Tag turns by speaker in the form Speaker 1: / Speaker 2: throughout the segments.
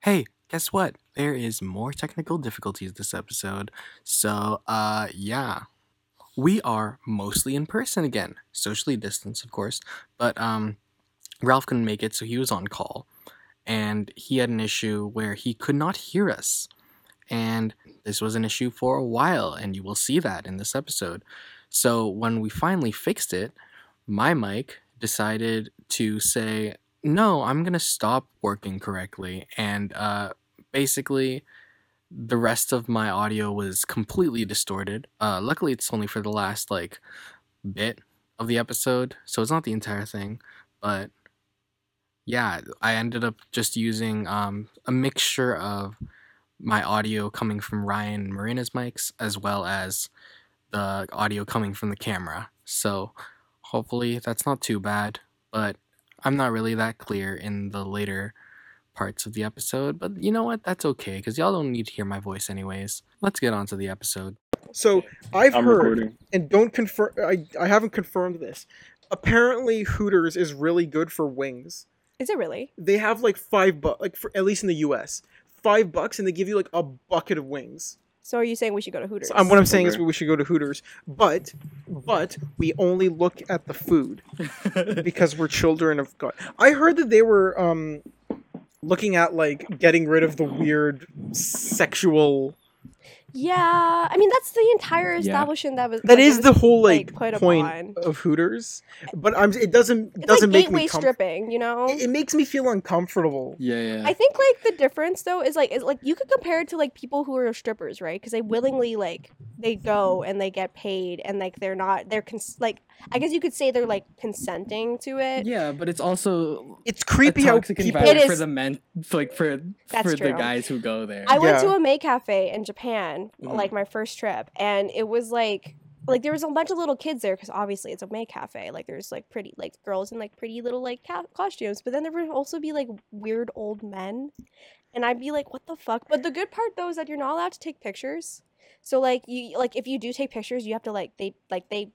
Speaker 1: Hey, guess what? There is more technical difficulties this episode. So, uh, yeah. We are mostly in person again, socially distanced, of course, but um Ralph couldn't make it, so he was on call. And he had an issue where he could not hear us. And this was an issue for a while, and you will see that in this episode. So, when we finally fixed it, my mic decided to say, no, I'm gonna stop working correctly. And uh, basically, the rest of my audio was completely distorted. Uh, luckily, it's only for the last like bit of the episode, so it's not the entire thing. But yeah, I ended up just using um, a mixture of my audio coming from Ryan and Marina's mics as well as the audio coming from the camera. So hopefully that's not too bad, but I'm not really that clear in the later parts of the episode, but you know what? That's okay because y'all don't need to hear my voice anyways. Let's get on to the episode.
Speaker 2: So I've
Speaker 3: I'm
Speaker 2: heard,
Speaker 3: recording.
Speaker 2: and don't confirm. I I haven't confirmed this. Apparently, Hooters is really good for wings.
Speaker 4: Is it really?
Speaker 2: They have like five bucks, like for at least in the U.S., five bucks, and they give you like a bucket of wings.
Speaker 4: So are you saying we should go to Hooters?
Speaker 2: So, um, what I'm saying is
Speaker 3: Okay.
Speaker 2: we should go to Hooters, but but we only look at the food because we're children of God. I heard that they were um looking at like getting rid of the weird sexual.
Speaker 4: yeah, I mean that's the entire
Speaker 3: Yeah.
Speaker 4: establishment that was.
Speaker 2: That
Speaker 4: that
Speaker 2: is
Speaker 4: was
Speaker 2: the whole like
Speaker 4: like, put
Speaker 2: point
Speaker 4: upon.
Speaker 2: of Hooters, but I'm it doesn't
Speaker 4: It's
Speaker 2: doesn't
Speaker 4: like
Speaker 2: make me
Speaker 4: gateway
Speaker 2: comfortable.
Speaker 4: stripping, you know.
Speaker 2: It, it makes me feel uncomfortable.
Speaker 3: Yeah, yeah.
Speaker 4: I think like the difference though is like is like you could compare it to like people who are strippers, right? Because they willingly like they go and they get paid and like they're not they're cons- like I guess you could say they're like consenting to it.
Speaker 5: Yeah, but it's also
Speaker 2: It's
Speaker 5: a
Speaker 2: creepy how
Speaker 5: toxic
Speaker 2: people.
Speaker 5: environment
Speaker 4: It
Speaker 5: for
Speaker 4: is-
Speaker 5: the men, like for
Speaker 4: That's
Speaker 5: for the
Speaker 4: true.
Speaker 5: guys who go there.
Speaker 4: I went
Speaker 2: Yeah.
Speaker 4: to a May cafe in Japan,
Speaker 5: Mhm.
Speaker 4: like my first trip, and it was like like there was a bunch of little kids there because obviously it's a May cafe. Like there's like pretty like girls in like pretty little like ca- costumes, but then there would also be like weird old men, and I'd be like, what the fuck? But the good part though is that you're not allowed to take pictures. So like you like if you do take pictures, you have to like they like they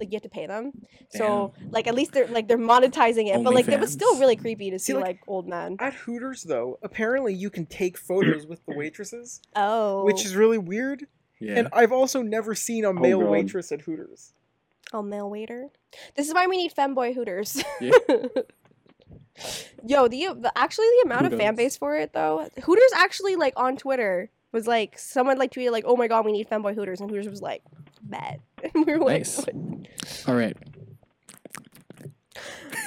Speaker 4: like you have to pay them. So like at least they're like they're monetizing it, but like it was still
Speaker 5: OnlyFans.
Speaker 4: really creepy to see
Speaker 2: like,
Speaker 4: like, old men.
Speaker 2: At Hooters, though, apparently you can take photos with the waitresses,
Speaker 4: Oh,
Speaker 2: which is really weird.
Speaker 5: yeah.
Speaker 2: And I've also never seen a male
Speaker 3: God.
Speaker 2: waitress at Hooters.
Speaker 4: Oh, male waiter. This is why we need femboy hooters.
Speaker 5: Yeah.
Speaker 4: Yo, the, the actually the amount of fan
Speaker 5: Hooters.
Speaker 4: base for it though. Hooters actually like on Twitter was like someone like tweeted like, "Oh my god, we need femboy hooters," and Hooters was like, "Bet." And we were like,
Speaker 5: Nice. All right.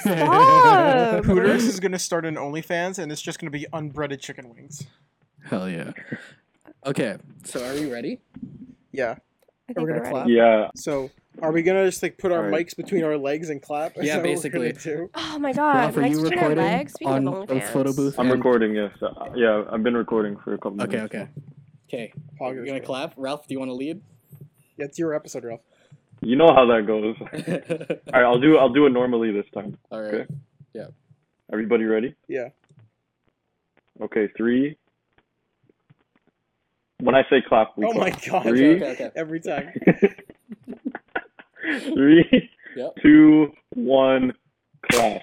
Speaker 4: Stop.
Speaker 2: Hooters is gonna start an OnlyFans, and it's just gonna be unbreaded chicken wings.
Speaker 5: Hell yeah. Okay, so are we ready?
Speaker 2: Yeah.
Speaker 4: I
Speaker 2: Are we
Speaker 4: think we're
Speaker 2: gonna clap?
Speaker 4: ready.
Speaker 3: Yeah.
Speaker 2: So, are we gonna just like put our
Speaker 3: Alright.
Speaker 2: mics between our legs and clap? Is
Speaker 5: Yeah,
Speaker 2: that what we're
Speaker 5: basically.
Speaker 2: gonna do?
Speaker 4: Oh my god,
Speaker 5: Ralph, are
Speaker 4: Mike's
Speaker 5: you
Speaker 4: between our
Speaker 5: recording
Speaker 4: legs. Speaking of
Speaker 5: on the
Speaker 4: OnlyFans.
Speaker 5: photo booth?
Speaker 3: I'm
Speaker 5: And-
Speaker 3: recording, yes. Uh, Yeah, I've been recording for a couple
Speaker 5: Okay,
Speaker 3: minutes.
Speaker 5: okay. Okay, oh,
Speaker 2: Poggers,
Speaker 5: you're gonna
Speaker 2: man.
Speaker 5: clap. Ralph, do you want to lead?
Speaker 2: Yeah, it's your episode, Ralph.
Speaker 3: You know how that goes. All right, I'll do I'll do it normally this time.
Speaker 5: All right.
Speaker 3: Okay. Everybody ready?
Speaker 2: Yeah.
Speaker 3: Okay, three. When I say clap, we
Speaker 2: Oh my
Speaker 3: clap.
Speaker 2: god.
Speaker 3: Three.
Speaker 5: Okay, okay.
Speaker 2: Every time.
Speaker 3: Three,
Speaker 5: Yep.
Speaker 3: two, one, clap.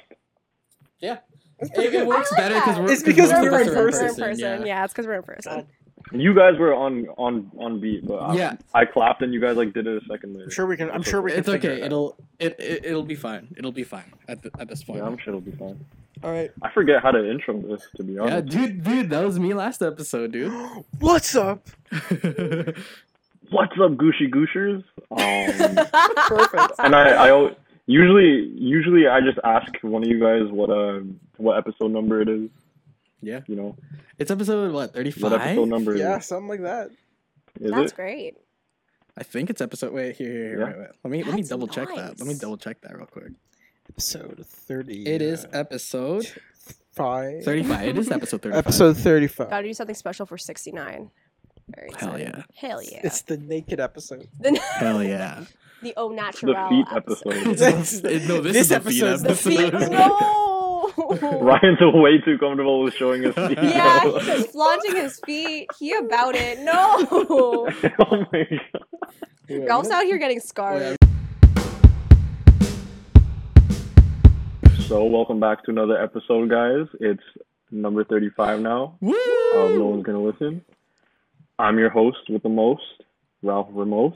Speaker 5: It, it works
Speaker 4: I like
Speaker 5: better because
Speaker 4: that.
Speaker 5: we're
Speaker 2: It's because
Speaker 5: both
Speaker 4: We're
Speaker 5: of
Speaker 2: we're
Speaker 5: us
Speaker 2: in
Speaker 5: are
Speaker 2: person.
Speaker 4: We're in person. Yeah, it's because we're in person.
Speaker 2: God.
Speaker 3: You guys were on on on beat, but I,
Speaker 5: Yeah.
Speaker 3: I clapped and you guys like did it a second later.
Speaker 2: I'm sure we can. I'm sure we can.
Speaker 5: It's
Speaker 2: figure
Speaker 5: okay.
Speaker 2: It out.
Speaker 5: It'll it, it it'll be fine. It'll be fine at the, at this point.
Speaker 3: Yeah, I'm sure it'll be fine.
Speaker 5: All right.
Speaker 3: I forget how to intro this, to be
Speaker 5: Yeah,
Speaker 3: honest.
Speaker 5: dude, dude, that was me last episode, dude.
Speaker 2: What's up?
Speaker 3: What's up, Gooshy Gooshers? Um,
Speaker 2: Perfect.
Speaker 3: and I, I al- usually usually I just ask one of you guys what uh what episode number it is.
Speaker 5: Yeah.
Speaker 3: You know
Speaker 5: It's episode what thirty
Speaker 3: what episode
Speaker 5: five?
Speaker 3: number
Speaker 2: Yeah,
Speaker 3: it is.
Speaker 2: something like that.
Speaker 3: Is
Speaker 4: That's
Speaker 3: it?
Speaker 4: great.
Speaker 5: I think it's episode. Wait, here, here, here.
Speaker 3: Yeah.
Speaker 5: Wait, wait. Let me let me
Speaker 4: That's
Speaker 5: double check that. Let me
Speaker 4: nice.
Speaker 5: double check that real quick.
Speaker 2: Episode thirty. uh,
Speaker 5: It is episode
Speaker 2: five.
Speaker 5: thirty five. it is episode thirty five.
Speaker 2: Episode thirty-five.
Speaker 4: Gotta do something special for 69. Very
Speaker 5: Hell
Speaker 4: excited.
Speaker 5: yeah.
Speaker 4: Hell yeah.
Speaker 2: It's the naked episode.
Speaker 4: the,
Speaker 5: Hell yeah.
Speaker 4: the au natural
Speaker 3: The feet
Speaker 4: episode.
Speaker 3: episode.
Speaker 2: That's the-
Speaker 5: It- no, this,
Speaker 2: this
Speaker 5: is the feed
Speaker 2: episode's
Speaker 5: episode.
Speaker 2: the
Speaker 4: The feet. No.
Speaker 3: Ryan's way too comfortable with showing his feet.
Speaker 4: Yeah,
Speaker 3: though.
Speaker 4: he's just flaunting his feet. He about it. No.
Speaker 3: oh my god.
Speaker 5: Wait,
Speaker 4: Ralph's
Speaker 5: what?
Speaker 4: out here getting scarred.
Speaker 3: So welcome back to another episode, guys. It's number 35 now.
Speaker 5: Woo!
Speaker 3: Um, no one's going to listen. I'm your host with the most, Ralph Ramos.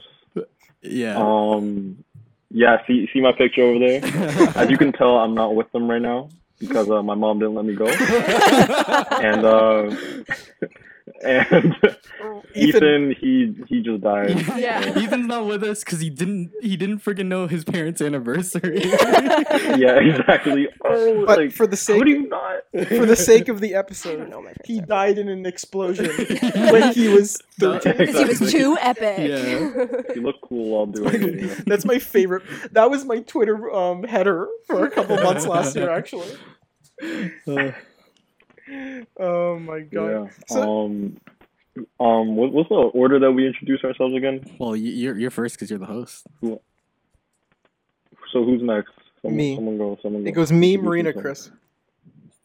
Speaker 5: yeah.
Speaker 3: Um, yeah, see, see my picture over there? As you can tell, I'm not with them right now because uh, my mom didn't let me go. And, uh, and Ethan, he, he just died.
Speaker 4: Yeah.
Speaker 5: Ethan's not with us because he didn't he didn't freaking know his parents' anniversary.
Speaker 3: Yeah, exactly. Oh,
Speaker 2: But
Speaker 3: like,
Speaker 2: for the
Speaker 3: how
Speaker 2: sake
Speaker 3: do you not?
Speaker 2: for the sake of the
Speaker 4: I don't
Speaker 2: episode,
Speaker 4: know my friends.
Speaker 2: he died in an explosion when he was
Speaker 5: No.
Speaker 2: 13.
Speaker 4: Because he was
Speaker 3: Exactly.
Speaker 4: too epic.
Speaker 5: Yeah.
Speaker 3: You look cool while doing it. you know?
Speaker 2: That's my favorite. That was my Twitter um, header for a couple months last year, actually.
Speaker 5: Uh,
Speaker 2: Oh my god.
Speaker 3: Yeah.
Speaker 2: So-
Speaker 3: um, um, what, what's the order that we introduce ourselves again?
Speaker 5: well, y- you're you're first because you're the host.
Speaker 3: So who's next? Someone,
Speaker 2: Me.
Speaker 3: Someone go. Someone go.
Speaker 2: It goes me,
Speaker 3: Introduce
Speaker 2: Marina,
Speaker 3: yourself.
Speaker 2: Chris.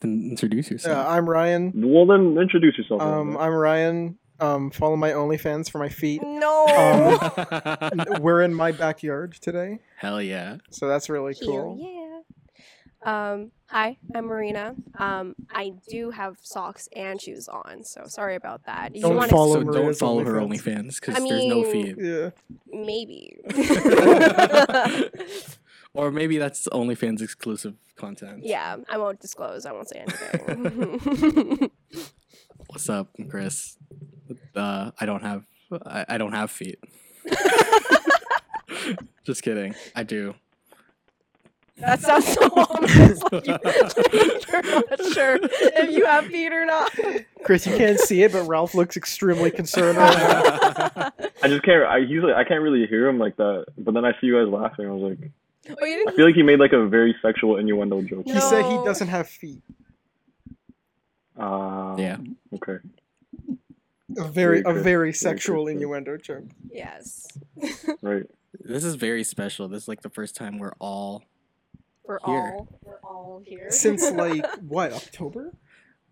Speaker 5: Then introduce
Speaker 2: Yeah,
Speaker 5: yourself.
Speaker 2: I'm Ryan.
Speaker 3: Well, then introduce yourself.
Speaker 2: Um, I'm Ryan. Um, follow my OnlyFans for my feet.
Speaker 4: No.
Speaker 2: We're in my backyard today,
Speaker 5: Hell yeah!
Speaker 2: so that's really
Speaker 4: Hell
Speaker 2: cool.
Speaker 4: yeah. Um, hi, I'm Marina. Um, I do have socks and shoes on, so sorry about that. You
Speaker 2: Don't
Speaker 4: wanna-
Speaker 2: follow
Speaker 5: so don't
Speaker 2: Marina's
Speaker 5: follow her
Speaker 2: OnlyFans.
Speaker 5: OnlyFans because
Speaker 4: I
Speaker 5: there's
Speaker 2: Yeah.
Speaker 4: mean-
Speaker 5: no fee.
Speaker 4: Maybe.
Speaker 5: or maybe that's OnlyFans exclusive content.
Speaker 4: yeah, I won't disclose. I won't say anything.
Speaker 5: What's up, Chris? Uh, I don't have I, I don't have feet. Just kidding. I do.
Speaker 4: that sounds so ominous. Like you, are not sure if you have feet or not.
Speaker 2: Chris, you can't see it, but Ralph looks extremely concerned. Right now.
Speaker 3: I just can't. I he's like I can't really hear him like that. But then I see you guys laughing. I was like,
Speaker 4: Oh, you
Speaker 3: I
Speaker 4: didn't.
Speaker 3: feel like he made like a very sexual innuendo joke.
Speaker 2: He said he
Speaker 4: No.
Speaker 2: doesn't have feet.
Speaker 3: Uh,
Speaker 5: yeah.
Speaker 3: Okay.
Speaker 2: A very, a
Speaker 3: Very good.
Speaker 2: very sexual
Speaker 3: good.
Speaker 2: innuendo joke.
Speaker 4: Yes.
Speaker 3: Right.
Speaker 5: This is very special. This is like the first time we're all
Speaker 4: We're
Speaker 5: Here.
Speaker 4: all we're all here.
Speaker 2: Since like what October?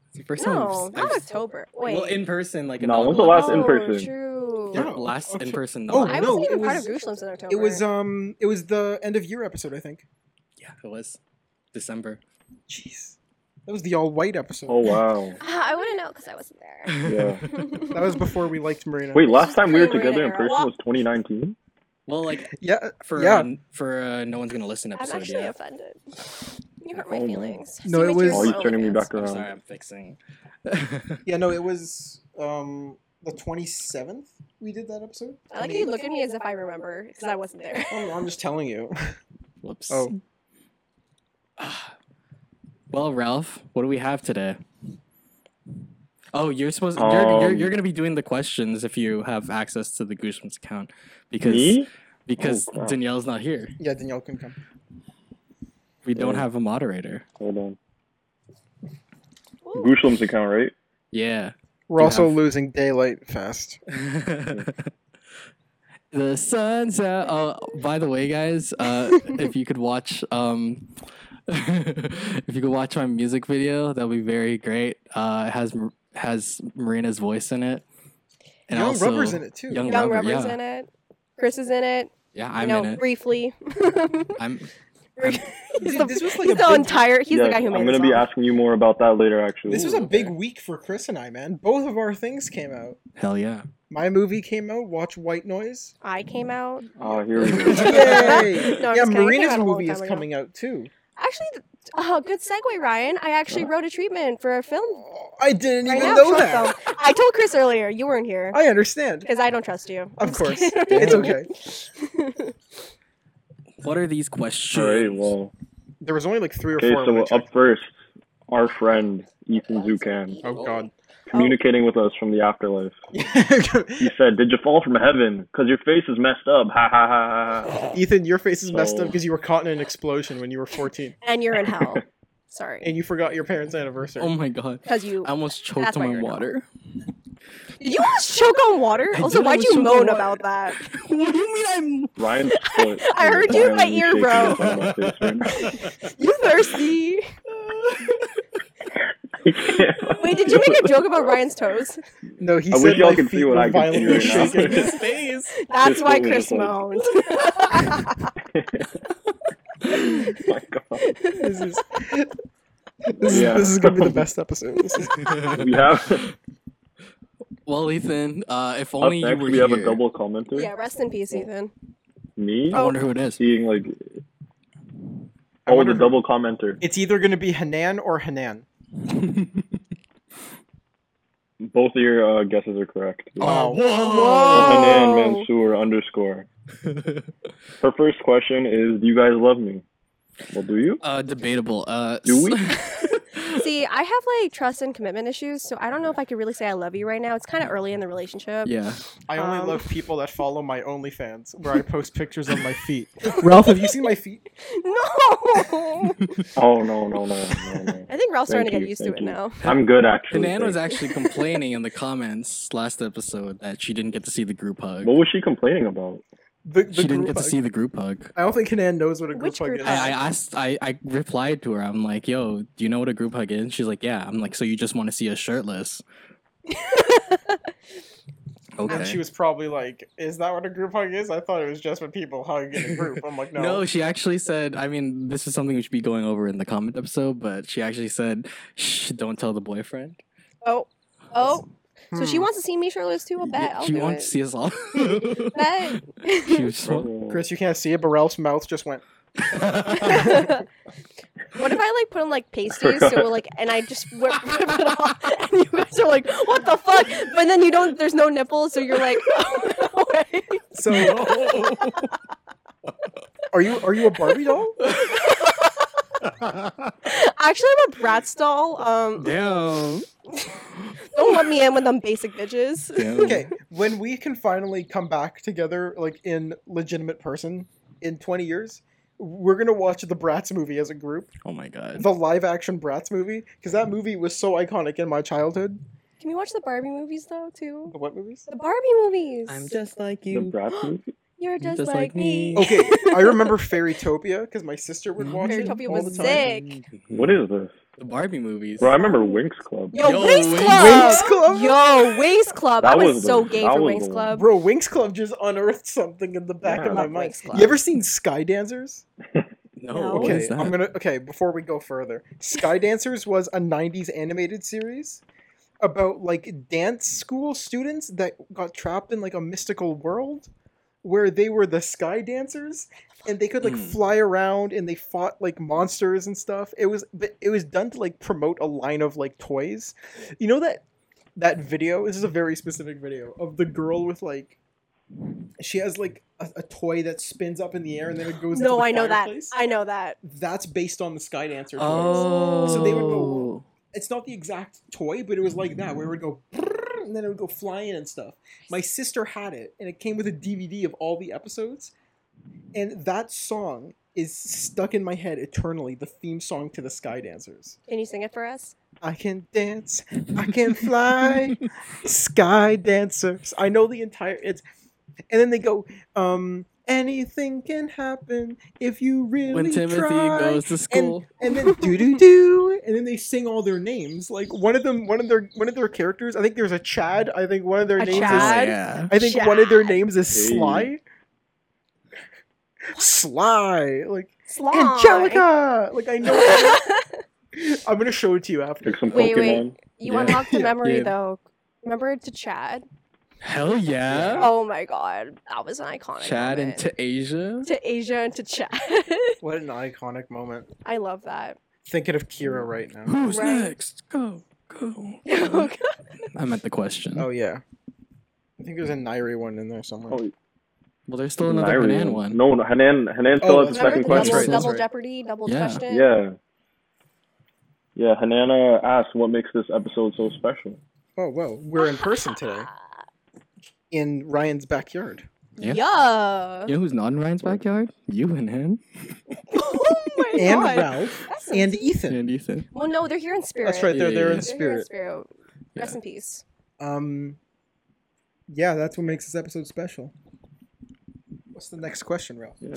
Speaker 5: it's the first time.
Speaker 4: no,
Speaker 5: I've-
Speaker 4: not
Speaker 5: I've-
Speaker 4: October. Wait.
Speaker 5: Well, in person, like
Speaker 3: No,
Speaker 5: an
Speaker 3: when's the
Speaker 5: online-
Speaker 3: last in
Speaker 4: Oh,
Speaker 3: person.
Speaker 4: True.
Speaker 5: Yeah,
Speaker 2: No,
Speaker 5: last
Speaker 2: okay.
Speaker 5: in person.
Speaker 2: Oh,
Speaker 5: not-
Speaker 4: I
Speaker 2: no,
Speaker 4: wasn't even
Speaker 2: it
Speaker 4: part
Speaker 2: was-
Speaker 4: of Gooshlands in October.
Speaker 2: It was um, it was the end of year episode, I think.
Speaker 5: yeah, it was December.
Speaker 2: Jeez, that was the all white episode.
Speaker 3: Oh wow.
Speaker 4: Ah, I wouldn't know because I wasn't there.
Speaker 3: Yeah.
Speaker 2: That was before we liked Marina.
Speaker 3: Wait, last time we were
Speaker 4: Pretty rude
Speaker 3: together in
Speaker 4: era.
Speaker 3: person was 2019.
Speaker 5: Well, like
Speaker 2: Yeah,
Speaker 5: for
Speaker 2: Yeah.
Speaker 5: uh, for uh, no one's gonna listen
Speaker 4: I'm
Speaker 5: episode.
Speaker 4: actually
Speaker 5: yeah.
Speaker 4: offended. You hurt my
Speaker 3: Oh, no.
Speaker 4: feelings.
Speaker 2: No,
Speaker 4: So
Speaker 2: it
Speaker 4: much
Speaker 2: was-
Speaker 4: years
Speaker 3: Oh,
Speaker 2: Yes.
Speaker 3: you're turning me
Speaker 4: OnlyFans.
Speaker 3: back
Speaker 5: I'm
Speaker 3: around.
Speaker 5: sorry, I'm fixing.
Speaker 2: yeah, no, it was um the twenty seventh. We did that episode.
Speaker 4: I like how you look at me as if I remember because I wasn't there.
Speaker 2: Oh, I'm just telling you.
Speaker 5: Whoops.
Speaker 2: Oh.
Speaker 5: Ah. well, Ralph, what do we have today? Oh, you're supposed you're, you're
Speaker 3: Um,
Speaker 5: you're gonna be doing the questions if you have access to the Gooshman's account because
Speaker 3: Me? Oh,
Speaker 5: because
Speaker 3: crap.
Speaker 5: Danielle's not here.
Speaker 2: Yeah, Danielle can come.
Speaker 5: We don't
Speaker 3: Yeah.
Speaker 5: have a moderator.
Speaker 3: Hold on.
Speaker 4: Ooh.
Speaker 3: Gushlam's account, right?
Speaker 5: Yeah.
Speaker 2: We're
Speaker 5: Do
Speaker 2: also
Speaker 5: have-
Speaker 2: losing daylight fast.
Speaker 5: the sun's out. Oh, by the way, guys, uh, if you could watch, um, if you could watch my music video, that'd be very great. Uh, it has Mar- has Marina's voice in it,
Speaker 2: Young Rubber's in it too.
Speaker 5: Young,
Speaker 4: Young
Speaker 5: Rubber,
Speaker 4: Rubber's
Speaker 5: yeah,
Speaker 4: in it. Chris is in it.
Speaker 5: yeah,
Speaker 4: I
Speaker 5: I'm
Speaker 4: know
Speaker 5: in it.
Speaker 4: briefly.
Speaker 5: I'm
Speaker 4: he's
Speaker 2: Dude,
Speaker 4: the,
Speaker 2: this was like
Speaker 4: he's
Speaker 2: a
Speaker 4: the
Speaker 2: big-
Speaker 4: entire. He's
Speaker 3: Yes,
Speaker 4: the guy who made
Speaker 3: I'm
Speaker 4: the
Speaker 3: gonna be
Speaker 4: song.
Speaker 3: asking you more about that later. Actually,
Speaker 2: This was
Speaker 5: Ooh,
Speaker 2: a big
Speaker 5: okay.
Speaker 2: week for Chris and I, man. Both of our things came out.
Speaker 5: hell yeah.
Speaker 2: My movie came out. Watch White Noise.
Speaker 4: I came out.
Speaker 3: Oh, here we go.
Speaker 2: Yay!
Speaker 4: No, I'm
Speaker 2: yeah,
Speaker 4: just kidding. It came
Speaker 2: Marina's
Speaker 4: out a long
Speaker 2: movie
Speaker 4: time
Speaker 2: is
Speaker 4: ago.
Speaker 2: coming out too.
Speaker 4: Actually, th- oh, good segue, Ryan. I actually wrote a treatment for a film.
Speaker 2: I didn't
Speaker 4: Right
Speaker 2: even
Speaker 4: now,
Speaker 2: know
Speaker 4: short
Speaker 2: that.
Speaker 4: film. I told Chris earlier you weren't here
Speaker 2: I understand.
Speaker 4: because I don't trust you.
Speaker 2: Of course.
Speaker 4: kidding.
Speaker 2: It's okay.
Speaker 5: What are these
Speaker 3: All
Speaker 5: questions?
Speaker 3: right. Well.
Speaker 2: There was only like three or
Speaker 3: Okay,
Speaker 2: four.
Speaker 3: so
Speaker 2: when I
Speaker 3: up
Speaker 2: checked.
Speaker 3: first, our friend Ethan Zucan
Speaker 2: oh god.
Speaker 3: communicating with us from the afterlife. He said, "Did you fall from heaven? Cause your face is messed up." Ha ha ha ha. ha.
Speaker 2: Ethan, your face is messed
Speaker 3: So-
Speaker 2: up because you were caught in an explosion when you were 14
Speaker 4: And you're in hell. Sorry.
Speaker 2: and Um, you forgot your parents' anniversary.
Speaker 5: Oh my god,
Speaker 4: Because you
Speaker 5: I almost choked
Speaker 4: That's
Speaker 5: on
Speaker 4: why
Speaker 5: my
Speaker 4: you're not.
Speaker 5: water.
Speaker 4: you almost choke on water.
Speaker 5: I
Speaker 4: also,
Speaker 5: did
Speaker 4: why'd
Speaker 5: almost
Speaker 4: you
Speaker 5: choke on
Speaker 4: moan
Speaker 5: water.
Speaker 4: about that?
Speaker 5: what do you mean I'm?
Speaker 3: Ryan's foot.
Speaker 4: I
Speaker 3: is
Speaker 4: heard you in my
Speaker 3: violently
Speaker 4: ear,
Speaker 3: shaking
Speaker 4: bro.
Speaker 3: in front of my face right now.
Speaker 4: You thirsty?
Speaker 3: I can't-
Speaker 4: Wait, did you make a joke about Ryan's toes?
Speaker 2: No, he
Speaker 3: I
Speaker 2: said
Speaker 3: wish y'all
Speaker 2: my
Speaker 3: could
Speaker 2: feet
Speaker 3: see what
Speaker 2: were
Speaker 3: I can see
Speaker 2: violently
Speaker 3: right now.
Speaker 2: shaking.
Speaker 5: His face.
Speaker 4: That's
Speaker 3: Just
Speaker 4: why
Speaker 3: what we
Speaker 4: Chris
Speaker 3: look like.
Speaker 4: moaned.
Speaker 3: My God.
Speaker 2: This is- This, is
Speaker 3: Yeah.
Speaker 2: this is gonna be the best episode. This is-
Speaker 3: We have
Speaker 5: well, Ethan, uh, if
Speaker 3: up
Speaker 5: only you
Speaker 3: next.
Speaker 5: were
Speaker 3: We
Speaker 5: here.
Speaker 3: have a double commenter.
Speaker 4: Yeah, Oh. rest in peace, Ethan.
Speaker 3: Me
Speaker 5: I wonder who it is.
Speaker 3: seeing like.
Speaker 2: I
Speaker 3: Oh,
Speaker 2: wonder
Speaker 3: the
Speaker 2: who-
Speaker 3: double commenter.
Speaker 2: It's either gonna be Hanan or Hanan.
Speaker 3: Both of your uh, guesses are correct.
Speaker 2: Wow. Oh.
Speaker 4: Whoa.
Speaker 3: Hanan Mansoor underscore. Her first question is, "Do you guys love me?" Well, do you?
Speaker 5: Uh, debatable. Uh,
Speaker 3: Do we?
Speaker 4: See, I have like trust and commitment issues, so I don't know if I could really say I love you right now. It's kind of early in the relationship.
Speaker 5: yeah.
Speaker 2: I only
Speaker 4: Um.
Speaker 2: love people that follow my OnlyFans, where I post pictures of my feet. Ralph, have you seen my feet?
Speaker 4: No,
Speaker 3: Oh no no no no no.
Speaker 4: I think Ralph's starting to
Speaker 3: Thank
Speaker 4: get
Speaker 3: you,
Speaker 4: used to
Speaker 3: thank
Speaker 4: it
Speaker 3: you.
Speaker 4: now.
Speaker 3: I'm good actually.
Speaker 5: Hanan was
Speaker 3: thanks.
Speaker 5: actually complaining in the comments last episode that she didn't get to see the group hug.
Speaker 3: What was she complaining about?
Speaker 2: The, the
Speaker 5: she didn't
Speaker 2: group
Speaker 5: get to
Speaker 2: hug.
Speaker 5: see the group hug.
Speaker 2: I don't think Hanan knows what a group
Speaker 4: Which
Speaker 2: hug
Speaker 4: group
Speaker 2: is.
Speaker 4: hug?
Speaker 5: I, I asked, I, I replied to her. I'm like, yo, do you know what a group hug is? She's like, yeah. I'm like, so you just want to see us shirtless?
Speaker 2: And she
Speaker 5: okay.
Speaker 2: was probably like, "Is that what a group hug is?" I thought it was just when people hug in a group. I'm like, "No."
Speaker 5: No. she actually said, I mean, this is something we should be going over in the comment episode, but she actually said, Shh, don't tell the boyfriend.
Speaker 4: Oh, oh. So she
Speaker 2: Hmm.
Speaker 4: wants to see me shirtless too. I
Speaker 5: Yeah,
Speaker 4: bet. I'll
Speaker 5: she
Speaker 4: do
Speaker 5: wants to
Speaker 4: it.
Speaker 5: see us all.
Speaker 4: Bet.
Speaker 5: she was so-
Speaker 3: uh,
Speaker 2: Chris, you can't see it, but Ralph's mouth just went.
Speaker 4: what if I like put on like pasties? So we're, like, and I just whip, rip it off, and you guys are like, "What the fuck?" But then you don't. There's no nipples, so you're like, "Oh, no way."
Speaker 2: So, are you are you a Barbie doll?
Speaker 4: Actually, I'm a Bratz doll. Um,
Speaker 5: Damn.
Speaker 4: don't let me in with them basic bitches.
Speaker 5: Damn.
Speaker 2: Okay, when we can finally come back together, like in legitimate person, in 20 years, we're gonna watch the Bratz movie as a group,
Speaker 5: Oh my god.
Speaker 2: the live action Bratz movie, because that movie was so iconic in my childhood.
Speaker 4: Can we watch the Barbie movies though too?
Speaker 2: The what movies?
Speaker 4: The Barbie movies.
Speaker 5: just like
Speaker 3: The Bratz movie?
Speaker 4: You're just, like, me.
Speaker 2: Okay, I remember Fairytopia because my sister
Speaker 5: Mm.
Speaker 2: would watch it
Speaker 4: Fairytopia
Speaker 2: all
Speaker 4: was
Speaker 2: the time.
Speaker 4: sick.
Speaker 3: What is this?
Speaker 5: The Barbie movies.
Speaker 3: Bro, I remember Winx Club.
Speaker 4: Yo,
Speaker 5: Yo,
Speaker 4: Wings
Speaker 5: Winx
Speaker 4: Club.
Speaker 2: Winx Club?
Speaker 4: Yo, Wings Club.
Speaker 3: That
Speaker 4: I was,
Speaker 3: was the-
Speaker 4: so gay
Speaker 3: that
Speaker 4: for
Speaker 3: was
Speaker 4: Wings
Speaker 3: the-
Speaker 4: Club.
Speaker 2: Bro, Winx Club just unearthed something in the back
Speaker 3: Yeah.
Speaker 2: of my
Speaker 4: Love
Speaker 2: mind.
Speaker 4: Winx Club.
Speaker 2: You ever seen Sky Dancers?
Speaker 5: No,
Speaker 4: No.
Speaker 5: what
Speaker 2: Oh, Okay,
Speaker 5: is that?
Speaker 2: I'm gonna. Okay, before we go further, Sky Dancers was a '90s animated series about like dance school students that got trapped in like a mystical world where they were the Sky Dancers and they could like
Speaker 5: Mm.
Speaker 2: fly around and they fought like monsters and stuff. It was but it was done to like promote a line of like toys. You know that that video. This is a very specific video of the girl with like. She has like a, a toy that spins up in the air and then it goes. into
Speaker 4: No,
Speaker 2: the
Speaker 4: I know that.
Speaker 2: fireplace
Speaker 4: I know that.
Speaker 2: that's based on the Sky Dancer toys.
Speaker 5: Oh.
Speaker 2: So they would go- It's not the exact toy, but it was like that, where it would go brrrr, and then it would go flying and stuff. My sister had it, and it came with a DVD of all the episodes. And that song is stuck in my head eternally, the theme song to the Sky Dancers.
Speaker 4: Can you sing it for us?
Speaker 2: I can dance, I can fly, Sky Dancers. I know the entire it's and then they go, um, anything can happen if you really
Speaker 5: when Timothy
Speaker 2: try.
Speaker 5: goes to school.
Speaker 2: and then do do do, and then they sing all their names. Like one of them, one of their one of their characters. I think there's a Chad. I think one of their
Speaker 4: A
Speaker 2: names
Speaker 4: Chad?
Speaker 2: is.
Speaker 5: yeah.
Speaker 2: I think one of their
Speaker 4: Chad.
Speaker 2: names is
Speaker 3: Hey.
Speaker 2: Sly. Sly, like
Speaker 4: Sly.
Speaker 2: Angelica. Like I know. I'm gonna show it to you after.
Speaker 3: Like some
Speaker 4: Wait, wait.
Speaker 3: Pokemon.
Speaker 4: you
Speaker 5: Yeah.
Speaker 4: unlocked the
Speaker 2: Yeah.
Speaker 4: memory
Speaker 5: Yeah.
Speaker 4: though. Remember to Chad?
Speaker 5: Hell yeah.
Speaker 4: Oh my god, that was an iconic.
Speaker 5: Chad and
Speaker 4: moment.
Speaker 5: to Asia.
Speaker 4: to Asia and to Chad.
Speaker 2: What an iconic moment.
Speaker 4: I love that.
Speaker 2: Thinking of Kira right now.
Speaker 5: Who's
Speaker 4: Right.
Speaker 5: next? Go. Go.
Speaker 4: Oh, God.
Speaker 5: I meant the question.
Speaker 2: Oh yeah. I think there's a Nairi one in there somewhere.
Speaker 3: Oh,
Speaker 5: Well, there's still another
Speaker 3: Nairi.
Speaker 5: Hanan one.
Speaker 3: No, no, Hanan, Hanan still
Speaker 2: Oh,
Speaker 3: has the
Speaker 2: that's
Speaker 4: Remember
Speaker 3: second
Speaker 4: the
Speaker 2: right,
Speaker 4: double,
Speaker 3: question.
Speaker 2: that's
Speaker 4: double
Speaker 2: right.
Speaker 4: jeopardy, double
Speaker 5: Yeah.
Speaker 4: question?
Speaker 3: Yeah. Yeah, Hanana asked what makes this episode so special.
Speaker 2: Oh whoa, we're in person today in Ryan's backyard.
Speaker 5: Yeah.
Speaker 4: Yeah.
Speaker 5: You know who's not in Ryan's backyard? You and him.
Speaker 4: Oh my
Speaker 2: and
Speaker 4: god.
Speaker 2: Ralph
Speaker 4: That's some-
Speaker 2: and Ethan.
Speaker 5: And Ethan.
Speaker 4: well, no, they're here in spirit.
Speaker 2: That's right, they're
Speaker 5: Yeah,
Speaker 2: they're
Speaker 5: yeah,
Speaker 2: in
Speaker 5: yeah.
Speaker 4: They're here
Speaker 2: spirit.
Speaker 4: in spirit. Rest
Speaker 5: Yeah.
Speaker 4: in peace.
Speaker 2: Um, yeah, that's what makes this episode special. What's the next question, Ralph?
Speaker 3: Yeah.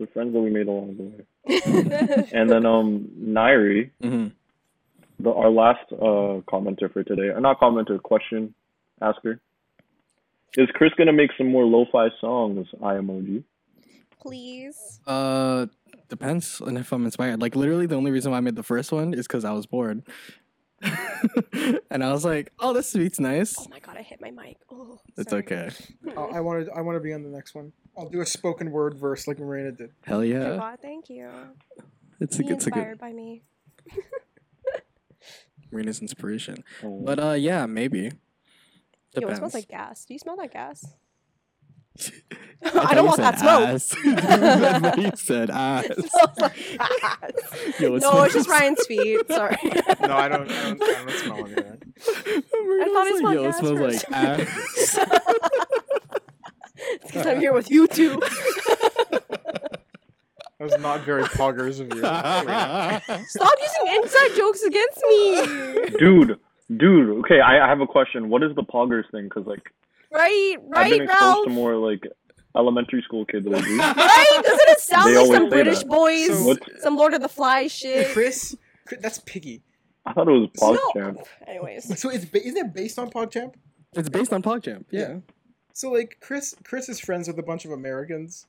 Speaker 3: The friends that we made along the way. And then um Nairi,
Speaker 5: hmm
Speaker 3: the, our last uh commenter for today, or not commenter, question asker. Is Chris gonna make some more lo-fi songs? I emoji.
Speaker 4: Please.
Speaker 5: Uh, depends on if I'm inspired. Like literally, the only reason why I made the first one is because I was bored, and I was like, "Oh, this beat's nice."
Speaker 4: Oh my god, I hit my mic. Oh,
Speaker 5: It's
Speaker 4: sorry. Hmm.
Speaker 5: okay.
Speaker 2: Oh, I- I want to. I want to be on the next one. I'll do a spoken word verse like Marina did.
Speaker 5: Hell yeah!
Speaker 4: Shabbat, thank you.
Speaker 5: It's a
Speaker 4: Be
Speaker 5: good, it's a
Speaker 4: inspired
Speaker 5: good
Speaker 4: by me.
Speaker 5: Marina's inspiration.
Speaker 3: Oh.
Speaker 5: But uh, yeah, maybe.
Speaker 4: Yo, it
Speaker 5: Depends.
Speaker 4: smells like gas. Do you smell that gas?
Speaker 5: I
Speaker 4: I,
Speaker 5: thought
Speaker 4: don't
Speaker 5: you
Speaker 4: want
Speaker 5: said
Speaker 4: that smoke.
Speaker 5: ass. Remember you said ass.
Speaker 4: It smells like gas.
Speaker 5: Yo,
Speaker 4: no,
Speaker 5: it
Speaker 4: it's
Speaker 5: smells-
Speaker 4: just Ryan's feet. Sorry.
Speaker 6: No, I don't. I don't, I don't smell anything.
Speaker 5: Marina
Speaker 4: I thought
Speaker 5: was
Speaker 4: it
Speaker 5: like,
Speaker 4: smelled
Speaker 5: Yo, it
Speaker 4: gas
Speaker 5: smells like ass.
Speaker 4: It's because I'm here with you two.
Speaker 6: That was not very poggers of you.
Speaker 4: Stop using inside jokes against me.
Speaker 3: dude, dude. Okay, I, I have a question. What is the poggers thing? Because like
Speaker 4: Right,
Speaker 3: I've been
Speaker 4: right,
Speaker 3: exposed
Speaker 4: Ralph.
Speaker 3: to more like elementary school kids like you.
Speaker 4: Right? Doesn't it sound
Speaker 3: They
Speaker 4: like
Speaker 3: always
Speaker 4: some
Speaker 3: say
Speaker 4: British
Speaker 3: that.
Speaker 4: boys,
Speaker 2: So-
Speaker 3: What?
Speaker 4: some Lord of the Fly shit?
Speaker 2: Chris, Chris that's Piggy.
Speaker 3: I thought it was
Speaker 4: No.
Speaker 3: PogChamp.
Speaker 4: Anyways,
Speaker 2: So it's ba- isn't it based on PogChamp?
Speaker 5: it's based on PogChamp. Yeah.
Speaker 2: So like Chris, Chris is friends with a bunch of Americans,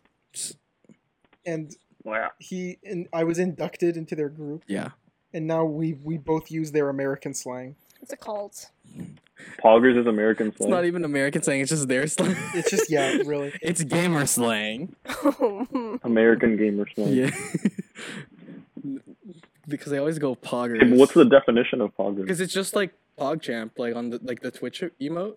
Speaker 2: and
Speaker 3: Wow.
Speaker 2: he and I was inducted into their group,
Speaker 5: Yeah.
Speaker 2: and now we we both use their American slang.
Speaker 4: it's a cult.
Speaker 3: Poggers is American
Speaker 5: It's not e-
Speaker 3: slang.
Speaker 5: even American slang. It's just their slang.
Speaker 2: It's just yeah, really.
Speaker 5: It's gamer slang.
Speaker 3: American gamer slang.
Speaker 5: Yeah. because they always go
Speaker 3: Okay,
Speaker 5: poggers.
Speaker 3: but what's the definition of poggers?
Speaker 5: Because it's just like PogChamp, like on the like the Twitch emote.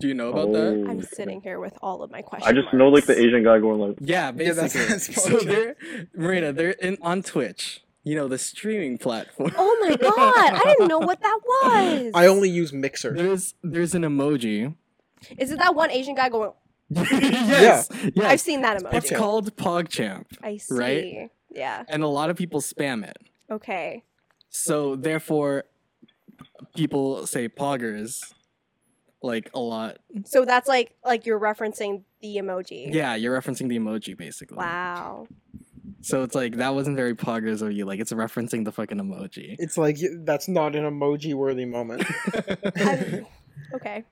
Speaker 5: Do you know about that?
Speaker 3: Oh.
Speaker 4: I'm sitting here with all of my questions.
Speaker 3: I just know like the Asian guy going like,
Speaker 5: Yeah,
Speaker 2: Yeah,
Speaker 5: basically.
Speaker 2: that's, that's
Speaker 5: so
Speaker 2: PogChamp.
Speaker 5: they're Marina, they're in on Twitch. You know the streaming platform.
Speaker 4: Oh my god! I didn't know what that was.
Speaker 2: I only use Mixer.
Speaker 5: There's there's an emoji.
Speaker 4: Is it that one Asian guy going?
Speaker 5: yes,
Speaker 4: I've
Speaker 5: yes.
Speaker 4: seen that emoji.
Speaker 5: It's called PogChamp,
Speaker 4: I see.
Speaker 5: right?
Speaker 4: Yeah.
Speaker 5: and a lot of people spam it.
Speaker 4: Okay.
Speaker 5: So therefore, people say poggers, like a lot.
Speaker 4: So that's like like you're referencing the emoji.
Speaker 5: Yeah, you're referencing the emoji basically.
Speaker 4: Wow.
Speaker 5: So it's like that wasn't very poggers of you. Like it's referencing the fucking emoji.
Speaker 2: It's like that's not an emoji-worthy moment.
Speaker 4: I- okay.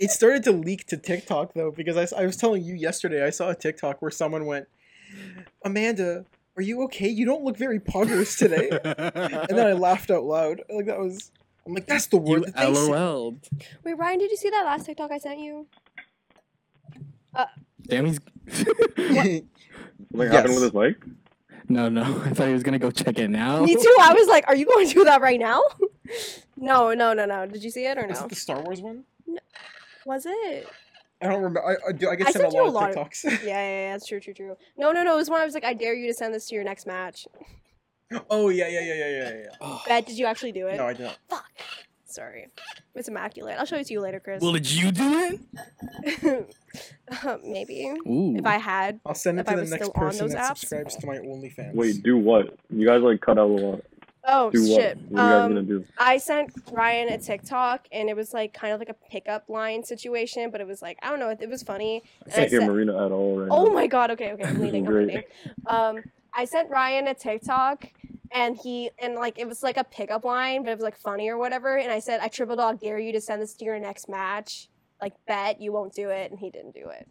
Speaker 2: it started to leak to TikTok though because I, s- I was telling you yesterday I saw a TikTok where someone went, Amanda, are you okay? You don't look very poggers today. and then I laughed out loud. Like that was. I'm like that's the
Speaker 5: you
Speaker 2: word. That they said.
Speaker 5: LOL'd.
Speaker 4: Wait, Ryan, did you see that last TikTok I sent you?
Speaker 5: Damn, he's.
Speaker 3: something
Speaker 2: Yes.
Speaker 3: happened with his mic?
Speaker 5: no, no. I thought he was gonna go check it
Speaker 3: Oh.
Speaker 5: now.
Speaker 4: Me too. I was like, are you going to do that right now? no, no, no, no. Did you see it or
Speaker 2: Was
Speaker 4: no?
Speaker 2: it the Star Wars one?
Speaker 4: Was it?
Speaker 2: I don't remember. I, I, do- I get
Speaker 4: I
Speaker 2: sent a
Speaker 4: sent
Speaker 2: lot
Speaker 4: you a
Speaker 2: of
Speaker 4: lot of-
Speaker 2: TikToks.
Speaker 4: Yeah, yeah, yeah. That's true, true, true. No, no, no. It was one I was like, I dare you to send this to your next match.
Speaker 2: oh yeah, yeah, yeah, yeah, yeah, yeah,
Speaker 5: Oh.
Speaker 4: Bet, did you actually do
Speaker 2: yeah.
Speaker 4: it?
Speaker 2: No, I don't.
Speaker 4: Fuck. Sorry. It's immaculate. I'll show it to you later, Chris.
Speaker 5: Well, did you do it?
Speaker 4: Uh, Maybe.
Speaker 5: Ooh.
Speaker 4: If I had.
Speaker 2: I'll send
Speaker 4: If
Speaker 2: it
Speaker 4: I
Speaker 2: to the
Speaker 4: was
Speaker 2: next
Speaker 4: still on
Speaker 2: person
Speaker 4: those
Speaker 2: that
Speaker 4: apps?
Speaker 2: subscribes to my OnlyFans.
Speaker 3: Wait, do what? You guys like cut out a lot.
Speaker 4: Oh,
Speaker 3: Do what?
Speaker 4: shit.
Speaker 3: What are you guys gonna
Speaker 4: Um,
Speaker 3: do?
Speaker 4: I sent Ryan a TikTok and it was like kind of like a pickup line situation, but it was like, I don't know. It, it was funny.
Speaker 3: I
Speaker 4: And I
Speaker 3: can't hear
Speaker 4: said-
Speaker 3: Marina at all right
Speaker 4: Oh
Speaker 3: now.
Speaker 4: my god, okay, okay, I'm leaving, I'm
Speaker 3: Great.
Speaker 4: leaving. Um, I sent Ryan a TikTok and he and like it was like a pickup line, but it was like funny or whatever. And I said, I triple dog dare you to send this to your next match. Like bet you won't do it, and he didn't do it.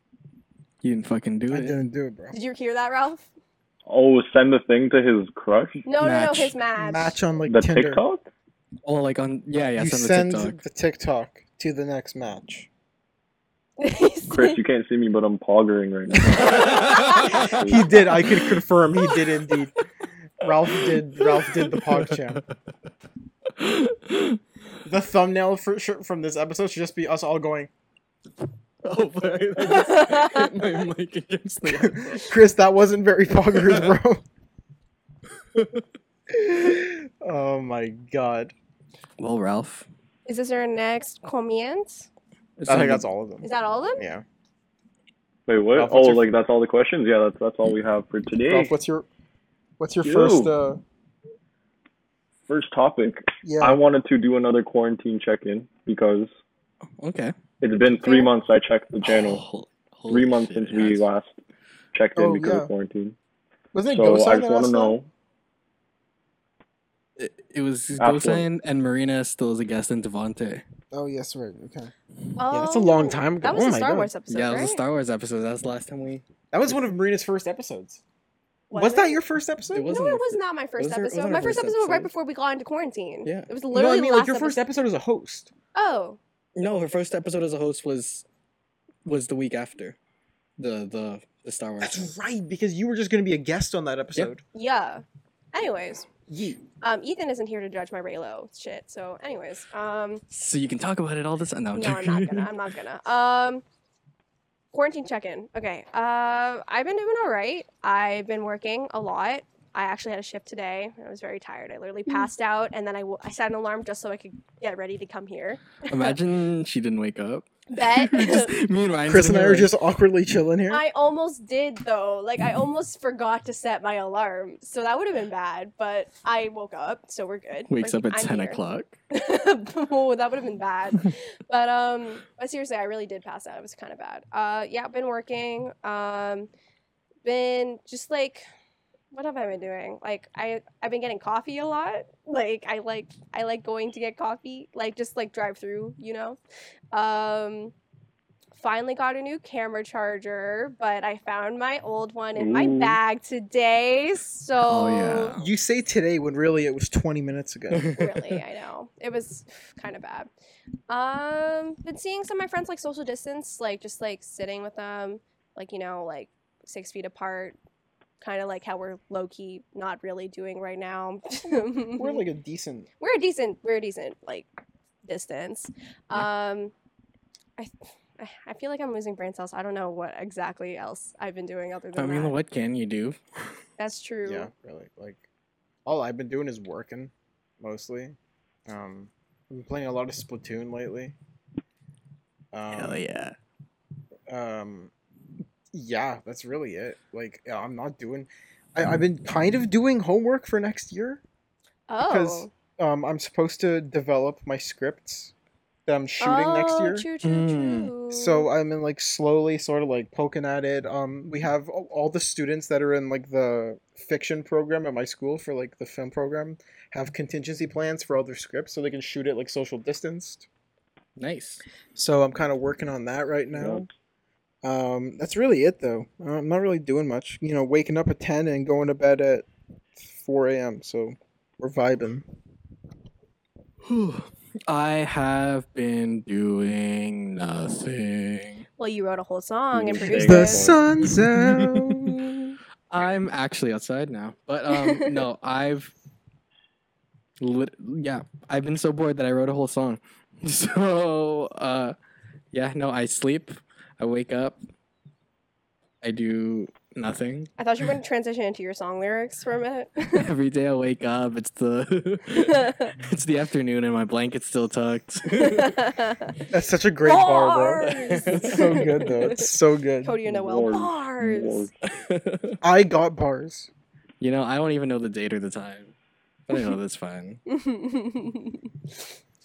Speaker 5: you didn't fucking do
Speaker 2: I
Speaker 5: it.
Speaker 2: didn't do it, bro.
Speaker 4: Did you hear that, Ralph?
Speaker 3: Oh, send the thing to his crush?
Speaker 4: No, no, no,
Speaker 5: Match.
Speaker 4: his match.
Speaker 2: Match on like
Speaker 3: The
Speaker 2: Tinder.
Speaker 3: TikTok?
Speaker 5: Oh, like on yeah, yeah.
Speaker 2: you
Speaker 5: send the
Speaker 2: send
Speaker 5: TikTok.
Speaker 2: the TikTok to the next match.
Speaker 3: Chris, you can't see me, but I'm poggering right now.
Speaker 2: he did. I could confirm he did indeed. Ralph did. Ralph did the PogChamp. The thumbnail for sure from this episode should just be us all going,
Speaker 5: Oh, but I just hit my mic against the iPhone.
Speaker 2: "Chris, that wasn't very poggers, bro." oh my god!
Speaker 5: Well, Ralph.
Speaker 4: Is this our next comment?
Speaker 2: I think that's all of them.
Speaker 4: Is that all of them?
Speaker 2: Yeah.
Speaker 3: Wait, what?
Speaker 2: Ralph,
Speaker 3: oh,
Speaker 2: what's your-
Speaker 3: like that's all the questions? Yeah, that's that's all we have for today.
Speaker 2: Ralph, what's your what's your
Speaker 3: Yo.
Speaker 2: first? Uh,
Speaker 3: First topic.
Speaker 2: yeah.
Speaker 3: I wanted to do another quarantine check-in because
Speaker 5: Okay.
Speaker 3: it's been three
Speaker 4: Fair.
Speaker 3: months. I checked the channel.
Speaker 5: Hol-
Speaker 3: Three
Speaker 5: holy
Speaker 3: months
Speaker 5: shit,
Speaker 3: since
Speaker 5: it
Speaker 3: we
Speaker 5: has-
Speaker 3: last checked in
Speaker 2: Oh,
Speaker 3: because
Speaker 2: yeah.
Speaker 3: of quarantine.
Speaker 2: Wasn't it
Speaker 3: So
Speaker 2: Ghost
Speaker 3: I
Speaker 2: Island
Speaker 3: just want
Speaker 2: last
Speaker 3: to know.
Speaker 5: It, it was
Speaker 3: Absolutely.
Speaker 5: Gosan and Marina still as a guest in Devante.
Speaker 2: night? Oh yes, right. Okay.
Speaker 4: Oh,
Speaker 2: that's a long time ago.
Speaker 4: That was
Speaker 2: Oh
Speaker 4: a
Speaker 2: my
Speaker 4: Star
Speaker 2: God.
Speaker 4: Wars episode,
Speaker 5: yeah, it was
Speaker 4: right?
Speaker 5: a Star Wars episode. That's the last time we.
Speaker 2: That was one of Marina's first episodes.
Speaker 7: Was, that your first episode?
Speaker 5: It was-
Speaker 4: No,
Speaker 5: Wasn't
Speaker 4: it
Speaker 5: your
Speaker 4: was
Speaker 5: fir-
Speaker 4: not my first
Speaker 5: wasn't your-
Speaker 4: episode.
Speaker 5: wasn't
Speaker 4: my
Speaker 5: our
Speaker 4: first
Speaker 5: first
Speaker 4: episode was right
Speaker 5: episode?
Speaker 4: before we got into quarantine.
Speaker 5: Yeah.
Speaker 4: It was
Speaker 7: no,
Speaker 4: literally
Speaker 7: I mean
Speaker 4: the
Speaker 7: like
Speaker 4: last
Speaker 7: your first
Speaker 4: episode.
Speaker 7: episode as a host.
Speaker 4: Oh,
Speaker 5: No, her first episode as a host was was the week after the the the Star Wars. one.
Speaker 7: That's right, because you were just going to be a guest on that episode.
Speaker 4: yeah. Anyways,
Speaker 7: Yeah.
Speaker 4: um, Ethan isn't here to judge my Raylo shit. So, anyways, um,
Speaker 5: So you can talk about it all this. No,
Speaker 4: no, I'm not gonna. I'm not gonna. Um, quarantine check-in. Okay. Uh, I've been doing all right. I've been working a lot. I actually had a shift today. I was very tired. I literally
Speaker 5: Mm.
Speaker 4: passed out, and then I, w- I set an alarm just so I could get ready to come here.
Speaker 5: Imagine she didn't wake up.
Speaker 4: Bet.
Speaker 5: Just me and Ryan.
Speaker 7: Chris and
Speaker 5: sitting
Speaker 7: I
Speaker 5: there
Speaker 7: are
Speaker 5: like,
Speaker 7: just awkwardly chilling here.
Speaker 4: I almost did though. Like I almost forgot to set my alarm, so that would have been bad. But I woke up, so we're good.
Speaker 5: wakes
Speaker 4: Like,
Speaker 5: up at
Speaker 4: I'm
Speaker 5: ten
Speaker 4: here.
Speaker 5: o'clock.
Speaker 4: oh, that would have been bad. but um, but seriously, I really did pass out. It was kind of bad. Uh, yeah, been working. Um, been just like, what have I been doing? Like I I've been getting coffee a lot. Like I like I like going to get coffee. Like just like drive through, you know. Um. Finally got a new camera charger, but I found my old one in my
Speaker 3: Ooh.
Speaker 4: bag today. So
Speaker 5: Oh, yeah.
Speaker 7: you say today when really it was 20 minutes ago.
Speaker 4: really i know it was kind of bad um been seeing some of my friends like social distance like just like sitting with them like you know like six feet apart kind of like how we're low-key not really doing right now
Speaker 7: we're like a decent.
Speaker 4: we're a decent we're a decent like distance um i I feel like I'm losing brain cells. I don't know what exactly else I've been doing other than
Speaker 5: I mean,
Speaker 4: that.
Speaker 5: what can you do?
Speaker 4: That's true.
Speaker 2: Yeah, really. Like, all I've been doing is working, mostly. Um, I've been playing a lot of Splatoon lately. Um,
Speaker 5: Hell yeah.
Speaker 2: um yeah that's really it like yeah, i'm not doing I,
Speaker 4: Mm-hmm.
Speaker 2: i've been kind of doing homework for next year because
Speaker 4: Oh.
Speaker 2: um i'm supposed to develop my scripts that i'm shooting
Speaker 4: oh,
Speaker 2: next year Hmm.
Speaker 4: True, true,
Speaker 5: Mm.
Speaker 4: true.
Speaker 2: so i'm in like slowly sort of like poking at it um we have all, all the students that are in like the fiction program at my school for like the film program have contingency plans for all their scripts so they can shoot it like social distanced
Speaker 5: Nice.
Speaker 2: so i'm kind of working on that right now um, that's really it though. Uh, I'm not really doing much. You know, waking up at ten and going to bed at four a.m. So we're vibing.
Speaker 5: Whew. I have been doing nothing.
Speaker 4: well, you wrote a whole song and
Speaker 3: Mm,
Speaker 4: produced
Speaker 3: there
Speaker 7: The
Speaker 3: you
Speaker 4: it.
Speaker 3: go.
Speaker 7: sun's out.
Speaker 5: I'm actually outside now, but um, no, I've, lit- yeah, I've been so bored that I wrote a whole song. So, uh, yeah, no, I sleep, I wake up, I do nothing.
Speaker 4: I thought you were going to transition into your song lyrics for a minute.
Speaker 5: Every day I wake up, it's the, it's the afternoon, and my blanket's still tucked.
Speaker 2: That's such a great bar, bro.
Speaker 4: Bars!
Speaker 2: It's so good though. It's so good.
Speaker 4: Cody and Noel
Speaker 3: Lord,
Speaker 4: bars.
Speaker 3: Lord.
Speaker 2: I got bars.
Speaker 5: you know, I don't even know the date or the time, but I know that's fine.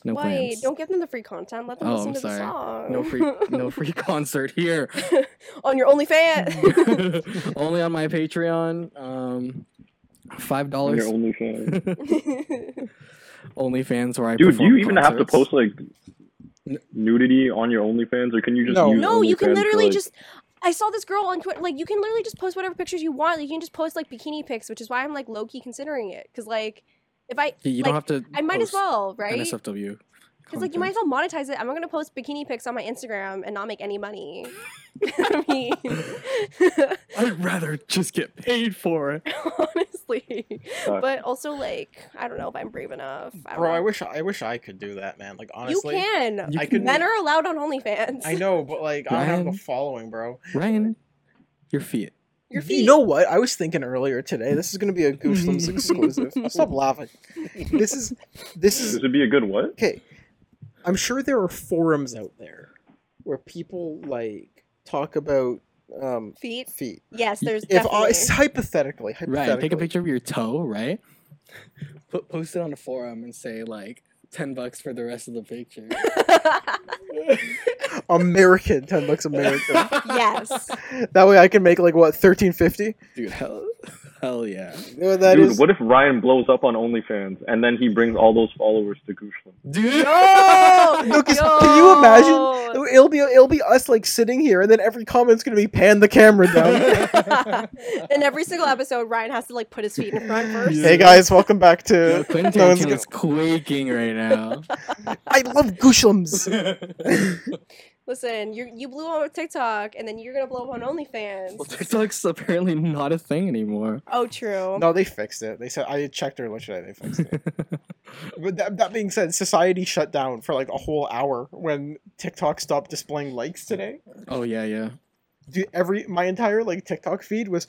Speaker 5: No
Speaker 4: Why?
Speaker 5: plans.
Speaker 4: Don't give them the free content. Let them
Speaker 5: Oh,
Speaker 4: listen
Speaker 5: I'm
Speaker 4: to the
Speaker 5: sorry.
Speaker 4: song.
Speaker 5: no free, no free concert here.
Speaker 4: on your OnlyFans.
Speaker 5: only on my Patreon. Um, five
Speaker 3: On
Speaker 5: dollars.
Speaker 3: your OnlyFans.
Speaker 5: Only fans where I
Speaker 3: Dude, do
Speaker 5: perform
Speaker 3: you even have to
Speaker 5: concerts.
Speaker 3: post like nudity on your OnlyFans, or can you just
Speaker 2: No.
Speaker 3: use
Speaker 4: no, you
Speaker 3: OnlyFans
Speaker 4: can
Speaker 3: for,
Speaker 4: literally
Speaker 3: like-
Speaker 4: just. I saw this girl on Twitter. Like, you can literally just post whatever pictures you want. Like, you can just post like bikini pics, which is why I'm like low key considering it. Because like, if I
Speaker 5: You, you
Speaker 4: like,
Speaker 5: don't have to.
Speaker 4: I might as
Speaker 5: post
Speaker 4: well, right?
Speaker 5: NSFW.
Speaker 4: Because like you might as
Speaker 5: content.
Speaker 4: well monetize it. I'm not gonna post bikini pics on my Instagram and not make any money. I mean,
Speaker 5: I'd rather just get paid for it.
Speaker 4: honestly,
Speaker 3: Fuck.
Speaker 4: but also like I don't know if I'm brave enough. I don't
Speaker 2: Bro, I
Speaker 4: know.
Speaker 2: wish I wish I could do that, man. Like honestly,
Speaker 4: you can.
Speaker 5: You
Speaker 2: I
Speaker 5: can-
Speaker 2: could.
Speaker 4: Men are allowed on OnlyFans.
Speaker 2: I know, but like I don't have
Speaker 5: Ryan.
Speaker 2: the following, bro.
Speaker 5: Ryan, your feet.
Speaker 4: Your
Speaker 2: You
Speaker 4: feet.
Speaker 2: know what? I was thinking earlier today. This is gonna be a Goosebumps exclusive. Stop laughing. This is this is
Speaker 3: This would be a good what?
Speaker 2: okay i'm sure there are forums out there where people like talk about um
Speaker 4: feet.
Speaker 2: feet
Speaker 4: Yes, there's
Speaker 2: if I,
Speaker 4: definitely.
Speaker 2: it's hypothetically hypothetically
Speaker 5: Right. Take a picture of your toe. Right. Put post it on the forum and say like ten bucks for the rest of the picture.
Speaker 2: american 10 bucks american
Speaker 4: yes.
Speaker 2: that way i can make like what 1350
Speaker 5: Dude, hell, hell yeah.
Speaker 2: you know what that
Speaker 3: Dude,
Speaker 2: is?
Speaker 3: what if Ryan blows up on OnlyFans and then he brings all those followers to Gooshland?
Speaker 5: Dude.
Speaker 4: Oh,
Speaker 2: Lucas, can you imagine? Dude, it'll be it'll be us like sitting here, and then every comment's gonna be pan the camera down.
Speaker 4: and every single episode, Ryan has to like put his feet in front first.
Speaker 2: hey guys, welcome back
Speaker 5: Yo,
Speaker 2: to.
Speaker 5: Quentin
Speaker 2: No one's
Speaker 5: Tarantino is quaking right now.
Speaker 2: I love Gooshums.
Speaker 4: Listen, you you blew up on TikTok, and then you're gonna blow up on OnlyFans.
Speaker 5: well, TikTok's apparently not a thing anymore.
Speaker 4: Oh, true.
Speaker 2: No, they fixed it. They said I checked earlier today. They fixed it. but that, that being said, society shut down for like a whole hour when TikTok stopped displaying likes today.
Speaker 5: Oh yeah, yeah.
Speaker 2: Dude, every my entire like TikTok feed was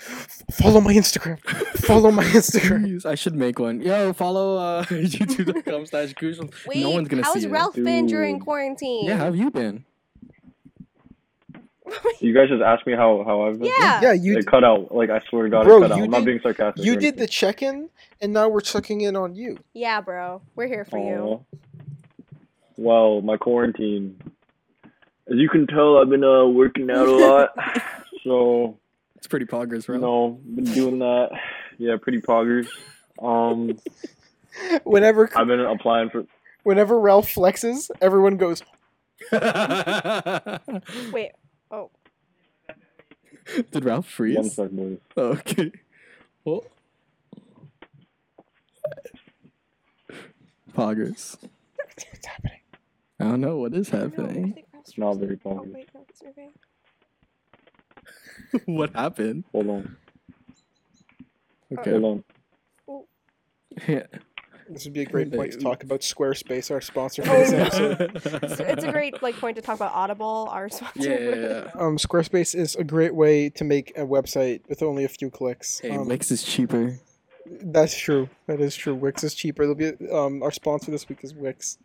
Speaker 2: follow my Instagram, follow my Instagram.
Speaker 5: Jeez, I should make one. Yo, follow uh, youtube.com slash Gooshams.
Speaker 4: Wait,
Speaker 5: No one's gonna
Speaker 4: how's
Speaker 5: see
Speaker 4: Ralph been during
Speaker 3: Dude.
Speaker 5: it.
Speaker 4: quarantine?
Speaker 5: Yeah, how have you been?
Speaker 3: You guys just asked me how how I've been.
Speaker 4: yeah.
Speaker 2: Yeah, you
Speaker 3: It cut out. Like I swear to God,
Speaker 2: Bro,
Speaker 3: it cut out.
Speaker 2: you
Speaker 3: I'm not
Speaker 2: did-
Speaker 3: being sarcastic.
Speaker 2: you did the check in, and now we're checking in on you.
Speaker 4: Yeah, bro. We're here for you.
Speaker 3: Well, my quarantine. As you can tell, I've been uh, working out a lot. so
Speaker 5: It's pretty progress,
Speaker 3: you
Speaker 5: Ralph.
Speaker 3: know, been doing that. Yeah, pretty poggers. Um,
Speaker 2: Whenever
Speaker 3: I've been applying for.
Speaker 2: whenever Ralph flexes, everyone goes.
Speaker 4: Wait.
Speaker 5: Did
Speaker 3: One
Speaker 5: Ralph freeze?
Speaker 3: sec, boys.
Speaker 5: Oh, okay. Well. Progress.
Speaker 2: What's happening?
Speaker 5: I don't know what is
Speaker 4: No, I
Speaker 5: happening.
Speaker 4: think Ralph's
Speaker 3: It's not
Speaker 4: frozen.
Speaker 3: very
Speaker 4: Oh,
Speaker 3: poggers.
Speaker 4: wait, no, it's okay.
Speaker 5: what happened?
Speaker 3: Hold on.
Speaker 5: Okay.
Speaker 3: Hold on.
Speaker 2: This would be a great point to
Speaker 5: They-
Speaker 2: talk about Squarespace, our sponsor
Speaker 3: Oh,
Speaker 2: for this episode.
Speaker 4: It's, it's a
Speaker 5: yeah,
Speaker 4: great like point to talk about Audible, our sponsor.
Speaker 5: yeah, yeah.
Speaker 2: Um, Squarespace is a great way to make a website with only a few clicks.
Speaker 5: Hey,
Speaker 2: um,
Speaker 5: Wix is cheaper.
Speaker 2: that's true. That is true. Wix is cheaper. They'll be um, our sponsor this week is Wix.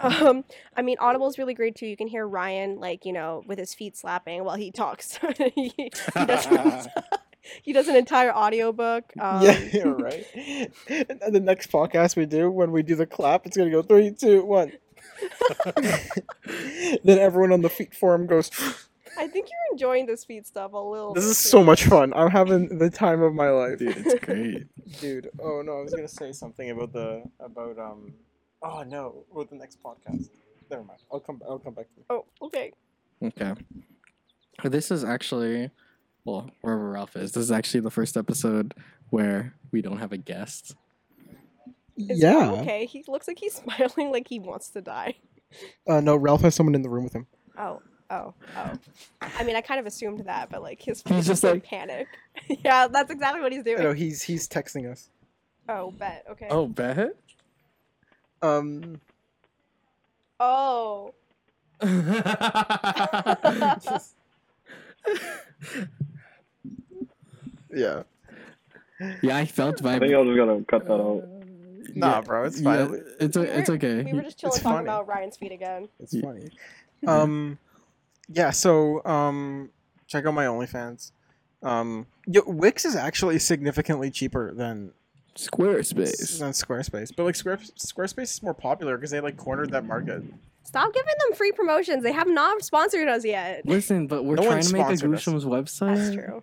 Speaker 4: Um, I mean, Audible's really great too. You can hear Ryan, like you know, with his feet slapping while he talks. he, he does, he does an entire audiobook. Um,
Speaker 2: yeah, you're right. And the next podcast we do, when we do the clap, it's gonna go three, two, one. then everyone on the feet forum goes.
Speaker 4: I think you're enjoying this feet stuff a little.
Speaker 2: This
Speaker 4: bit
Speaker 2: is
Speaker 4: too
Speaker 2: so much fun. I'm having the time of my life,
Speaker 5: Dude, it's great.
Speaker 2: dude. Oh no, I was gonna say something about the about um. Oh no, with the next podcast. Never mind. I'll come. I'll come back to it.
Speaker 4: Oh, okay.
Speaker 5: Okay. This is actually, well, wherever Ralph is, this is actually the first episode where we don't have a guest.
Speaker 4: Is Ryan Okay, he looks like he's smiling like he wants to die.
Speaker 2: Uh, no, Ralph has someone in the room with him.
Speaker 4: Oh, oh, oh. I mean, I kind of assumed that, but like his
Speaker 5: He's
Speaker 4: face
Speaker 5: just
Speaker 4: just
Speaker 5: like-
Speaker 4: like panic. yeah, that's exactly what he's
Speaker 2: No,
Speaker 4: doing.
Speaker 2: he's he's texting us.
Speaker 4: Oh, bet. Okay.
Speaker 5: Oh, bet.
Speaker 2: Um,
Speaker 4: Oh.
Speaker 2: yeah.
Speaker 5: yeah, I felt
Speaker 3: I think
Speaker 5: vibe.
Speaker 3: I'm just gonna cut that out.
Speaker 2: Nah, bro, it's
Speaker 5: Yeah,
Speaker 2: fine.
Speaker 5: it's, o- it's
Speaker 4: We were-
Speaker 5: okay.
Speaker 4: We were just chilling
Speaker 2: It's
Speaker 4: talking
Speaker 2: funny.
Speaker 4: about Ryan's feet again.
Speaker 2: It's
Speaker 5: Yeah.
Speaker 2: funny. Um, yeah. So um, check out my OnlyFans. Um, yo, Wix is actually significantly cheaper than
Speaker 5: Squarespace.
Speaker 2: than Squarespace, but like Square, Squarespace is more popular because they like cornered that market.
Speaker 4: Stop giving them free promotions. They have not sponsored us yet.
Speaker 5: Listen, but we're
Speaker 2: No one
Speaker 5: trying to make a
Speaker 2: sponsored us.
Speaker 5: Goosham's website.
Speaker 4: That's true.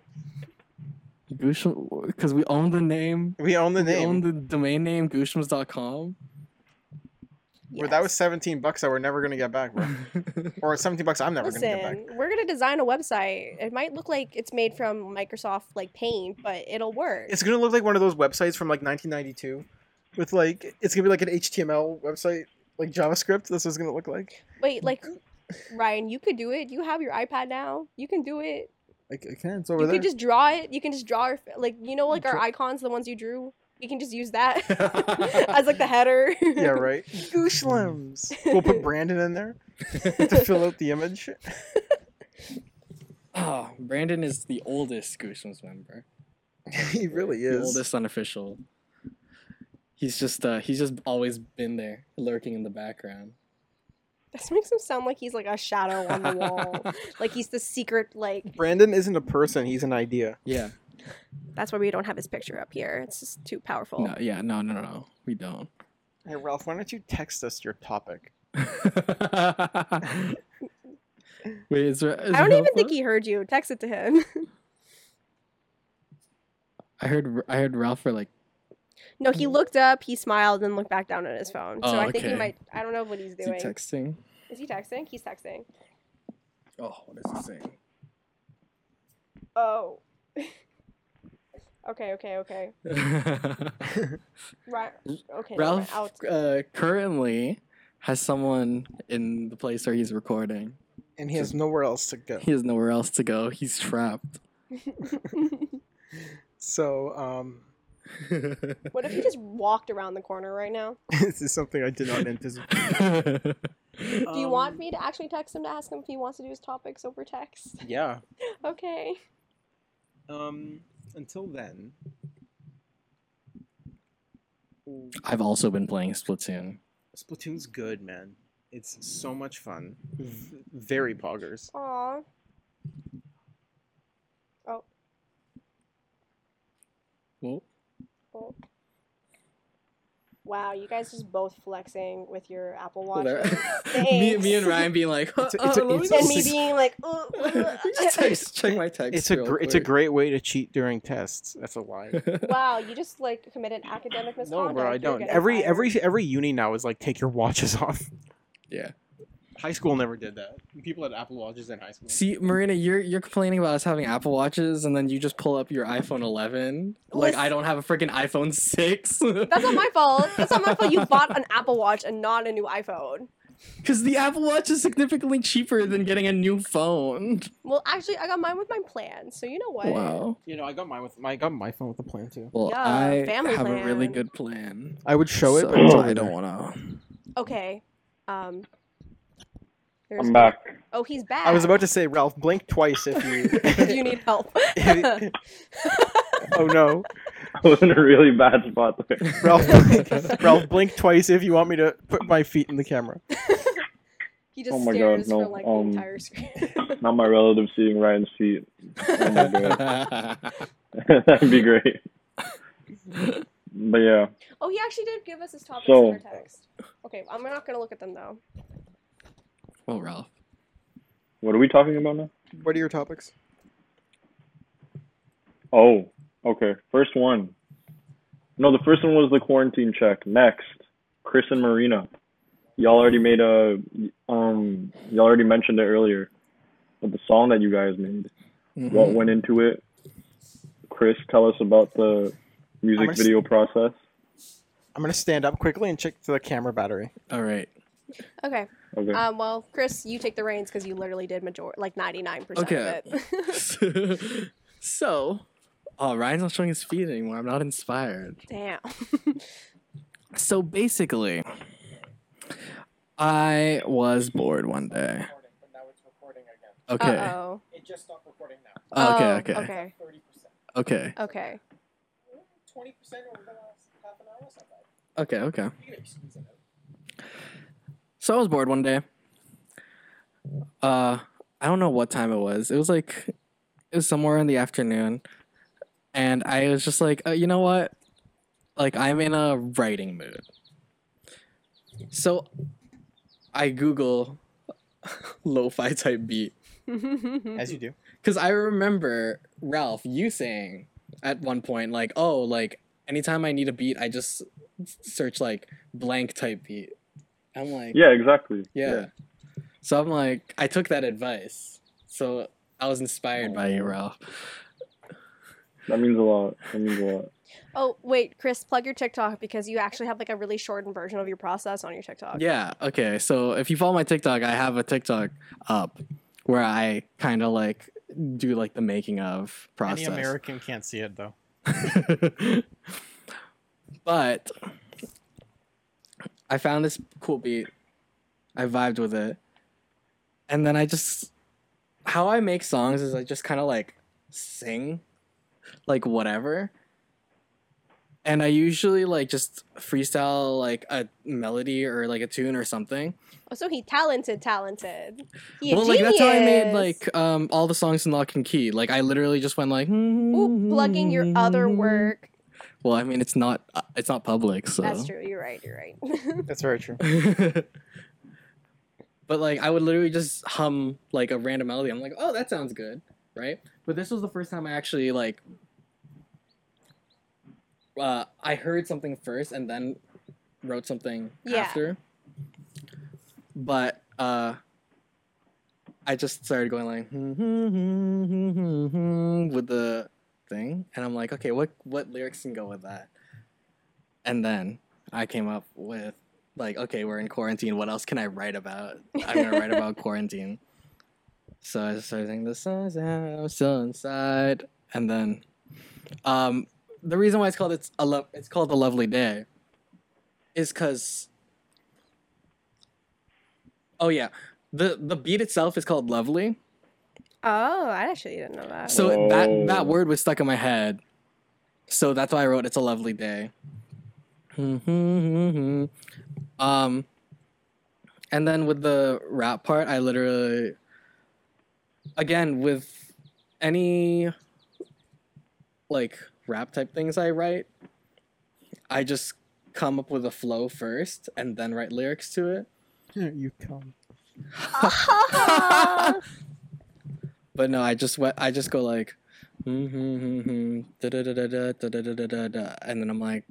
Speaker 5: Goosham, because we own the name.
Speaker 2: We own the
Speaker 5: We
Speaker 2: name.
Speaker 5: own the domain name gooshams.com.
Speaker 2: Well, that was seventeen bucks that we're never gonna get back, bro. or seventeen bucks I'm never gonna get back.
Speaker 4: Listen, we're gonna design a website. It might look like it's made from Microsoft like Paint, but it'll work.
Speaker 2: It's gonna look like one of those websites from like 1992, with like it's gonna be like an HTML website, like JavaScript. This is gonna look like.
Speaker 4: Wait, like Ryan, you could do it. You have your iPad now. You can do it.
Speaker 2: I, I can. It's over
Speaker 4: you
Speaker 2: there.
Speaker 4: can just draw it. You can just draw our, like you know like our
Speaker 2: Draw-
Speaker 4: icons, the ones you drew. You can just use that as like the header.
Speaker 2: Yeah, right. Gooshlims. we'll put Brandon in there to fill out the image.
Speaker 5: oh, Brandon is the oldest Gooshams member.
Speaker 2: he really
Speaker 5: The
Speaker 2: is.
Speaker 5: oldest unofficial. He's just uh, he's just always been there, lurking in the background.
Speaker 4: This makes him sound like he's like a shadow on the wall. like he's the secret like
Speaker 2: Brandon isn't a person. He's an idea.
Speaker 5: Yeah.
Speaker 4: that's why we don't have his picture up here. It's just too powerful.
Speaker 5: No, yeah, no, no, no. We don't.
Speaker 2: Hey Ralph, why don't you text us your topic?
Speaker 5: Wait, is there, is
Speaker 4: I don't
Speaker 5: Ralph
Speaker 4: even think
Speaker 5: up?
Speaker 4: he heard you. Text it to him.
Speaker 5: I heard I heard Ralph for like
Speaker 4: no, he looked up, he smiled, and looked back down at his phone. So
Speaker 5: Mm. Oh,
Speaker 4: I think he
Speaker 5: okay.
Speaker 4: might I don't know what he's
Speaker 5: is he
Speaker 4: doing.
Speaker 5: texting.
Speaker 4: Is he texting? He's texting.
Speaker 5: Oh, what is this thing?
Speaker 4: Oh. okay, okay, okay. Right. Okay. never mind.
Speaker 5: Ralph
Speaker 4: I'll-
Speaker 5: uh, currently has someone in the place where he's recording.
Speaker 2: and he has nowhere else to go.
Speaker 5: He has nowhere else to go. He's trapped.
Speaker 2: So um,
Speaker 4: what if he just walked around the corner right now?
Speaker 2: this is something I did not anticipate.
Speaker 4: Do you
Speaker 2: Um,
Speaker 4: want me to actually text him to ask him if he wants to do his topics over text?
Speaker 2: Yeah.
Speaker 4: Okay.
Speaker 2: Um. Until then,
Speaker 5: I've also been playing Splatoon.
Speaker 2: Splatoon's good, man. It's
Speaker 5: Mm.
Speaker 2: so much fun. V- very poggers.
Speaker 4: Aw. Oh.
Speaker 5: Well,
Speaker 4: Cool. Oh. Wow, you guys just both flexing with your Apple Watch.
Speaker 5: there-
Speaker 4: Thanks.
Speaker 5: me, me and Ryan being like,
Speaker 2: It's a- it's a-
Speaker 5: "Oh, let me
Speaker 2: it's a
Speaker 4: and
Speaker 5: just-
Speaker 4: me
Speaker 2: six-
Speaker 4: being like, "Uh, uh,
Speaker 5: just text- check my text.
Speaker 2: It's a
Speaker 5: real
Speaker 2: gr- it's a
Speaker 5: quick."
Speaker 2: great way to cheat during tests. That's a lie.
Speaker 4: wow, you just like committed academic
Speaker 2: No,
Speaker 4: misconduct.
Speaker 2: bro, I
Speaker 4: You're
Speaker 2: don't.
Speaker 4: getting
Speaker 2: Every
Speaker 4: fired.
Speaker 2: every every uni now is like take your watches off.
Speaker 5: Yeah.
Speaker 2: High school never did that. People had Apple watches in high school.
Speaker 5: See, Marina, you're you're complaining about us having Apple Watches, and then you just pull up your iPhone 11. Like
Speaker 4: Listen-
Speaker 5: I don't have a freaking iPhone 6.
Speaker 4: That's not my fault. That's not my fault. You bought an Apple Watch and not a new iPhone.
Speaker 5: Because the Apple Watch is significantly cheaper than getting a new phone.
Speaker 4: Well, actually, I got mine with my plan, so you know what?
Speaker 5: Wow.
Speaker 2: You know, I got mine with my I got my phone with the plan too.
Speaker 5: Well,
Speaker 4: Yeah,
Speaker 5: I
Speaker 4: family
Speaker 5: have a really
Speaker 4: plan.
Speaker 5: good plan.
Speaker 2: I would show it,
Speaker 5: so
Speaker 2: but it's
Speaker 5: I
Speaker 2: over
Speaker 5: don't
Speaker 2: there.
Speaker 5: want to.
Speaker 4: Okay. Um. There's.
Speaker 3: I'm back.
Speaker 4: Oh, he's back.
Speaker 2: I was about to say, Ralph, blink twice if
Speaker 4: Do
Speaker 2: you.
Speaker 4: you need help?
Speaker 2: oh no,
Speaker 3: I was in a really bad spot there.
Speaker 2: Ralph, blink, Ralph, blink twice if you want me to put my feet in the camera.
Speaker 4: he just
Speaker 3: Oh my God,
Speaker 4: stares
Speaker 3: no,
Speaker 4: for like
Speaker 3: um,
Speaker 4: the entire screen.
Speaker 3: Not my relative seeing Ryan's feet. Oh my god. That'd be great. But yeah,
Speaker 4: oh, he actually did give us his topics
Speaker 3: So-
Speaker 4: over text. Okay, I'm not gonna look at them though.
Speaker 5: well, Ralph.
Speaker 3: what are we talking about now?
Speaker 2: What are your topics?
Speaker 3: Oh, okay. First one. No, the first one was the quarantine check. Next, Chris and Marina. Y'all already made a um. Y'all already mentioned it earlier, but the song that you guys made.
Speaker 5: Mm-hmm.
Speaker 3: What went into it? Chris, tell us about the
Speaker 2: I'm
Speaker 3: music
Speaker 2: gonna
Speaker 3: video process.
Speaker 2: I'm gonna stand up quickly and check the camera battery.
Speaker 5: All right.
Speaker 4: Okay.
Speaker 3: Okay.
Speaker 4: Um. Well, Chris, you take the reins because you literally did major like 99 percent
Speaker 5: Okay.
Speaker 4: of it.
Speaker 5: so, oh, Ryan's not showing his feet anymore. I'm not inspired.
Speaker 4: Damn.
Speaker 5: So basically, I was bored one day. Okay.
Speaker 4: Uh oh.
Speaker 2: It just stopped recording now.
Speaker 5: Okay,
Speaker 4: Oh,
Speaker 5: okay.
Speaker 4: Okay.
Speaker 2: Thirty percent.
Speaker 5: Okay.
Speaker 4: Okay.
Speaker 2: Twenty percent over the last half an hour.
Speaker 5: Okay. Okay. So I was bored one day. Uh, I don't know what time it was. It was like it was somewhere in the afternoon, and I was just like, uh, you know what? Like I'm in a writing mood. So I Google lo-fi type beat
Speaker 2: As you do.
Speaker 5: because I remember Ralph, you saying at one point, like, oh, like anytime I need a beat, I just s- search like blank type beat. I'm like,
Speaker 3: yeah, exactly.
Speaker 5: yeah. So I'm like, I took that advice. So I was inspired by you, Ralph.
Speaker 3: that means a lot. That means a lot.
Speaker 4: Oh wait, Chris, plug your TikTok because you actually have like a really shortened version of your process on your TikTok.
Speaker 5: Yeah. Oh, Okay. So if you follow my TikTok, I have a TikTok up where I kind of like do like the making of process.
Speaker 2: Any American can't see it though.
Speaker 5: but I found this cool beat. I vibed with it. And then I just how I make songs is I just kind of like sing like whatever. And I usually like just freestyle like a melody or like a tune or something.
Speaker 4: Oh, so he talented, talented. He a
Speaker 5: well, like that's how I made
Speaker 4: genius.
Speaker 5: like um all the songs in Lock and Key. Like I literally just went like
Speaker 4: Ooh, plugging your other work.
Speaker 5: Well, I mean it's not uh, it's not public, so
Speaker 4: That's true. You're right. You're right.
Speaker 2: That's very true.
Speaker 5: but like I would literally just hum like a random melody. I'm like, oh, that sounds good, right? But this was the first time I actually like uh, I heard something first and then wrote something
Speaker 4: Yeah.
Speaker 5: after. But uh, I just started going like hmm, with the thing, and I'm like, okay, what what lyrics can go with that? And then I came up with like, okay, we're in quarantine. What else can I write about? I'm gonna write about quarantine. So I started saying the sun's out, I'm still inside, and then, um, the reason why it's called it's a lo- it's called a lovely day, is because. Oh yeah, the the beat itself is called lovely
Speaker 4: Oh, I actually didn't know that.
Speaker 5: so it- that
Speaker 3: Oh.
Speaker 5: that word was stuck in my head so that's why i wrote it's a lovely day Mm-hmm, um and Um, then with the rap part i literally again with any like rap type things i write i just come up with a flow first and then write lyrics to it
Speaker 2: you come.
Speaker 5: But no, I just went, I just go like, mm-hmm, and then I'm like,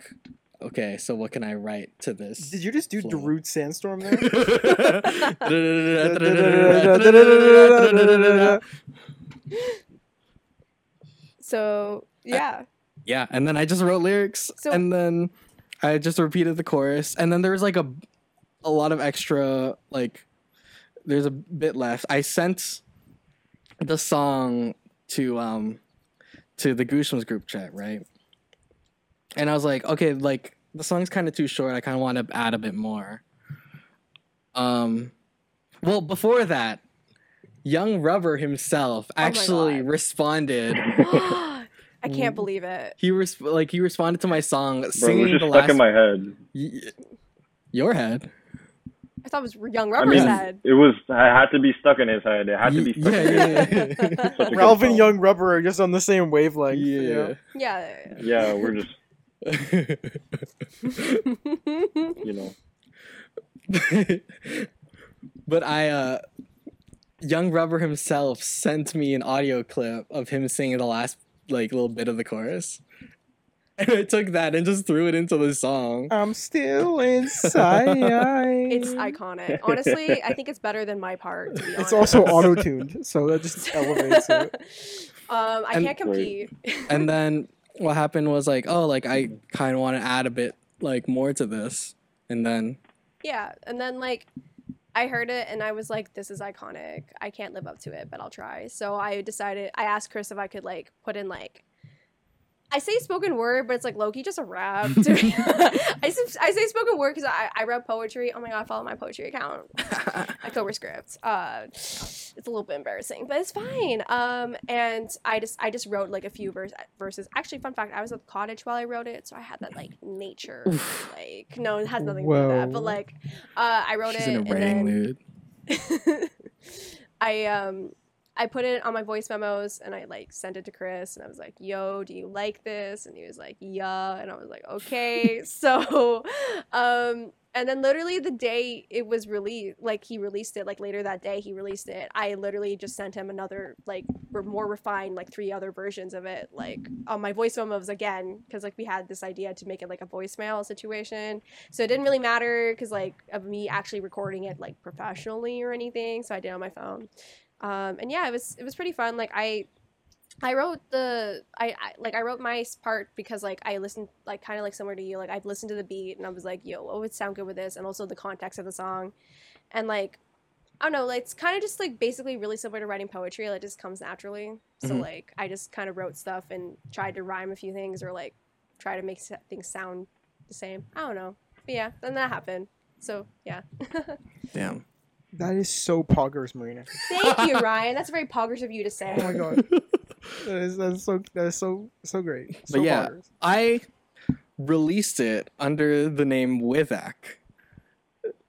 Speaker 5: okay, so what can I write to this?
Speaker 2: Did you just do
Speaker 5: Flow.
Speaker 2: Darude Sandstorm there?
Speaker 4: so yeah,
Speaker 5: yeah, and then I just wrote lyrics,
Speaker 4: So-
Speaker 5: and then I just repeated the chorus, and then there was like a, a lot of extra like, there's a bit left. I sent the song to um to the Goosebumps group chat, right? And I was like, okay, like the song's kind of too short. I kind of want to add a bit more. Um, well, before that, Young Rubber himself
Speaker 4: Oh my
Speaker 5: actually
Speaker 4: God.
Speaker 5: responded.
Speaker 4: I
Speaker 5: Mm.
Speaker 4: can't believe it.
Speaker 5: He res- like he responded to my song
Speaker 3: Bro, it was
Speaker 5: singing
Speaker 3: just
Speaker 5: the
Speaker 3: stuck
Speaker 5: last
Speaker 3: in my head.
Speaker 5: Y- your head.
Speaker 4: I thought it was Young
Speaker 3: I
Speaker 4: Rubber
Speaker 3: mean,
Speaker 4: said.
Speaker 3: it was. I had to be stuck in his head. It had to
Speaker 5: Y-
Speaker 3: be stuck.
Speaker 5: yeah,
Speaker 3: in his head.
Speaker 5: yeah, yeah.
Speaker 3: Such a good
Speaker 2: Ralph and
Speaker 3: song.
Speaker 2: Young Rubber are just on the same wavelength.
Speaker 5: yeah.
Speaker 4: Yeah.
Speaker 3: Yeah, we're just
Speaker 4: That's
Speaker 3: you know.
Speaker 5: but I, uh, Young Rubber himself sent me an audio clip of him singing the last like little bit of the chorus, and I took that and just threw it into the song.
Speaker 2: I'm still inside.
Speaker 4: It's iconic. Honestly, I think it's better than my part. To be
Speaker 2: It's
Speaker 4: honest.
Speaker 2: also auto tuned, so that just elevates it.
Speaker 4: um, I
Speaker 5: And-
Speaker 4: can't compete.
Speaker 5: and then what happened was like, oh, like I kind of want to add a bit like more to this, and then
Speaker 4: yeah, and then like I heard it and I was like, "This is iconic. I can't live up to it, but I'll try." So I decided. I asked Chris if I could like put in like. I say spoken word, but it's like Loki just a rap. To me. I, s- I say spoken word because I, I read poetry. Oh my god, follow my poetry account. October script. Uh, it's a little bit embarrassing, but it's fine. Um, and I just I just wrote like a few verse, verses. Actually, fun fact: I was at the cottage while I wrote it, so I had that like nature, like no, it has nothing to do with that.
Speaker 2: Whoa.
Speaker 4: But like, uh, I wrote
Speaker 5: she's
Speaker 4: it.
Speaker 5: in a
Speaker 4: and
Speaker 5: writing
Speaker 4: then-
Speaker 5: mood.
Speaker 4: I um I put it on my voice memos and I like sent it to Chris and I was like, "Yo, do you like this?" And he was like, "Yeah." And I was like, "Okay." so, um and then literally the day it was released, like he released it, like later that day he released it. I literally just sent him another like re- more refined like three other versions of it like on my voice memos again because like we had this idea to make it like a voicemail situation so it didn't really matter because like of me actually recording it like professionally or anything. So I did it on my phone, um, and yeah, it was it was pretty fun. Like I, I wrote the I, I like I wrote my s- part because like I listened like kind of like similar to you. Like I've listened to the beat and I was like, yo, what would sound good with this? And also the context of the song, and like I don't know, like it's kind of just like basically really similar to writing poetry. Like it just comes naturally. So
Speaker 5: Mhm.
Speaker 4: like I just kind of wrote stuff and tried to rhyme a few things or like try to make s- things sound the same. I don't know. But yeah, then that happened. So yeah.
Speaker 5: Damn.
Speaker 2: That is so poggers, Marina.
Speaker 4: Thank you, Ryan. That's very poggers of you to say.
Speaker 2: Oh my god, that is that's so that is so so great. So
Speaker 5: yeah.
Speaker 2: poggers.
Speaker 5: I released it under the name Withak.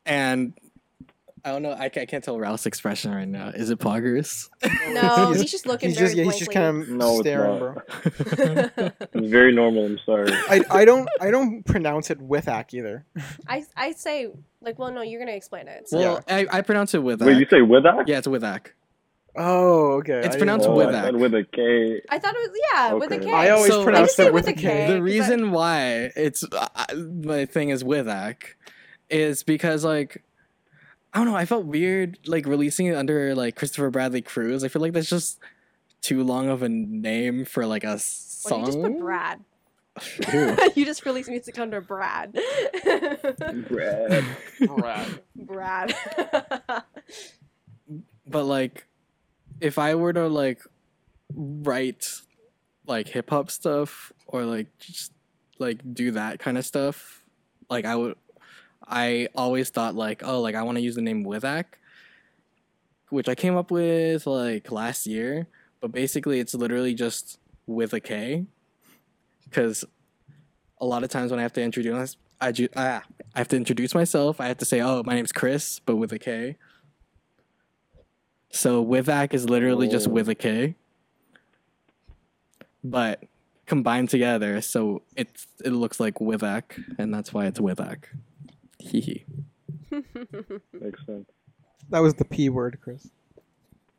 Speaker 5: And I don't know, I, ca- I can't tell Ralph's expression right now. Is it poggers?
Speaker 4: No,
Speaker 2: He's-
Speaker 4: he's just looking
Speaker 2: he's
Speaker 4: very
Speaker 2: just yeah, he's just kind of
Speaker 3: No, it's
Speaker 2: staring,
Speaker 3: not.
Speaker 2: bro.
Speaker 3: It's very normal. I'm sorry.
Speaker 2: I, I don't I don't pronounce it with ack either.
Speaker 4: I, I say like, well, no, you're gonna explain it. So.
Speaker 5: Well, I, I pronounce it Withak.
Speaker 3: Wait, you say Withak?
Speaker 5: yeah, it's Withak.
Speaker 2: Oh, okay.
Speaker 5: It's
Speaker 2: I didn't-
Speaker 5: pronounced
Speaker 3: oh, I
Speaker 5: Withak.
Speaker 3: said with a K.
Speaker 4: I thought it was yeah with a
Speaker 3: Okay.
Speaker 4: K.
Speaker 2: I always
Speaker 5: So- I
Speaker 2: pronounce
Speaker 5: just
Speaker 4: say
Speaker 2: it
Speaker 4: with
Speaker 2: with
Speaker 4: a
Speaker 2: a
Speaker 4: K.
Speaker 2: K.
Speaker 4: Okay,
Speaker 5: The
Speaker 4: 'cause
Speaker 5: reason uh, why it's I, I- my thing is Withak is because like I don't know. I felt weird like releasing it under like Christopher Bradley Cruz. I feel like that's just too long of a name for like a
Speaker 4: Well,
Speaker 5: song.
Speaker 4: you just put Brad.
Speaker 5: Ew.
Speaker 4: you just released music under Brad.
Speaker 3: Brad.
Speaker 6: Brad.
Speaker 4: Brad.
Speaker 5: but like if i were to like write like hip hop stuff or like just like do that kind of stuff like i would i always thought like oh like i want to use the name withak which i came up with like last year but basically it's literally just with a k because a lot of times when i have to introduce I, ju- ah, I have to introduce myself i have to say oh my name's chris but with a k so Withak is literally just
Speaker 3: Oh.
Speaker 5: with a K, but combined together, so it's it looks like Withak, and that's why it's Withak. Hee hee.
Speaker 3: Makes sense.
Speaker 2: That was the P word, Chris.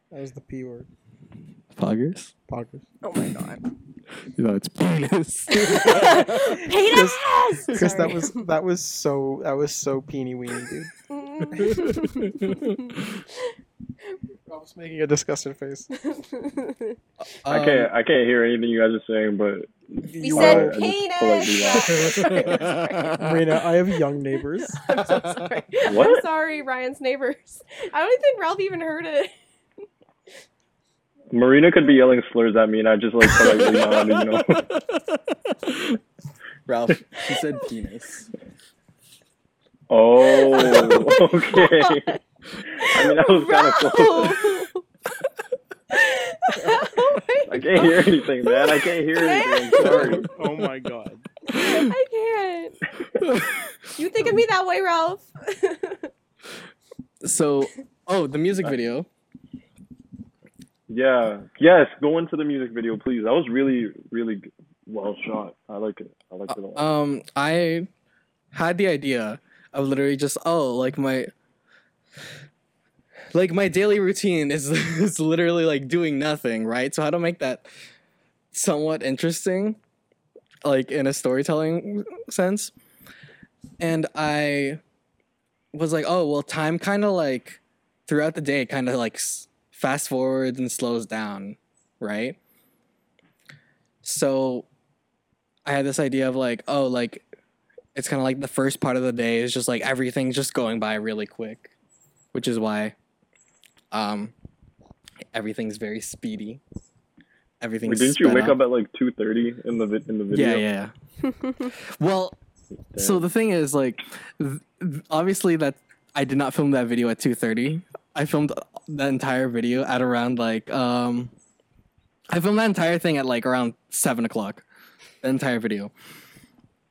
Speaker 2: That was the P word.
Speaker 5: Poggers?
Speaker 2: Poggers.
Speaker 4: oh my god.
Speaker 5: No, it's penis.
Speaker 4: Penis!
Speaker 2: Chris, that was that was so that was so peeny weeny, dude. I was making a disgusted face.
Speaker 3: I
Speaker 5: Um,
Speaker 3: can't. I can't hear anything you guys are saying, but
Speaker 4: we
Speaker 3: you
Speaker 4: said
Speaker 3: are- I just feel like we lost.
Speaker 4: penis!
Speaker 2: Marina, I have young neighbors.
Speaker 4: I'm so sorry. I'm
Speaker 3: What?
Speaker 4: sorry, Ryan's neighbors. I don't think Ralph even heard it.
Speaker 3: Marina could be yelling slurs at me, and I just like politely nod, you know.
Speaker 5: Ralph, she said penis.
Speaker 3: Oh, okay.
Speaker 4: God.
Speaker 3: I mean, that was kind of close.
Speaker 4: oh my
Speaker 3: I can't hear anything, man. I can't hear anything. I'm sorry.
Speaker 2: oh my god.
Speaker 4: I can't. You think of me that way, Ralph?
Speaker 5: so, oh, the music video.
Speaker 3: Yeah. Yes. Go into the music video, please. That was really, really g- well shot. I like it. I like it a lot.
Speaker 5: um i had the idea of literally just oh like my like my daily routine is is literally like doing nothing right so how to make that somewhat interesting like in a storytelling sense and i was like oh well time kind of like throughout the day kind of like s- fast forwards and slows down right so I had this idea of like, oh, like it's kind of like the first part of the day is just like everything's just going by really quick, which is why um everything's very speedy.
Speaker 3: Wait,
Speaker 5: Everything's
Speaker 3: didn't you
Speaker 5: sped
Speaker 3: wake up at like two thirty in the vi- in the video?
Speaker 5: yeah, yeah, yeah. well, so the thing is, like, th- th- obviously that I did not film that video at two thirty. I filmed that entire video at around like um, I filmed that entire thing at like around seven o'clock. The entire video.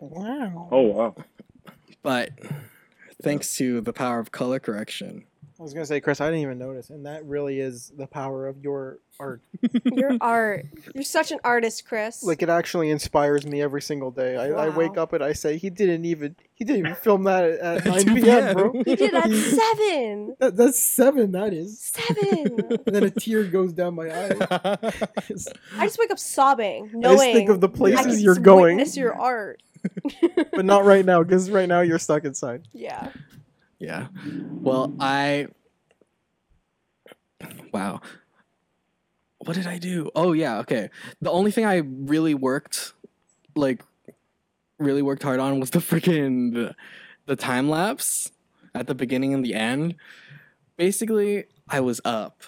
Speaker 2: Wow.
Speaker 3: Oh wow.
Speaker 5: but thanks to the power of color correction
Speaker 2: I was gonna say, Chris, I didn't even notice, and that really is the power of your art.
Speaker 4: Your art. You're such an artist, Chris.
Speaker 2: Like it actually inspires me every single day. I, I wake
Speaker 4: Wow.
Speaker 2: up and I say, he didn't even he didn't even film that at
Speaker 5: 2
Speaker 2: 9 p.m. bro.
Speaker 4: you did at seven.
Speaker 2: That, that's seven. That is.
Speaker 4: Seven.
Speaker 2: And then a tear goes down my eye.
Speaker 4: I just wake up sobbing,
Speaker 2: I
Speaker 4: knowing
Speaker 2: just think of the
Speaker 4: I can
Speaker 2: places
Speaker 4: just
Speaker 2: you're going,
Speaker 4: Witness your art.
Speaker 2: but not right now because right now you're stuck inside.
Speaker 4: Yeah.
Speaker 5: yeah well i wow what did i do oh yeah okay the only thing i really worked like really worked hard on was the freaking the, the time lapse at the beginning and the end basically i was up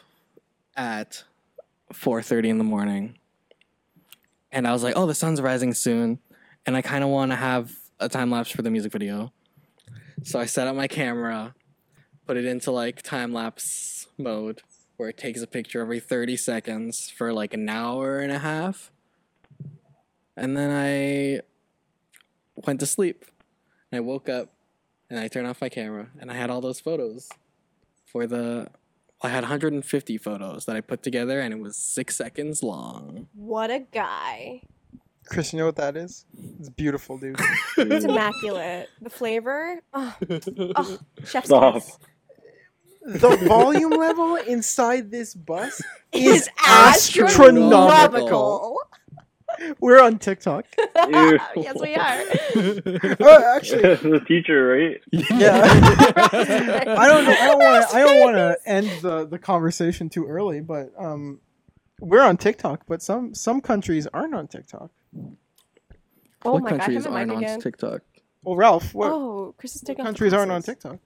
Speaker 5: at 4.30 in the morning and i was like oh the sun's rising soon and i kind of want to have a time lapse for the music video so i set up my camera put it into like time lapse mode where it takes a picture every 30 seconds for like an hour and a half and then i went to sleep and i woke up and i turned off my camera and i had all those photos for the i had 150 photos that i put together and it was six seconds long
Speaker 4: What a guy.
Speaker 2: Chris, you know what that is? It's beautiful, dude.
Speaker 4: It's
Speaker 3: Mm.
Speaker 4: immaculate. The flavor. Oh, oh chef's
Speaker 3: Stop.
Speaker 4: kiss.
Speaker 2: the volume level inside this bus
Speaker 4: Is
Speaker 2: astronomical.
Speaker 4: astronomical.
Speaker 2: We're on TikTok.
Speaker 4: yes, we are.
Speaker 2: Oh, actually,
Speaker 3: the teacher, right?
Speaker 2: I don't know. I don't want. I don't want to end the, the conversation too early, but um, we're on TikTok. But some some countries aren't on TikTok.
Speaker 4: Oh
Speaker 5: what
Speaker 4: my god, I
Speaker 5: countries
Speaker 4: have
Speaker 5: aren't
Speaker 4: mine
Speaker 5: on
Speaker 4: again.
Speaker 5: TikTok?
Speaker 2: Well, Ralph, what
Speaker 4: oh, Chris is taking off the
Speaker 2: countries aren't on
Speaker 4: glasses.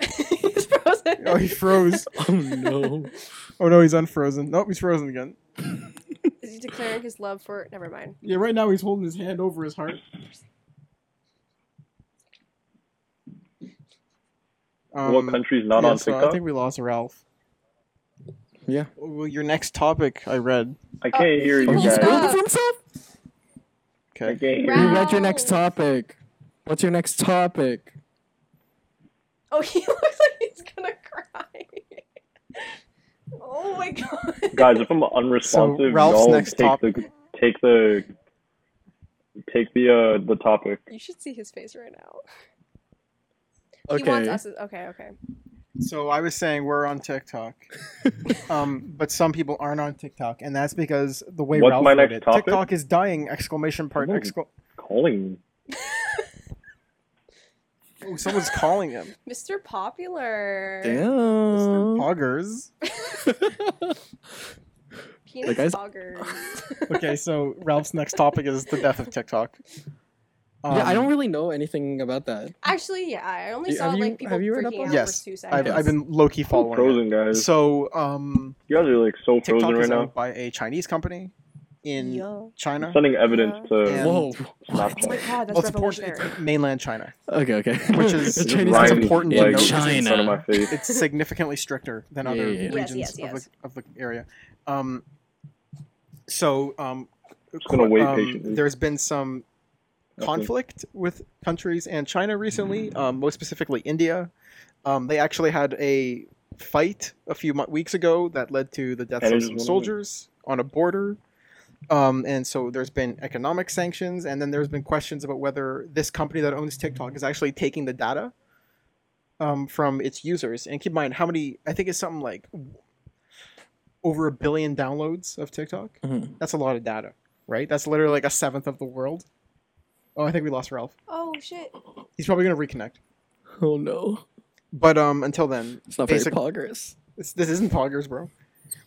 Speaker 2: TikTok?
Speaker 4: He's frozen.
Speaker 2: Oh, he froze.
Speaker 5: Oh no.
Speaker 2: Oh no, he's unfrozen. Nope, he's frozen again.
Speaker 4: Is he declaring his love for? Never mind.
Speaker 2: Yeah, right now he's holding his hand over his heart. Um,
Speaker 3: what country's not
Speaker 2: yeah,
Speaker 3: on
Speaker 2: so
Speaker 3: TikTok?
Speaker 2: I think we lost Ralph.
Speaker 5: Yeah.
Speaker 2: Well, your next topic I read.
Speaker 3: I can't hear you
Speaker 5: Oh, he's
Speaker 3: guys.
Speaker 5: building for himself?
Speaker 3: I
Speaker 2: Okay.
Speaker 3: can't hear.
Speaker 5: We
Speaker 3: you.
Speaker 5: read your next topic. What's your next topic?
Speaker 4: Oh, he looks like he's gonna cry. oh my god.
Speaker 3: Guys, if I'm unresponsive,
Speaker 2: Ralph's
Speaker 3: y'all
Speaker 2: next
Speaker 3: take the take the take the uh the topic.
Speaker 4: You should see his face right now.
Speaker 5: Okay.
Speaker 4: He wants us. as- Okay, okay.
Speaker 2: So I was saying we're on TikTok, um, but some people aren't on TikTok, and that's because the way
Speaker 3: What's
Speaker 2: Ralph
Speaker 3: my
Speaker 2: wrote
Speaker 3: next
Speaker 2: it,
Speaker 3: topic?
Speaker 2: TikTok is dying! Exclamation part!
Speaker 3: Ooh.
Speaker 2: Excla-
Speaker 3: Calling me.
Speaker 2: oh, someone's calling him.
Speaker 4: Mr. Popular.
Speaker 5: Damn.
Speaker 2: Poggers.
Speaker 4: Penis
Speaker 5: The guy's-
Speaker 4: poggers.
Speaker 2: Okay, so Ralph's next topic is the death of TikTok. Um,
Speaker 5: yeah, I don't really know anything about that.
Speaker 4: Actually, yeah, I only
Speaker 5: You-
Speaker 4: saw
Speaker 5: have you-
Speaker 4: like people
Speaker 5: have you read up
Speaker 4: freaking
Speaker 5: on
Speaker 4: out
Speaker 5: it?
Speaker 2: Yes,
Speaker 4: for two seconds.
Speaker 2: I've, I've been low key
Speaker 3: I'm
Speaker 2: following.
Speaker 3: frozen,
Speaker 2: it.
Speaker 3: guys.
Speaker 2: So um,
Speaker 3: you guys are like so
Speaker 2: TikTok
Speaker 3: frozen right
Speaker 2: is
Speaker 3: now.
Speaker 2: owned by a Chinese company in
Speaker 4: Yeah.
Speaker 2: China.
Speaker 3: Sending evidence to
Speaker 2: Yeah.
Speaker 5: Whoa.
Speaker 4: Oh my
Speaker 3: Snapchat.
Speaker 4: god, that's
Speaker 2: Well, it's, Portu-
Speaker 4: revolutionary.
Speaker 2: it's mainland China.
Speaker 5: Okay, okay.
Speaker 2: Which is-
Speaker 5: The
Speaker 2: It's
Speaker 5: Chinese
Speaker 2: Ryan-
Speaker 5: company.
Speaker 2: important to
Speaker 5: Yeah,
Speaker 2: note.
Speaker 5: China.
Speaker 3: In front of my face.
Speaker 2: It's significantly stricter than
Speaker 5: Yeah,
Speaker 2: other
Speaker 5: yeah, yeah.
Speaker 2: regions
Speaker 4: yes,
Speaker 5: Yes,
Speaker 4: yes.
Speaker 2: Of, the, of the area. Um, so um,
Speaker 3: gonna wait
Speaker 2: um,
Speaker 3: patiently.
Speaker 2: there's been some
Speaker 3: Okay. Mm-hmm.
Speaker 2: conflict with countries and China recently, um, most specifically India. Um, they actually had a fight a few mo- weeks ago that led to the deaths
Speaker 3: And it
Speaker 2: of
Speaker 3: just
Speaker 2: some
Speaker 3: went away.
Speaker 2: soldiers on a border. Um, and so there's been economic sanctions, and then there's been questions about whether this company that owns TikTok is actually taking the data um, from its users. And keep in mind how many, I think it's something like over a billion downloads of TikTok.
Speaker 5: Mhm.
Speaker 2: That's a lot of data, right? That's literally like a seventh of the world. Oh, I think we lost Ralph.
Speaker 4: Oh shit.
Speaker 2: He's probably going to reconnect.
Speaker 5: Oh no.
Speaker 2: But um, until then,
Speaker 5: It's not
Speaker 2: Basic-
Speaker 5: very progress.
Speaker 2: This, this isn't poggers, bro.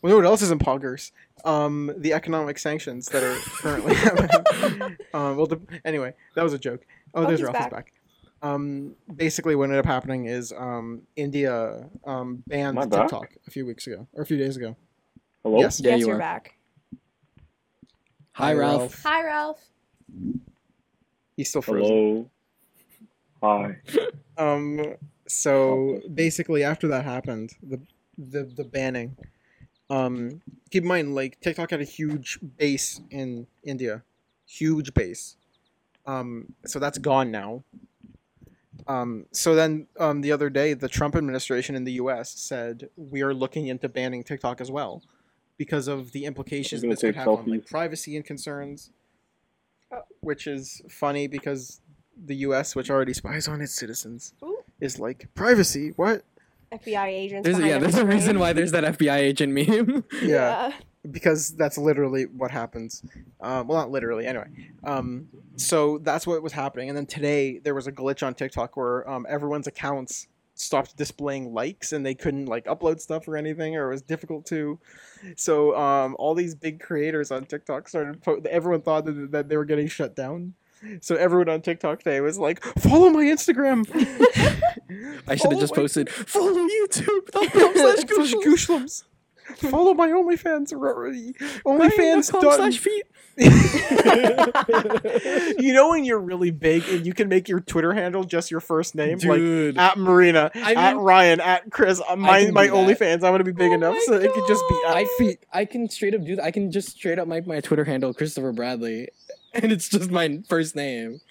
Speaker 2: Well, no, what else isn't poggers? Um, the economic sanctions that are currently happening. um, well, the, anyway, that was a joke. Oh,
Speaker 4: Oh,
Speaker 2: there's
Speaker 4: he's
Speaker 2: Ralph back.
Speaker 4: back.
Speaker 2: back. Um, basically, what ended up happening is um, India um, banned
Speaker 3: Am I back?
Speaker 2: TikTok a few weeks ago or a few days ago.
Speaker 3: Hello?
Speaker 2: Yes.
Speaker 5: Yeah,
Speaker 4: yes,
Speaker 5: you
Speaker 4: are
Speaker 5: are.
Speaker 4: back.
Speaker 5: Hi, Ralph.
Speaker 4: Hi, Ralph.
Speaker 2: He's still frozen.
Speaker 3: Hello. Hi.
Speaker 2: Um, so basically, after that happened, the the, the banning. Um, keep in mind, like TikTok had a huge base in India, huge base. Um, so that's gone now. Um, so then, um, the other day, the Trump administration in the U.S. said we are looking into banning TikTok as well, because of the implications
Speaker 3: gonna
Speaker 2: this could
Speaker 3: take
Speaker 2: have on like
Speaker 3: selfies.
Speaker 2: privacy and concerns.
Speaker 4: Oh.
Speaker 2: Which is funny because the U.S., which already spies on its citizens,
Speaker 4: Ooh.
Speaker 2: is like privacy. What?
Speaker 4: FBI agents.
Speaker 5: There's,
Speaker 4: behind
Speaker 5: yeah, there's a
Speaker 4: every
Speaker 5: reason
Speaker 4: frame.
Speaker 5: why there's that FBI agent meme.
Speaker 4: Yeah.
Speaker 2: because that's literally what happens. Um, well, not literally. Anyway, um, so that's what was happening. And then today there was a glitch on TikTok where um, everyone's accounts stopped displaying likes and they couldn't like upload stuff or anything or it was difficult to so um all these big creators on tiktok started po- everyone thought that, that they were getting shut down so everyone on tiktok today was like follow my instagram
Speaker 5: I should
Speaker 2: Follow
Speaker 5: have just
Speaker 2: Oh my-
Speaker 5: posted follow YouTube. dot com slash
Speaker 2: slash
Speaker 5: Google."
Speaker 2: Gooshlems. Follow my OnlyFans. r- r-
Speaker 5: Ryan dot
Speaker 2: OnlyFans.
Speaker 5: com
Speaker 2: dot-
Speaker 5: slash feet.
Speaker 2: you know when you're really big and you can make your Twitter handle just your first name, like
Speaker 5: Dude.
Speaker 2: at Marina,
Speaker 5: I
Speaker 2: at
Speaker 5: mean-
Speaker 2: Ryan, at Chris. uh, My
Speaker 5: can
Speaker 2: my
Speaker 5: do that.
Speaker 2: OnlyFans. I'm gonna be big
Speaker 5: Oh
Speaker 2: enough
Speaker 5: my
Speaker 2: so it could just be at
Speaker 5: I
Speaker 2: feet.
Speaker 5: I can straight up do that. I can just straight up make my Twitter handle Christopher Bradley, and it's just my first name.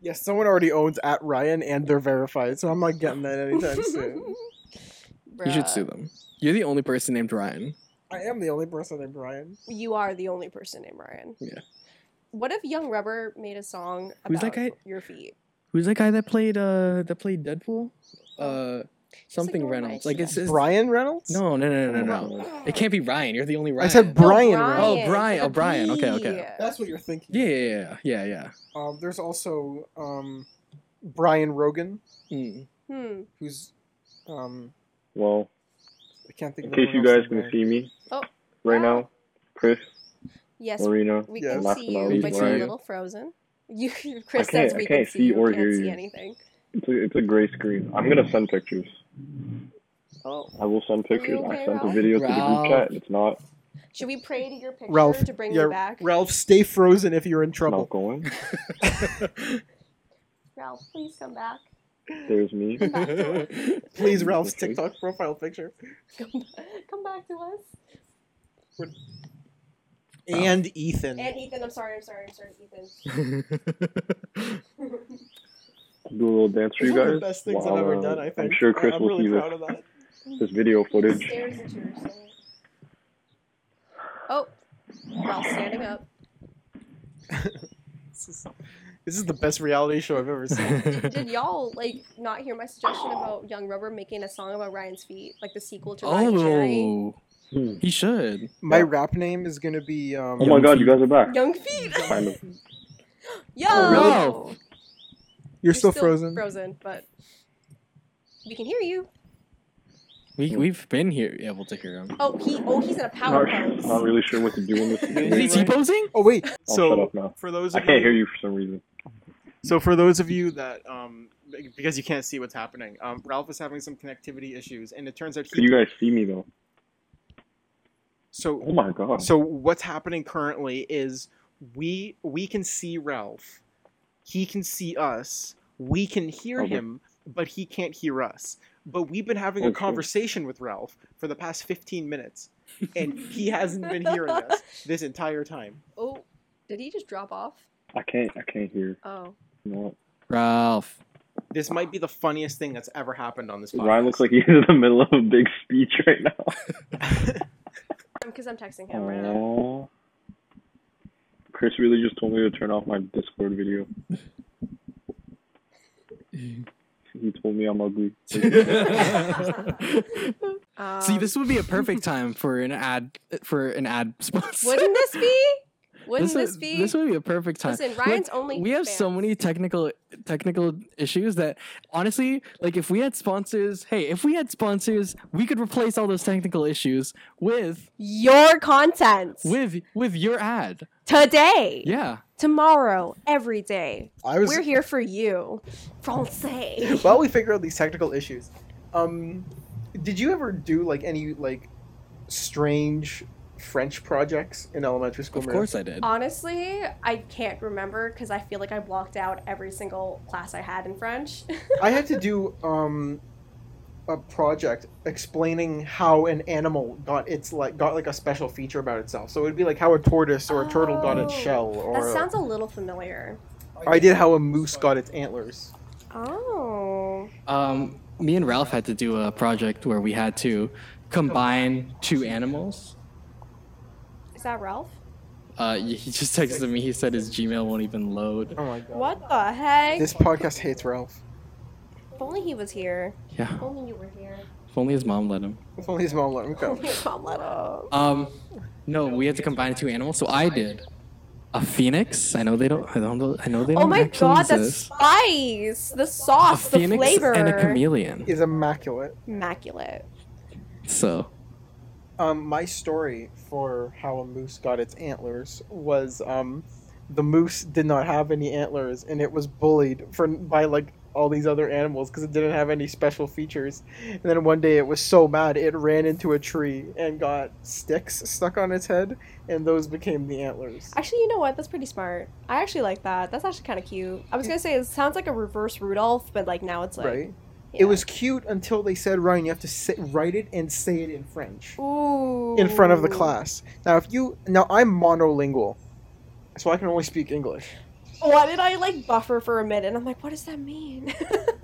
Speaker 2: Yes, someone already owns at Ryan and they're verified, so I'm not getting that anytime soon.
Speaker 5: You
Speaker 4: Bruh.
Speaker 5: should sue them. You're the only person named Ryan.
Speaker 2: I am the only person named Ryan.
Speaker 4: You are the only person named Ryan.
Speaker 5: Yeah.
Speaker 4: What if Young Rubber made a song
Speaker 5: Who's
Speaker 4: about
Speaker 5: that guy?
Speaker 4: your feet?
Speaker 5: Who's that guy that played uh that played Deadpool? Uh, something
Speaker 4: no
Speaker 5: Reynolds.
Speaker 4: Ryan.
Speaker 5: Like it's, it's
Speaker 2: Brian Reynolds?
Speaker 5: no, no, no, no, no, no. It can't be Ryan. You're the only Ryan.
Speaker 2: I said
Speaker 4: No,
Speaker 2: Brian Reynolds.
Speaker 5: Oh, Brian.
Speaker 4: with
Speaker 5: Oh,
Speaker 4: a
Speaker 5: Brian. Okay,
Speaker 4: B.
Speaker 5: okay.
Speaker 6: That's what you're thinking.
Speaker 5: Yeah, yeah, yeah, yeah, yeah.
Speaker 2: Um, there's also um, Brian Rogan,
Speaker 5: Mm.
Speaker 4: Hmm.
Speaker 2: who's um,
Speaker 3: Well,
Speaker 2: I can't think.
Speaker 3: in
Speaker 2: of
Speaker 3: case you
Speaker 2: anyone else
Speaker 3: guys
Speaker 2: in
Speaker 3: can
Speaker 2: there.
Speaker 3: see me
Speaker 4: Oh,
Speaker 3: right
Speaker 4: wow.
Speaker 3: now, Chris,
Speaker 4: Yes,
Speaker 3: Marina,
Speaker 4: we
Speaker 2: Yes.
Speaker 4: can
Speaker 3: Last
Speaker 4: see
Speaker 3: but not
Speaker 4: you,
Speaker 3: least,
Speaker 4: but you're a
Speaker 5: Brian.
Speaker 4: little frozen. You, Chris
Speaker 3: I
Speaker 4: says
Speaker 3: can't- I
Speaker 4: we
Speaker 3: can't
Speaker 4: can see
Speaker 3: see
Speaker 4: you.
Speaker 3: or
Speaker 4: we can't
Speaker 3: hear
Speaker 4: see
Speaker 3: you.
Speaker 4: anything.
Speaker 3: it's a, it's a gray screen. I'm gonna send pictures.
Speaker 4: Oh,
Speaker 3: I will send
Speaker 4: you
Speaker 3: pictures.
Speaker 4: okay,
Speaker 3: I sent a
Speaker 4: Ralph?
Speaker 3: video to the
Speaker 5: Ralph.
Speaker 3: group chat. and It's not
Speaker 4: should we pray to your picture
Speaker 2: Ralph,
Speaker 4: to bring
Speaker 2: yeah,
Speaker 4: you back?
Speaker 2: Ralph, stay frozen if you're in trouble.
Speaker 3: not going.
Speaker 4: Ralph, please come back.
Speaker 3: There's me.
Speaker 4: Come back to us.
Speaker 2: Please, Ralph's
Speaker 3: Okay.
Speaker 2: TikTok profile picture
Speaker 4: Come, come back to us.
Speaker 2: and Ethan.
Speaker 4: And Ethan, I'm sorry, I'm sorry, I'm sorry, Ethan.
Speaker 3: Do a little dance for you
Speaker 2: It's one
Speaker 3: guys.
Speaker 2: of the best things
Speaker 3: while,
Speaker 2: I've ever
Speaker 3: uh,
Speaker 2: done. I think.
Speaker 3: I'm sure Chris
Speaker 2: I- I'm
Speaker 3: will
Speaker 2: really
Speaker 3: see
Speaker 2: proud
Speaker 3: this,
Speaker 2: of that.
Speaker 3: this video footage.
Speaker 4: Stares into her soul. Oh, Ralph's standing up.
Speaker 2: This is, this is the best reality show I've ever seen.
Speaker 4: Did y'all like not hear my suggestion about Young Rubber making a song about Ryan's feet, like the sequel to Ryan Cherry?
Speaker 5: oh,
Speaker 3: Hmm.
Speaker 5: he should.
Speaker 2: My
Speaker 3: Yeah.
Speaker 2: rap name is gonna be um,
Speaker 3: Oh my
Speaker 5: Young
Speaker 3: god,
Speaker 5: feet.
Speaker 3: you guys are back.
Speaker 4: Young feet.
Speaker 3: Kind of.
Speaker 4: Yo.
Speaker 3: Oh,
Speaker 5: really?
Speaker 2: You're still, frozen.
Speaker 4: Frozen, but we can hear you.
Speaker 5: We we've been here able to hear him.
Speaker 4: Oh, he. Oh, he's in a power
Speaker 3: Not, not
Speaker 4: pose.
Speaker 3: really sure what to do in this
Speaker 5: Is
Speaker 3: situation.
Speaker 5: he posing?
Speaker 2: Oh wait,
Speaker 3: I'll shut
Speaker 2: so
Speaker 3: up now.
Speaker 2: for those
Speaker 3: I
Speaker 2: of
Speaker 3: can't
Speaker 2: you,
Speaker 3: hear you for some reason.
Speaker 2: so for those of you that um, because you can't see what's happening, um, Ralph is having some connectivity issues, and it turns out
Speaker 3: Can
Speaker 2: he.
Speaker 3: you guys see me though?
Speaker 2: So
Speaker 3: Oh my god.
Speaker 2: So what's happening currently is we we can see Ralph, he can see us, we can hear
Speaker 3: Okay.
Speaker 2: him, but he can't hear us. But we've been having
Speaker 3: Oh,
Speaker 2: a
Speaker 3: shit.
Speaker 2: conversation with Ralph for the past 15 minutes, and he hasn't been hearing us this entire time.
Speaker 4: Oh, did he just drop off?
Speaker 3: I can't. I can't hear.
Speaker 4: Oh,
Speaker 3: You know
Speaker 5: Ralph.
Speaker 2: This might be the funniest thing that's ever happened on this
Speaker 3: what?
Speaker 2: podcast.
Speaker 3: Ryan looks like he's in the middle of a big speech right now.
Speaker 4: because I'm texting him right now.
Speaker 3: Aww. Oh. Chris really just told me to turn off my Discord video. He told me I'm ugly.
Speaker 4: Um,
Speaker 5: Oh. See, this would be a perfect time for an ad for an ad sponsor.
Speaker 4: wouldn't this be? Wouldn't
Speaker 5: would-
Speaker 4: this, be?
Speaker 5: This would be a perfect time.
Speaker 4: Listen,
Speaker 5: Look,
Speaker 4: Ryan's only.
Speaker 5: we have so
Speaker 4: fans.
Speaker 5: many technical technical issues that honestly, like if we had sponsors, hey, if we had sponsors, we could replace all those technical issues with
Speaker 4: your content
Speaker 5: with with your ad.
Speaker 4: today,
Speaker 5: Yeah.
Speaker 4: tomorrow, every day.
Speaker 2: I was
Speaker 4: We're here for you, Francais.
Speaker 2: while we figure out these technical issues. Um, did you ever do like any like strange French projects in elementary school?
Speaker 5: Of
Speaker 2: Maria?
Speaker 5: course I did.
Speaker 4: Honestly, I can't remember because I feel like I blocked out every single class I had in French.
Speaker 2: I had to do um, a project explaining how an animal got its like got like a special feature about itself. So it would be like how a tortoise or a turtle got its
Speaker 4: Oh,
Speaker 2: shell, or
Speaker 4: that sounds a little familiar.
Speaker 2: I did how a moose got its antlers.
Speaker 4: Oh.
Speaker 5: Um, me and Ralph had to do a project where we had to combine two animals.
Speaker 4: Is that Ralph?
Speaker 5: Uh, he just texted me. He said his Gmail won't even load.
Speaker 2: Oh my god!
Speaker 4: What the heck?
Speaker 2: This podcast hates Ralph.
Speaker 4: If only he was here.
Speaker 5: Yeah.
Speaker 4: If only you were here.
Speaker 5: If only his mom let him.
Speaker 2: If only his mom let him go.
Speaker 4: Your mom let him.
Speaker 5: Um, no, we had to combine two animals. So I did a phoenix. I know they don't. I don't. know- I know they don't.
Speaker 4: Oh my
Speaker 5: actually
Speaker 4: god, the
Speaker 5: exist.
Speaker 4: spice! The
Speaker 5: a
Speaker 4: sauce, the
Speaker 5: phoenix
Speaker 4: flavor.
Speaker 5: and a chameleon.
Speaker 2: Is immaculate.
Speaker 4: Immaculate.
Speaker 5: So
Speaker 2: um, my story for how a moose got its antlers was um, the moose did not have any antlers and it was bullied for by like all these other animals because it didn't have any special features. And then one day it was so mad it ran into a tree and got sticks stuck on its head, and those became the antlers.
Speaker 4: Actually, you know what? That's pretty smart. I actually like that. That's actually kind of cute. I was gonna say it sounds like a reverse Rudolph, but like now it's like
Speaker 2: Right?
Speaker 4: yeah.
Speaker 2: It was cute until they said, Ryan, you have to say, write it and say it in French.
Speaker 4: Ooh.
Speaker 2: in front of the class. Now, if you now I'm monolingual, so I can only speak English.
Speaker 4: Why did I like buffer for a minute? I'm like, what does that mean?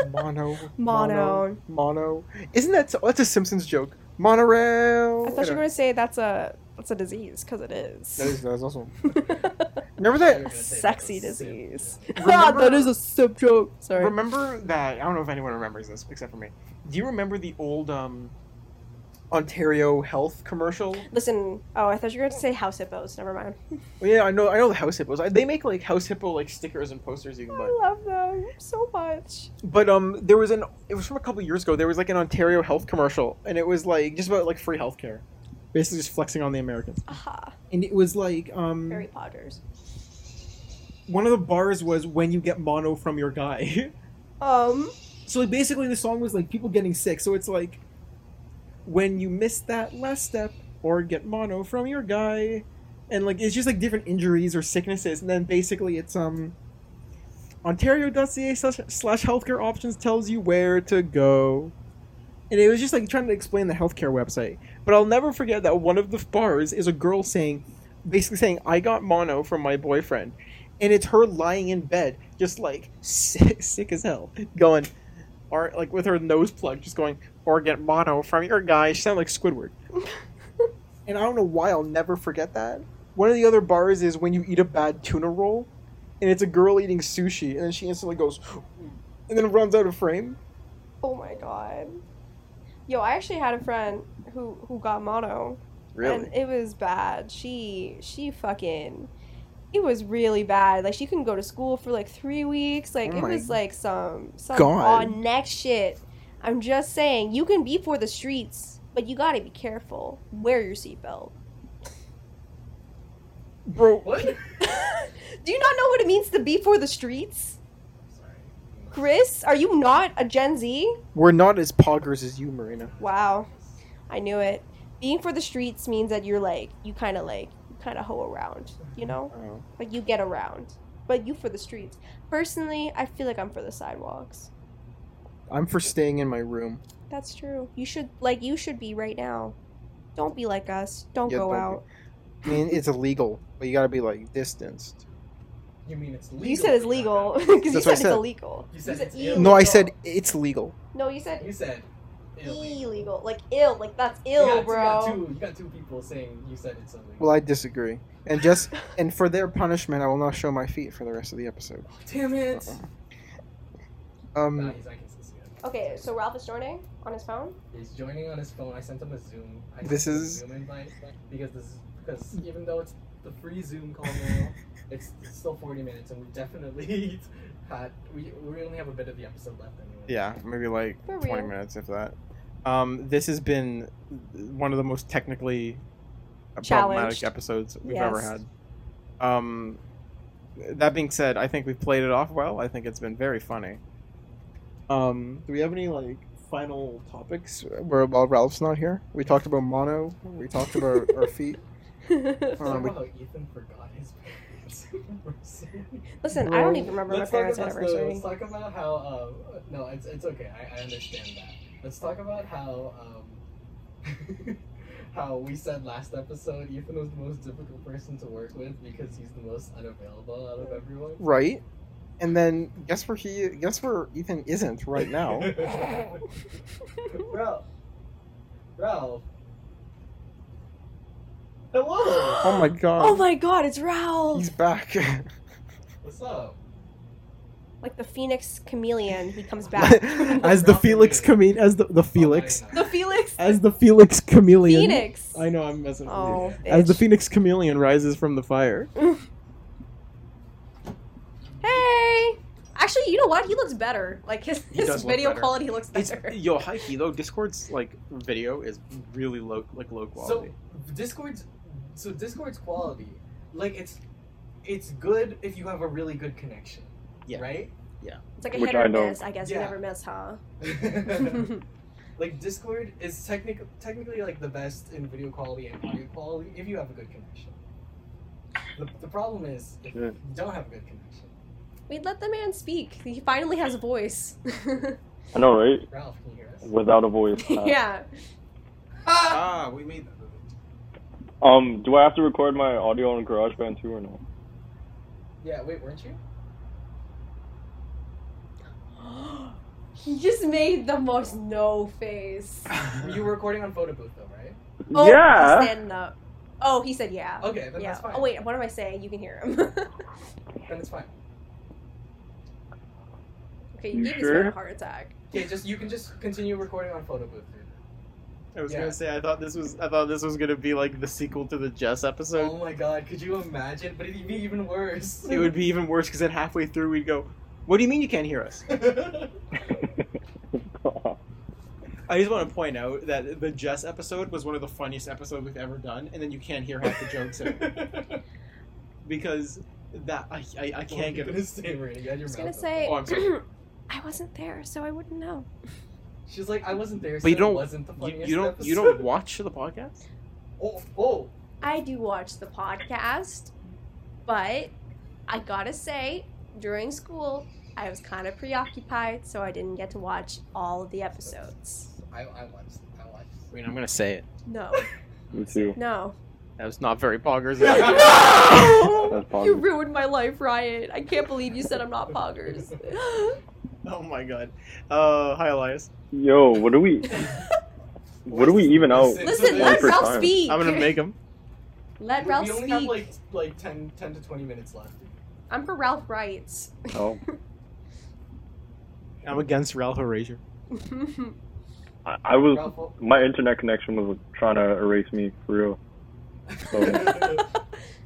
Speaker 2: Mono,
Speaker 4: Mono.
Speaker 2: mono. Isn't that that's a Simpsons joke? Monorail.
Speaker 4: I thought you were gonna say that's a that's a disease because it is.
Speaker 2: That is, that is awesome. Remember that?
Speaker 4: a sexy disease.
Speaker 2: Remember-
Speaker 4: that is a sub joke. Sorry.
Speaker 2: Remember that? I don't know if anyone remembers this except for me. Do you remember the old um, Ontario Health commercial?
Speaker 4: Listen, oh, I thought you were going to say house hippos. Never mind.
Speaker 2: Well, yeah, I know. I know the house hippos. I, they make like house hippo like stickers and posters you can buy.
Speaker 4: I love them so much.
Speaker 2: But um, there was an. It was from a couple years ago. There was like an Ontario Health commercial, and it was like just about like free healthcare, basically just flexing on the Americans.
Speaker 4: Aha,
Speaker 2: And it was like um,
Speaker 4: Harry Potters.
Speaker 2: one of the bars was when you get mono from your guy.
Speaker 4: Um,
Speaker 2: so like basically the song was like people getting sick. So it's like when you miss that last step or get mono from your guy, and like it's just like different injuries or sicknesses. And then basically it's um Ontario.ca slash slash healthcare options tells you where to go. And it was just like trying to explain the healthcare website. But I'll never forget that one of the bars is a girl saying, basically saying, I got mono from my boyfriend. And it's her lying in bed, just like sick, sick as hell, going, or like with her nose plugged, just going, or get mono from your guy. She sounded like Squidward. and I don't know why I'll never forget that. One of the other bars is when you eat a bad tuna roll, and it's a girl eating sushi, and then she instantly goes, and then runs out of frame.
Speaker 4: oh my god. Yo, I actually had a friend who who got mono. And it was bad. She she fucking it was really bad. Like she couldn't go to school for like three weeks. Like
Speaker 2: Oh
Speaker 4: it
Speaker 2: my
Speaker 4: was like some some
Speaker 2: God.
Speaker 4: on neck shit. I'm just saying, you can be for the streets, but you gotta be careful. Wear your seatbelt.
Speaker 2: Bro, what?
Speaker 4: Do you not know what it means to be for the streets? Chris, are you not a Gen Z?
Speaker 2: We're not as poggers as you, Marina.
Speaker 4: Wow, I knew it. Being for the streets means that you're like you kind of like you kind of hoe around, you know,
Speaker 2: Oh.
Speaker 4: like you get around, but you for the streets. Personally, I feel like I'm for the sidewalks.
Speaker 2: I'm for staying in my room.
Speaker 4: That's true. You should like you should be right now. Don't be like us. Don't
Speaker 2: Yeah,
Speaker 4: go
Speaker 2: don't be-
Speaker 4: out.
Speaker 2: I mean, it's illegal, but you gotta be like distanced.
Speaker 5: You mean it's legal?
Speaker 4: You said it's legal because you
Speaker 2: That's what I
Speaker 4: said it's
Speaker 2: said.
Speaker 4: illegal.
Speaker 5: You said it's
Speaker 4: illegal.
Speaker 5: ill.
Speaker 2: No, I said it's legal.
Speaker 4: no. You said
Speaker 5: You said illegal.
Speaker 4: illegal, like ill, like that's ill,
Speaker 5: you got,
Speaker 4: bro.
Speaker 5: You got, two, you got two people saying you said it's illegal.
Speaker 2: Well, I disagree. And just and for their punishment, I will not show my feet for the rest of the episode.
Speaker 5: Damn it! Nah,
Speaker 2: Um,
Speaker 5: he's not consistent.
Speaker 4: Okay, so Ralph is joining on his phone.
Speaker 5: He's joining on his phone. I sent him a Zoom. I sent
Speaker 2: This
Speaker 5: him a
Speaker 2: is-
Speaker 5: Zoom invite because this is, because even though it's the free Zoom call now, it's, it's still forty minutes, and we definitely had we, we only have a bit of the episode left anyway.
Speaker 2: yeah, maybe like
Speaker 4: For
Speaker 2: twenty
Speaker 4: real.
Speaker 2: minutes, if that. Um, this has been one of the most technically problematic
Speaker 4: Challenged.
Speaker 2: episodes we've ever
Speaker 4: Yes.
Speaker 2: had. Um, that being said, I think we've played it off well. I think it's been very funny. Um, do we have any like final topics? Where while Ralph's not here, we talked about mono. We talked about our feet.
Speaker 5: Let's talk
Speaker 2: Um, we-
Speaker 5: about how Ethan forgot his parents' anniversary.
Speaker 4: Listen, I
Speaker 2: Bro,
Speaker 4: don't even remember my
Speaker 5: Let's talk
Speaker 4: parents'
Speaker 5: about the-
Speaker 4: anniversary.
Speaker 5: Let's talk about how. Um, no, it's it's okay. I, I understand that. Let's talk about how. Um, how we said last episode, Ethan was the most difficult person to work with because he's the most unavailable out of everyone.
Speaker 2: right? And then guess where he guess where Ethan isn't right now.
Speaker 5: Ralph. Ralph. Hello.
Speaker 2: oh my god.
Speaker 4: oh my god, it's Raoul!
Speaker 2: He's back.
Speaker 5: What's up?
Speaker 4: Like the phoenix chameleon, he comes back.
Speaker 2: as the Felix chameleon as the, the Felix.
Speaker 4: the Felix
Speaker 2: As the Felix chameleon.
Speaker 4: Phoenix.
Speaker 2: I know I'm messing with you.
Speaker 4: Oh,
Speaker 2: As the
Speaker 4: bitch.
Speaker 2: Phoenix chameleon rises from the fire.
Speaker 4: hey. Actually, you know what? He looks better. Like his,
Speaker 2: He
Speaker 4: his
Speaker 2: does look
Speaker 4: video
Speaker 2: better.
Speaker 4: quality looks better.
Speaker 2: yo, hikey though, Discord's like video is really low like low
Speaker 5: So Discord's so Discord's quality, like it's it's good if you have a really good connection.
Speaker 2: Yeah.
Speaker 5: Right?
Speaker 4: It's like a
Speaker 3: Which
Speaker 4: hit or
Speaker 3: I don't.
Speaker 4: miss. I guess
Speaker 5: Yeah.
Speaker 4: you never miss, huh?
Speaker 5: like Discord is technic- technically like the best in video quality and audio quality if you have a good connection. The, the problem is if
Speaker 3: Yeah.
Speaker 5: you don't have a good connection.
Speaker 4: We'd let the man speak. He finally has a voice.
Speaker 2: Uh.
Speaker 3: I know, right?
Speaker 5: Ralph, can you hear us?
Speaker 3: Without a voice. uh,
Speaker 4: yeah.
Speaker 5: Ah! we made that.
Speaker 3: Um, do I have to record my audio on GarageBand too or no?
Speaker 5: Yeah, wait, weren't you?
Speaker 4: He just made the most no face.
Speaker 5: You were recording on Photo Booth though, right?
Speaker 4: Oh, he's
Speaker 3: yeah.
Speaker 4: standing up. Oh, he said yeah.
Speaker 5: Okay, then
Speaker 4: yeah.
Speaker 5: that's fine.
Speaker 4: Oh wait, what am I saying? You can hear him.
Speaker 5: Then it's fine.
Speaker 4: okay, you,
Speaker 3: You
Speaker 4: gave this man
Speaker 3: sure?
Speaker 4: a heart attack.
Speaker 5: Okay, just you can just continue recording on photo booth. Dude.
Speaker 2: I was
Speaker 5: Yeah.
Speaker 2: gonna say I thought this was I thought this was gonna be like the sequel to the Jess episode.
Speaker 5: oh my god, could you imagine? But it'd be even worse.
Speaker 2: It would be even worse because then halfway through we'd go, "What do you mean you can't hear us?" I just want to point out that the Jess episode was one of the funniest episodes we've ever done, and then you can't hear half the jokes in it because that I I, I can't get.
Speaker 5: this same rating. Get your
Speaker 4: I was gonna
Speaker 5: mouth open.
Speaker 4: say
Speaker 2: Oh, I'm sorry.
Speaker 4: I wasn't there, so I wouldn't know.
Speaker 5: She's like, I wasn't there. So
Speaker 2: But you don't-
Speaker 5: It wasn't the
Speaker 2: You,
Speaker 5: funniest
Speaker 2: you don't you don't
Speaker 5: episode."
Speaker 2: watch the podcast?
Speaker 5: Oh, oh.
Speaker 4: I do watch the podcast, but I gotta say, during school, I was kind of preoccupied, so I didn't get to watch all of the episodes.
Speaker 5: I, I watched. I watched.
Speaker 2: I mean, I'm gonna say it.
Speaker 4: No,
Speaker 3: Me too.
Speaker 4: no.
Speaker 2: That was not very poggers.
Speaker 3: That's
Speaker 4: you
Speaker 3: positive.
Speaker 4: ruined my life, Ryan. I can't believe you said I'm not poggers.
Speaker 2: oh my god. Uh, hi Elias.
Speaker 3: Yo, what do we? What do we even out?
Speaker 4: Listen,
Speaker 3: One
Speaker 4: let
Speaker 3: per
Speaker 4: Ralph
Speaker 3: time.
Speaker 4: speak.
Speaker 2: I'm gonna make him.
Speaker 4: Let
Speaker 5: We-
Speaker 4: Ralph
Speaker 5: we only
Speaker 4: speak.
Speaker 5: have like like 10, 10 to twenty minutes left.
Speaker 4: I'm for Ralph rights.
Speaker 3: Oh,
Speaker 2: I'm against Ralph Erasure.
Speaker 3: I, I was.
Speaker 5: Ralph, oh.
Speaker 3: My internet connection was trying to erase me for real.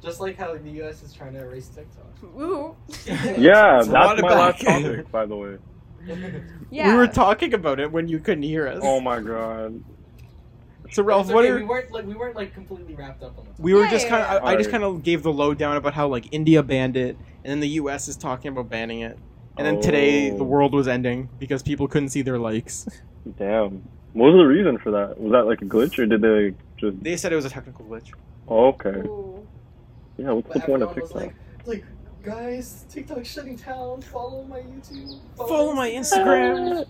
Speaker 5: just like how the U.S. is trying to erase TikTok.
Speaker 4: Ooh.
Speaker 3: Yeah,
Speaker 2: It's a lot
Speaker 3: that's
Speaker 2: of
Speaker 3: my last
Speaker 2: back.
Speaker 3: topic, by the way.
Speaker 4: Yeah.
Speaker 2: We were talking about it when you couldn't hear us.
Speaker 3: Oh my god.
Speaker 2: so Ralph,
Speaker 5: It's
Speaker 2: what
Speaker 5: okay,
Speaker 2: are
Speaker 5: we weren't like we weren't like completely wrapped up on the
Speaker 2: we were
Speaker 4: Yeah,
Speaker 2: just
Speaker 4: yeah,
Speaker 2: kind
Speaker 4: yeah.
Speaker 2: of I, I just
Speaker 3: Alright.
Speaker 2: kind of gave the lowdown about how like India banned it, and then the U.S. is talking about banning it, and then today the
Speaker 3: Oh.
Speaker 2: world was ending because people couldn't see their likes.
Speaker 3: Damn. What was the reason for that? Was that like a glitch or did they just.
Speaker 2: they said it was a technical glitch.
Speaker 3: Oh, okay.
Speaker 4: Ooh.
Speaker 3: Yeah, what's the
Speaker 5: But
Speaker 3: point of
Speaker 5: everyone was
Speaker 3: TikTok?
Speaker 5: like, like guys, TikTok shutting down. Follow my YouTube.
Speaker 2: Follow my Instagram,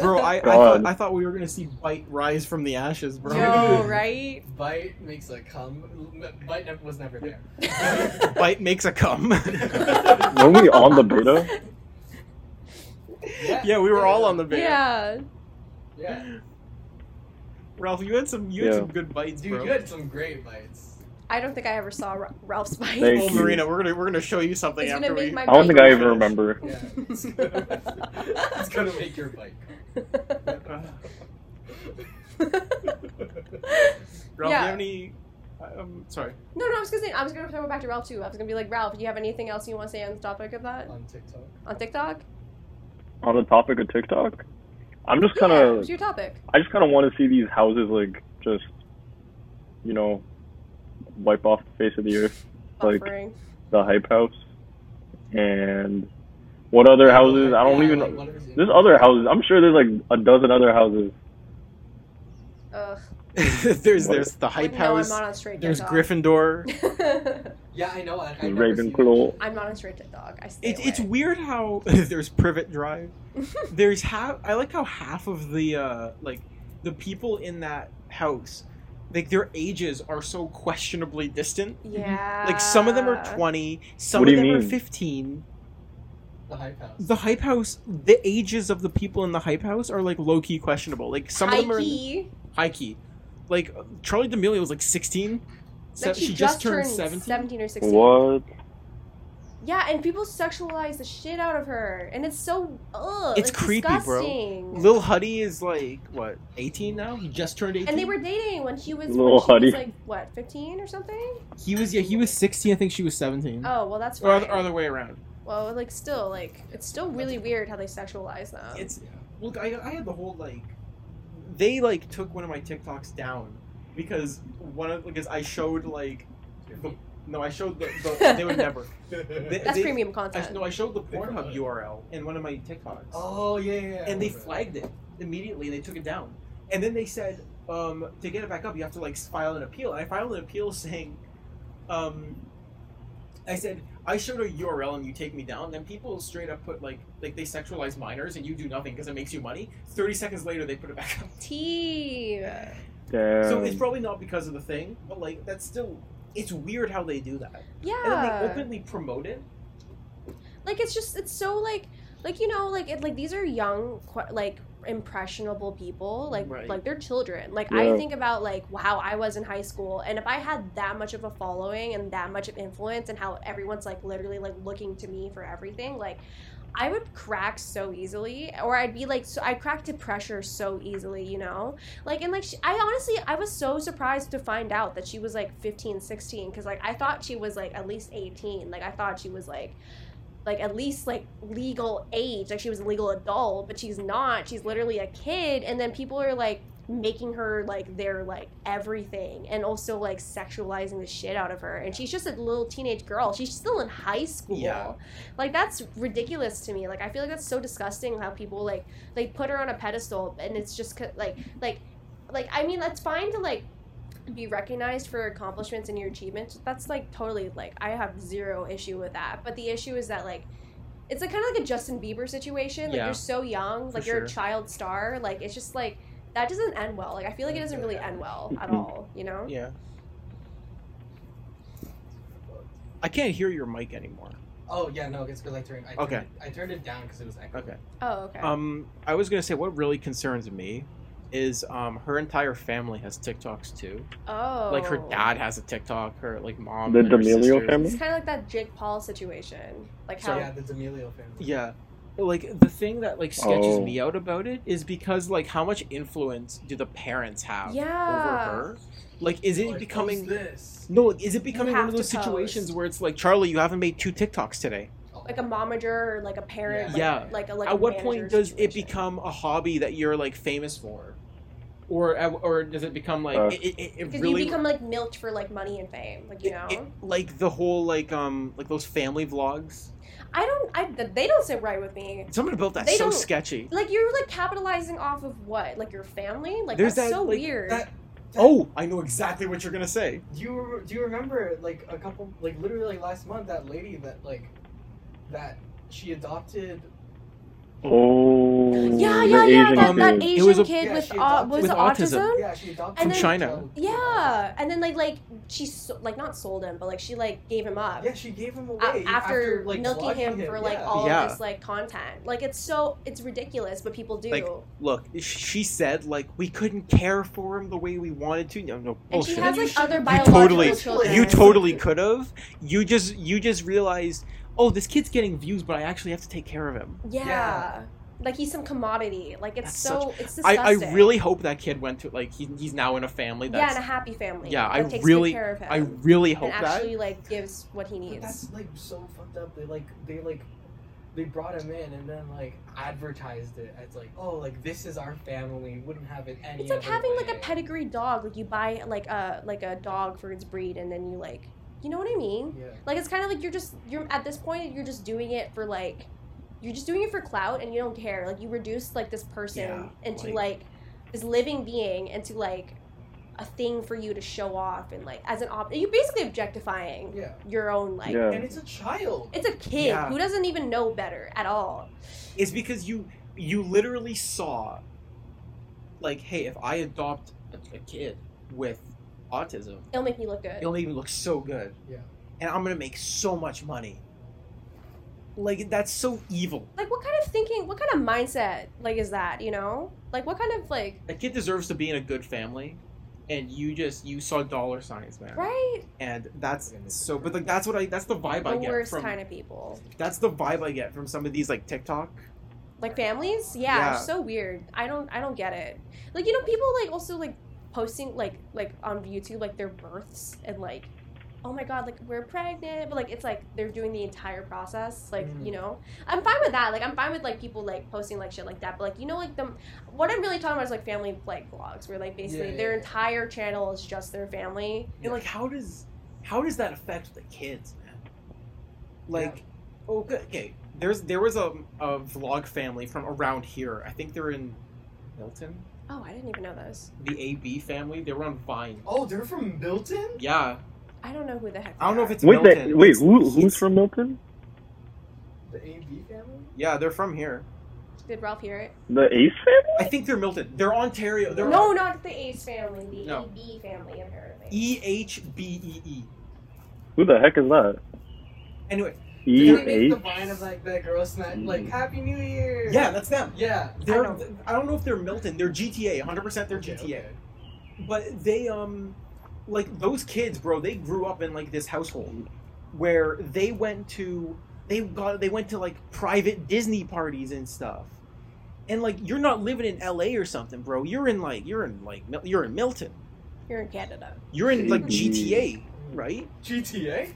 Speaker 2: bro. I, I
Speaker 3: God.
Speaker 2: thought I thought we were gonna see Bite rise from the ashes, bro.
Speaker 4: Yo, right?
Speaker 5: Bite makes a come. Bite never, was never there.
Speaker 2: Bite makes a cum.
Speaker 3: Were we on the beta?
Speaker 2: yeah, we were all on the bit.
Speaker 4: yeah.
Speaker 5: Yeah,
Speaker 2: Ralph, you had some you had
Speaker 3: Yeah.
Speaker 2: some good bites,
Speaker 5: dude,
Speaker 2: bro.
Speaker 5: you had some great bites.
Speaker 4: I don't think I ever saw Ra- Ralph's bite.
Speaker 3: Thank
Speaker 2: Oh,
Speaker 3: you.
Speaker 2: Marina, we're gonna we're gonna show you something
Speaker 4: It's gonna
Speaker 2: after
Speaker 4: make
Speaker 2: we.
Speaker 4: my
Speaker 3: I don't think I even
Speaker 2: Microphone.
Speaker 3: remember.
Speaker 5: Yeah, it's gonna, it's gonna make your bite.
Speaker 2: Uh, Ralph,
Speaker 4: Yeah.
Speaker 2: do you have any? I'm sorry.
Speaker 4: no, no, I was gonna say I was gonna throw it back to Ralph too. I was gonna be like, Ralph, do you have anything else you want to say on the topic of that
Speaker 5: on TikTok.
Speaker 4: on TikTok?
Speaker 3: On the topic of TikTok, I'm just kind
Speaker 4: yeah, it
Speaker 3: of.
Speaker 4: was your topic.
Speaker 3: I just kind of want to see these houses, like, just, you know, wipe off the face of the earth. Like-
Speaker 4: Buffering.
Speaker 3: The Hype House. And what other houses? I don't
Speaker 5: Yeah,
Speaker 3: even
Speaker 5: like,
Speaker 3: know.
Speaker 5: whatever's in-
Speaker 3: There's other houses. I'm sure there's like a dozen other houses.
Speaker 4: Ugh.
Speaker 2: there's
Speaker 3: What?
Speaker 2: there's the hype
Speaker 4: Wouldn't know I'm
Speaker 2: house.
Speaker 4: not on straight
Speaker 2: There's
Speaker 4: TikTok.
Speaker 2: Gryffindor.
Speaker 5: Yeah, I know. I, I never seen
Speaker 3: Ravenclaw.
Speaker 4: I'm not on straight TikTok. I stay
Speaker 2: It's it's
Speaker 4: away.
Speaker 2: weird how there's Privet Drive. there's half. I like how half of the uh like the people in that house, like their ages are so questionably distant.
Speaker 4: Yeah.
Speaker 2: Like some of them
Speaker 4: Ah.
Speaker 2: are 20, some
Speaker 3: What
Speaker 2: of
Speaker 3: do
Speaker 2: them
Speaker 3: you
Speaker 2: are
Speaker 3: mean?
Speaker 2: 15.
Speaker 5: The hype house.
Speaker 2: The hype house, the ages of the people in the hype house are like low key questionable. Like some of them are in-
Speaker 4: High-key.
Speaker 2: high key. Like Charlie D'Amelio was like 16. Se-
Speaker 4: Like,
Speaker 2: she, just, turned 17.
Speaker 4: 17 or 16.
Speaker 3: What?
Speaker 4: Yeah, and people sexualize the shit out of her, and it's so ugh.
Speaker 2: It's creepy, bro.
Speaker 4: disgusting.
Speaker 2: Lil Huddy is like what 18 now? He just turned 18.
Speaker 4: And they were dating when she was,
Speaker 3: Little
Speaker 4: when she
Speaker 3: hottie.
Speaker 4: was like what, fifteen or something?
Speaker 2: He was yeah. He was 16. I think she was 17.
Speaker 4: Oh well, that's
Speaker 2: or
Speaker 4: fine.
Speaker 2: other, or other way around.
Speaker 4: well, like still, like it's still really weird how they sexualize them.
Speaker 2: It's look. I I had the whole like. They like took one of my TikToks down because one of because I showed like no I showed the, the they would never They-
Speaker 4: that's
Speaker 2: they-
Speaker 4: premium
Speaker 2: I,
Speaker 4: content.
Speaker 2: no I showed the Pornhub URL in one of my TikToks.
Speaker 5: oh yeah, yeah, yeah.
Speaker 2: and they
Speaker 5: I remember.
Speaker 2: flagged it immediately. They took it down, and then they said um, to get it back up, you have to like file an appeal. And I filed an appeal saying, um, I said I showed a URL and you take me down. Then people straight up put like like they sexualize minors and you do nothing because it makes you money. Thirty seconds later, they put it back up.
Speaker 4: Tea.
Speaker 3: Damn.
Speaker 2: So it's probably not because of the thing, but like that's still it's weird how they do that. And then
Speaker 4: Yeah.
Speaker 2: they openly promote it.
Speaker 4: like it's just it's so like like you know like it like these are young qu- like impressionable people like
Speaker 2: Right.
Speaker 4: like they're children like
Speaker 3: Yeah.
Speaker 4: i think about like wow i was in high school and if i had that much of a following and that much of influence and how everyone's like literally like looking to me for everything like I would crack so easily, or I'd be like, so I crack to pressure so easily, you know? Like, and like, she, I honestly, I was so surprised to find out that she was like 15, 16, because like, I thought she was like at least 18. Like, I thought she was like, like at least like legal age, like she was a legal adult, but she's not. She's literally a kid. And then people are like making her like their like everything and also like sexualizing the shit out of her. And she's just a little teenage girl. She's still in high school.
Speaker 2: Yeah.
Speaker 4: Like that's ridiculous to me. Like I feel like that's so disgusting how people like like put her on a pedestal and it's just co- like like like I mean that's fine to like be recognized for accomplishments and your achievements that's like totally like i have zero issue with that but the issue is that like it's like kind of like a justin bieber situation like
Speaker 2: Yeah.
Speaker 4: you're so young like you're
Speaker 2: sure.
Speaker 4: a child star like it's just like that doesn't end well like i feel like it doesn't really end well at
Speaker 2: Mm-hmm.
Speaker 4: all you know
Speaker 2: Yeah. I can't hear your mic anymore.
Speaker 8: Oh yeah, no, it's good. Like turn. I turned
Speaker 2: Okay.
Speaker 8: It, I turned it down because it was echoing.
Speaker 2: Okay.
Speaker 4: oh okay
Speaker 2: Um, I was gonna say what really concerns me is um her entire family has TikToks too.
Speaker 4: oh
Speaker 2: Like her dad has a TikTok, her like mom.
Speaker 3: The
Speaker 2: and her
Speaker 3: D'Amelio
Speaker 2: sisters-
Speaker 4: it's
Speaker 3: family?
Speaker 4: kind of like that jake paul situation like
Speaker 2: So-
Speaker 4: how
Speaker 8: Yeah, the D'Amelio family.
Speaker 2: Yeah. Like the thing that like sketches
Speaker 3: Oh.
Speaker 2: me out about it is because like how much influence do the parents have over
Speaker 4: Yeah.
Speaker 2: her? Like is it
Speaker 8: Like,
Speaker 2: becoming
Speaker 8: post this?
Speaker 2: no? Like, is it becoming one
Speaker 4: have
Speaker 2: of those
Speaker 4: to post.
Speaker 2: situations where it's like Charlie, you haven't made two TikToks today?
Speaker 8: Oh.
Speaker 4: like a momager or like a parent like,
Speaker 2: Yeah.
Speaker 4: like a like a
Speaker 2: at what
Speaker 4: manager
Speaker 2: point does it
Speaker 4: situation.
Speaker 2: become a hobby that you're like famous for, or uh, or does it become like
Speaker 3: Uh,
Speaker 2: it, it- it, it
Speaker 4: because
Speaker 2: really
Speaker 4: you become like milked for like money and fame like you
Speaker 2: it-
Speaker 4: know
Speaker 2: it- like the whole like um like those family vlogs?
Speaker 4: I don't. I they don't sit right with me.
Speaker 2: Something about that's
Speaker 4: They
Speaker 2: so
Speaker 4: don't-
Speaker 2: sketchy.
Speaker 4: Like you're like capitalizing off of what? Like your family? Like
Speaker 2: There's
Speaker 4: that's
Speaker 2: that,
Speaker 4: so
Speaker 2: like,
Speaker 4: weird.
Speaker 8: that-
Speaker 2: Oh, I know exactly what you're gonna say.
Speaker 8: Do you re- do you remember like a couple like literally like, last month that lady that like that she adopted
Speaker 3: Oh,
Speaker 4: yeah,
Speaker 3: the
Speaker 4: yeah, yeah.
Speaker 3: Asian
Speaker 4: That, that
Speaker 3: kid.
Speaker 4: Asian
Speaker 2: was a-
Speaker 4: kid
Speaker 8: Yeah,
Speaker 4: with
Speaker 8: she
Speaker 4: uh,
Speaker 8: adopted-
Speaker 4: was
Speaker 2: With
Speaker 4: it autism.
Speaker 2: autism.
Speaker 8: yeah she adopted
Speaker 4: From
Speaker 8: a
Speaker 2: China.
Speaker 8: child.
Speaker 4: Yeah, and then like like she so, like not sold him, but like she like gave him up.
Speaker 8: yeah she gave him away
Speaker 4: a- After,
Speaker 8: like
Speaker 4: milking
Speaker 8: vlogging
Speaker 4: him, for like
Speaker 8: yeah.
Speaker 4: all
Speaker 2: Yeah.
Speaker 4: of this like content, like it's so it's ridiculous, but people do.
Speaker 2: Like, Look, she said like we couldn't care for him the way we wanted to. No, no
Speaker 4: and she
Speaker 2: bullshit.
Speaker 4: has like
Speaker 8: You
Speaker 4: other
Speaker 8: should-
Speaker 2: you
Speaker 4: biological
Speaker 2: totally
Speaker 4: children.
Speaker 2: you totally could have you just you just realized oh this kid's getting views but i actually have to take care of him
Speaker 4: yeah.
Speaker 8: Yeah.
Speaker 4: like he's some commodity. Like it's
Speaker 2: That's
Speaker 4: so it's
Speaker 2: I,
Speaker 4: disgusting.
Speaker 2: I really hope that kid went to like he, he's now in a family
Speaker 4: yeah,
Speaker 2: that's
Speaker 4: and a happy family.
Speaker 2: Yeah,
Speaker 4: that
Speaker 2: I
Speaker 4: takes good
Speaker 2: really-
Speaker 4: care of him
Speaker 2: i really hope
Speaker 4: and actually
Speaker 2: that
Speaker 4: like gives what he
Speaker 8: But
Speaker 4: needs.
Speaker 8: that's like so fucked up. They like they like they brought him in and then like advertised it as like oh like this is our family. Wouldn't have it any.
Speaker 4: It's like
Speaker 8: other
Speaker 4: having like a
Speaker 8: way.
Speaker 4: pedigree dog. Like you buy like a like a dog for its breed, and then you like, you know what I mean?
Speaker 8: Yeah.
Speaker 4: Like it's kind of like you're just you're at this point you're just doing it for like, you're just doing it for clout, and you don't care. Like you reduce like this person
Speaker 2: Yeah,
Speaker 4: into
Speaker 2: like-
Speaker 4: like, this living being into like a thing for you to show off and like as an op. You're basically objectifying
Speaker 8: Yeah.
Speaker 4: your own like.
Speaker 3: Yeah.
Speaker 8: And it's a child.
Speaker 4: It's a kid
Speaker 2: Yeah.
Speaker 4: who doesn't even know better at all.
Speaker 2: is because you you literally saw like hey if i adopt a, a kid with autism
Speaker 4: It'll make me look good.
Speaker 2: it'll make me look so good
Speaker 8: Yeah.
Speaker 2: and i'm gonna make so much money like that's so evil
Speaker 4: like what kind of thinking what kind of mindset like is that you know like what kind of like
Speaker 2: a kid deserves to be in a good family and you just you saw dollar signs man
Speaker 4: right
Speaker 2: and that's so but like that's what i that's the vibe i
Speaker 4: the
Speaker 2: get
Speaker 4: worst
Speaker 2: from
Speaker 4: kind of people
Speaker 2: that's the vibe i get from some of these like tiktok
Speaker 4: like families yeah,
Speaker 2: Yeah.
Speaker 4: It's so weird i don't i don't get it like you know people like also like posting like like on youtube like their births and like oh my god like we're pregnant but like it's like they're doing the entire process like
Speaker 2: Mm.
Speaker 8: Mhm.
Speaker 4: you know i'm fine with that like i'm fine with like people like posting like shit like that but like you know like them what i'm really talking about is like family like vlogs where like basically
Speaker 8: Yeah, yeah,
Speaker 4: their
Speaker 8: yeah.
Speaker 4: entire channel is just their family
Speaker 2: and like how does how does that affect the kids man like okay okay there's there was a, a vlog family from around here i think they're in milton
Speaker 4: oh i didn't even know this
Speaker 2: the ab family they were on vine
Speaker 8: Oh, they're from Milton.
Speaker 2: yeah
Speaker 4: I don't know who the heck.
Speaker 2: i don't
Speaker 4: they
Speaker 2: know if
Speaker 4: are.
Speaker 2: it's
Speaker 3: Wait,
Speaker 2: milton.
Speaker 3: that, wait, who,
Speaker 2: It's-
Speaker 3: who's from Milton?
Speaker 8: The AB family.
Speaker 2: yeah they're from here
Speaker 4: did Ralph hear it.
Speaker 3: The Ace family?
Speaker 2: i think they're milton they're ontario they're
Speaker 4: no, not the Ace family, the
Speaker 2: No.
Speaker 4: EB family apparently.
Speaker 2: E H B E E.
Speaker 3: Who the heck is that?
Speaker 2: Anyway,
Speaker 3: E
Speaker 8: Did they make
Speaker 3: H.
Speaker 8: the vine of like that girl snap like Happy New Year?
Speaker 2: Mm. yeah, that's them.
Speaker 8: Yeah.
Speaker 2: They're, I,
Speaker 4: I
Speaker 2: don't, know if they're Milton. They're GTA, 100% they're
Speaker 8: Okay,
Speaker 2: GTA.
Speaker 8: okay.
Speaker 2: But they, um, like, those kids, bro, they grew up in, like, this household where they went to, they got they went to like private Disney parties and stuff. And like you're not living in LA or something, bro. You're in like you're in like Mil- you're in Milton.
Speaker 4: You're in Canada.
Speaker 2: You're in like
Speaker 3: Mhm.
Speaker 2: GTA, right?
Speaker 8: GTA?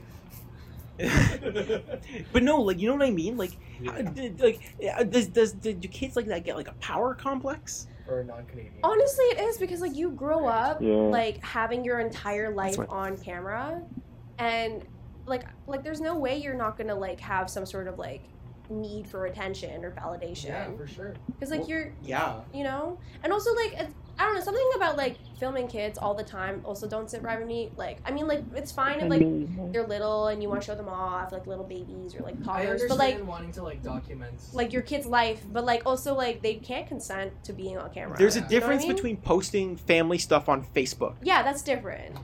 Speaker 2: But no, like you know what I mean? Like uh, d- like uh, does does do do kids like that get like a power complex?
Speaker 8: or non Canadian.
Speaker 4: Honestly, it is because like you grow up
Speaker 3: Yeah.
Speaker 4: like having your entire life
Speaker 5: right.
Speaker 4: on camera, and like like there's no way you're not gonna like have some sort of like need for attention or
Speaker 8: Yeah,
Speaker 4: validation
Speaker 8: for sure.
Speaker 4: because like
Speaker 8: Well-
Speaker 4: you're
Speaker 2: Yeah.
Speaker 4: you know and also like it's, i don't know something about like filming kids all the time also don't sit right with me like i mean like it's fine if like they're little and you want to show them off like little babies or like
Speaker 8: I
Speaker 4: toddlers
Speaker 8: understand
Speaker 4: but like
Speaker 8: wanting to like document.
Speaker 4: like your kid's life but like also like they can't consent to being on camera
Speaker 2: There's a
Speaker 8: Yeah.
Speaker 2: difference
Speaker 4: You know what I
Speaker 2: between posting family stuff on Facebook,
Speaker 4: yeah that's different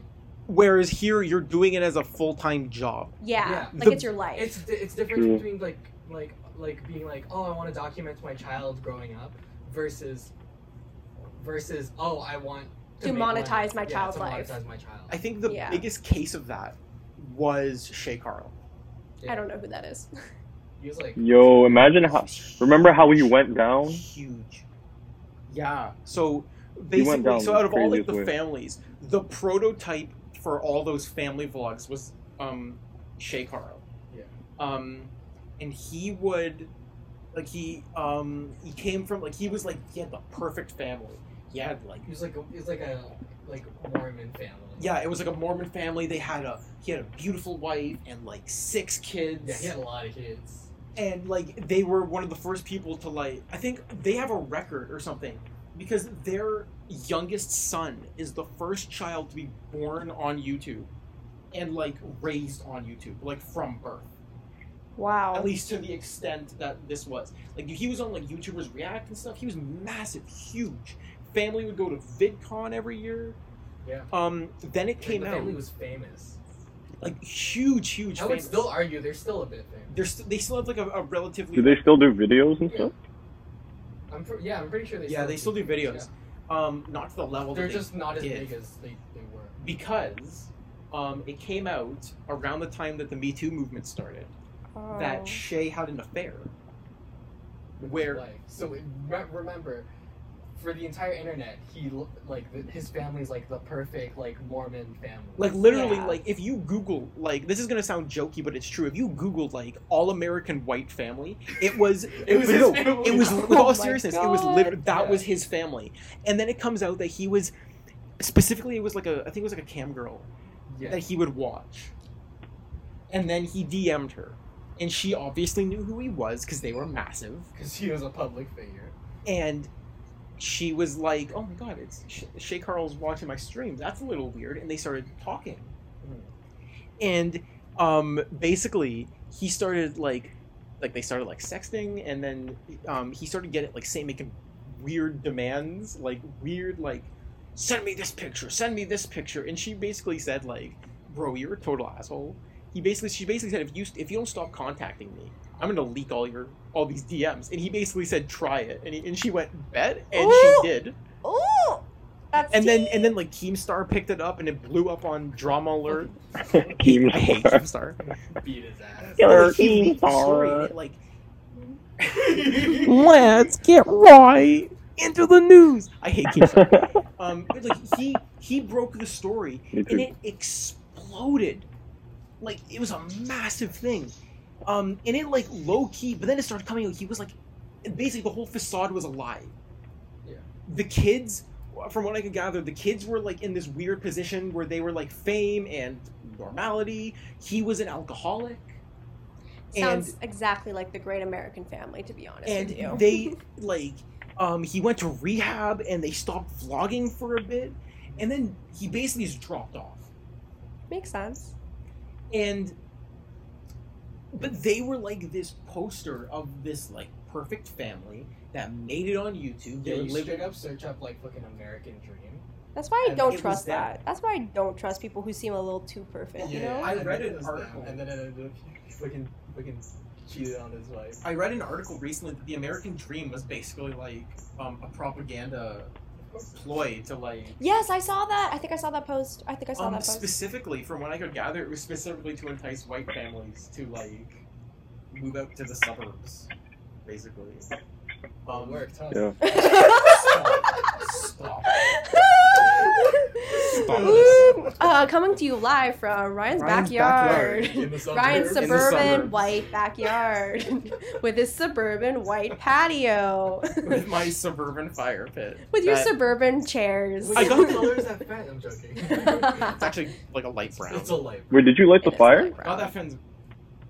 Speaker 2: whereas here you're doing it as a full time job.
Speaker 4: yeah,
Speaker 8: Yeah.
Speaker 4: like
Speaker 2: The-
Speaker 4: it's your life
Speaker 8: it's di- it's different
Speaker 3: True.
Speaker 8: between like like like being like oh I want to document my child growing up versus versus oh I want
Speaker 4: To
Speaker 8: make money."
Speaker 4: monetize my
Speaker 8: Yeah,
Speaker 4: child's
Speaker 8: to
Speaker 4: life.
Speaker 8: monetize my child.
Speaker 2: I think the
Speaker 4: Yeah.
Speaker 2: biggest case of that was Shay Carl.
Speaker 4: i don't know who that is
Speaker 8: He was like
Speaker 3: Yo, imagine how. Remember how he went down?
Speaker 2: Huge. Yeah. So
Speaker 3: He
Speaker 2: basically,
Speaker 3: went down
Speaker 2: so out of all like
Speaker 3: craziest
Speaker 2: the
Speaker 3: way.
Speaker 2: families, the prototype for all those family vlogs was um Shay Carl.
Speaker 8: Yeah.
Speaker 2: Um, and he would like he um he came from like he was like he had the perfect family. He had like
Speaker 8: he was like a, he was like a like Mormon family.
Speaker 2: yeah, it was like a Mormon family. They had a he had a beautiful wife and like six kids.
Speaker 8: yeah, he had a lot of kids.
Speaker 2: and like they were one of the first people to like I think they have a record or something because their youngest son is the first child to be born on YouTube and like raised on YouTube like from birth
Speaker 4: wow
Speaker 2: at least to the extent that this was like he was on like YouTubers React and stuff he was massive huge family would go to VidCon every year
Speaker 8: Yeah.
Speaker 2: um then it
Speaker 8: Like,
Speaker 2: came
Speaker 8: the
Speaker 2: out
Speaker 8: family was famous.
Speaker 2: like huge huge
Speaker 8: I would
Speaker 2: famous.
Speaker 8: still argue they're still a bit famous.
Speaker 2: they're st- they still have like a, a relatively
Speaker 3: Do they still do videos and stuff?
Speaker 8: I'm pr- yeah, I'm pretty sure they.
Speaker 2: yeah they still do videos um not to the level
Speaker 8: Yeah. They're
Speaker 2: that they
Speaker 8: just not as
Speaker 2: did.
Speaker 8: big as they, they were.
Speaker 2: because um, it came out around the time that the Me Too movement started
Speaker 4: Oh.
Speaker 2: that Shay had an affair. Where
Speaker 8: like so it- re- remember for the entire internet he l- like th- his family's like the perfect like mormon family
Speaker 2: like literally
Speaker 4: Yeah.
Speaker 2: like if you Google like this is gonna sound jokey but it's true if you Google like all American white family it was it was
Speaker 8: his
Speaker 2: no,
Speaker 8: family.
Speaker 2: it was with
Speaker 4: Oh
Speaker 2: all
Speaker 4: my
Speaker 2: seriousness it was
Speaker 4: God.
Speaker 2: literally that
Speaker 8: Yeah.
Speaker 2: was his family and then it comes out that he was specifically it was like a I think it was like a cam girl
Speaker 8: yeah
Speaker 2: that he would watch. And then he DM'd her. And she obviously knew who he was because they were massive.
Speaker 8: because he was a public figure
Speaker 2: And she was like, oh my god, it's Sh- Shay Carl's watching my stream. That's a little weird. And they started talking. And um, basically, he started like, like they started like sexting, and then um, he started getting like say making weird demands, like weird like, send me this picture, send me this picture, and she basically said like, bro, you're a total asshole. He basically, she basically said, if you if you don't stop contacting me, I'm gonna leak all your all these DMs. And he basically said, try it, and, he, and she went bet, and
Speaker 4: Ooh.
Speaker 2: she did.
Speaker 4: oh that's
Speaker 2: And then
Speaker 4: deep.
Speaker 2: and then like Keemstar picked it up, and it blew up on Drama Alert.
Speaker 3: Team
Speaker 2: I hate
Speaker 3: Star.
Speaker 2: Keemstar.
Speaker 8: beat his ass
Speaker 2: Or
Speaker 3: Killer
Speaker 2: he-
Speaker 3: Keemstar.
Speaker 2: story, and it, Like, let's get right into the news. I hate Keemstar. um, but, like he he broke the story
Speaker 3: Me
Speaker 2: and
Speaker 3: too.
Speaker 2: it exploded, like it was a massive thing. Um, and it like low key, but then it started coming out. He was like, basically the whole facade was a lie.
Speaker 8: Yeah.
Speaker 2: The kids, from what I could gather, the kids were like in this weird position where they were like fame and normality. He was an alcoholic.
Speaker 4: sounds exactly like the great american family to be honest
Speaker 2: and
Speaker 4: with you
Speaker 2: they like um he went to rehab and they stopped vlogging for a bit and then he basically is dropped off
Speaker 4: makes sense
Speaker 2: and but they were like this poster of this like perfect family that made it on youtube
Speaker 8: yeah
Speaker 2: they
Speaker 8: you
Speaker 2: were living
Speaker 8: straight up search up like fucking american dream
Speaker 4: That's why I
Speaker 2: And it
Speaker 4: don't
Speaker 2: was
Speaker 4: trust
Speaker 2: that.
Speaker 4: that. That's why I don't trust people who seem a little too perfect. You know?
Speaker 2: I
Speaker 8: and
Speaker 2: read
Speaker 8: then
Speaker 2: an
Speaker 8: it was
Speaker 2: article.
Speaker 8: them, and then it ended up fucking fucking cheated on his wife
Speaker 2: i read an article recently that the american dream was basically like um, a propaganda ploy to like
Speaker 4: Yes, I saw that. I think I saw that post. I think I saw
Speaker 2: um,
Speaker 4: that post.
Speaker 2: specifically from what i could gather it was specifically to entice white families to like
Speaker 5: move out to the suburbs, basically. Um, worked, huh?
Speaker 3: Yeah.
Speaker 5: Stop.
Speaker 4: Ooh, uh, coming to you live from
Speaker 2: Ryan's
Speaker 4: Ryan's, backyard.
Speaker 5: In the suburbs.
Speaker 4: Ryan's
Speaker 5: In the
Speaker 4: suburban
Speaker 5: suburbs.
Speaker 4: white backyard with his suburban white patio
Speaker 2: with my suburban fire pit.
Speaker 4: with your
Speaker 2: That-
Speaker 4: suburban chairs.
Speaker 2: I
Speaker 5: Wait,
Speaker 2: got-
Speaker 5: what color is that fan? I'm joking.
Speaker 2: It's actually like a light brown.
Speaker 5: It's a light.
Speaker 3: Wait, did you light the
Speaker 4: It is
Speaker 3: fire?
Speaker 4: light brown.
Speaker 2: Got that fan's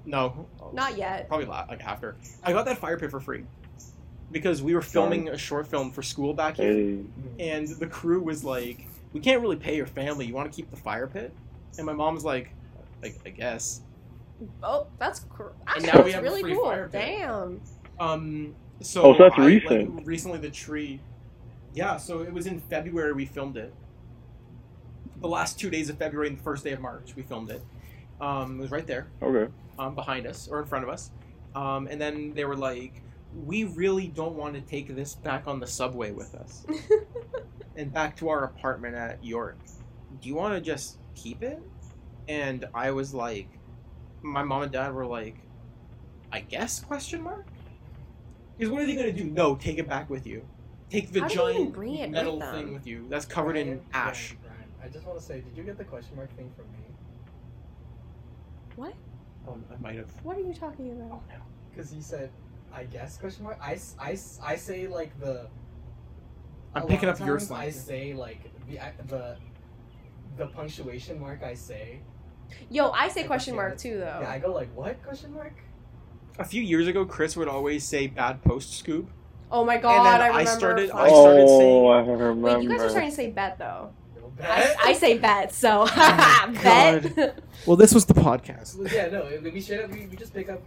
Speaker 2: no,
Speaker 4: Not yet.
Speaker 2: probably la like after. I got that fire pit for free because we were filming a short film for school back here.
Speaker 3: Hey.
Speaker 2: and the crew was like, "We can't really pay your family. You want to keep the fire pit?" And my mom was like, "I, I guess."
Speaker 4: Oh, that's cr- actually
Speaker 2: now we
Speaker 4: that's
Speaker 2: have a
Speaker 4: really
Speaker 2: free
Speaker 4: cool.
Speaker 2: fire pit.
Speaker 4: Damn.
Speaker 2: Um, so
Speaker 3: Oh, so that's
Speaker 2: I, like,
Speaker 3: recent.
Speaker 2: recently, the tree. Yeah, so it was in February we filmed it. The last two days of February and the first day of March we filmed it. Um, it was right there.
Speaker 3: Okay.
Speaker 2: um, behind us or in front of us. Um, and then they were like, we really don't want to take this back on the subway with us and back to our apartment at York. Do you want to just keep it? And I was like, my mom and dad were like, I guess question mark? Because what are they going to do? No, take it back with you. Take the
Speaker 4: How do you even
Speaker 2: giant
Speaker 4: bring it with
Speaker 2: metal
Speaker 4: them?
Speaker 2: thing with you that's covered in
Speaker 5: Ryan,
Speaker 2: ash.
Speaker 5: Ryan, Ryan, I just want to say, did you get the question mark thing from me?
Speaker 4: What?
Speaker 2: Um, I might have.
Speaker 4: What are you talking
Speaker 2: Oh,
Speaker 4: about?
Speaker 5: Because you said, I guess question mark. I, s- I s- I say like the.
Speaker 2: I'm
Speaker 5: a lot
Speaker 2: picking
Speaker 5: of
Speaker 2: up your
Speaker 5: times I
Speaker 2: slang.
Speaker 5: say like the I- the the punctuation mark. I say.
Speaker 4: Yo, I say question mark too though.
Speaker 5: Yeah, I go like what question mark?
Speaker 2: A few years ago, Chris would always say bad post scoop.
Speaker 4: Oh my
Speaker 2: And
Speaker 4: god,
Speaker 2: then
Speaker 4: I
Speaker 2: I
Speaker 4: remember.
Speaker 2: started- I
Speaker 4: flash-
Speaker 2: started
Speaker 3: oh,
Speaker 2: saying-
Speaker 3: I remember.
Speaker 4: Wait, you guys are starting to say bet though.
Speaker 5: No
Speaker 4: I,
Speaker 5: bet.
Speaker 4: I say bet, so
Speaker 2: Oh
Speaker 4: bet.
Speaker 9: Well, this was the podcast.
Speaker 5: Well, yeah, no. it- We straight up we, we just pick up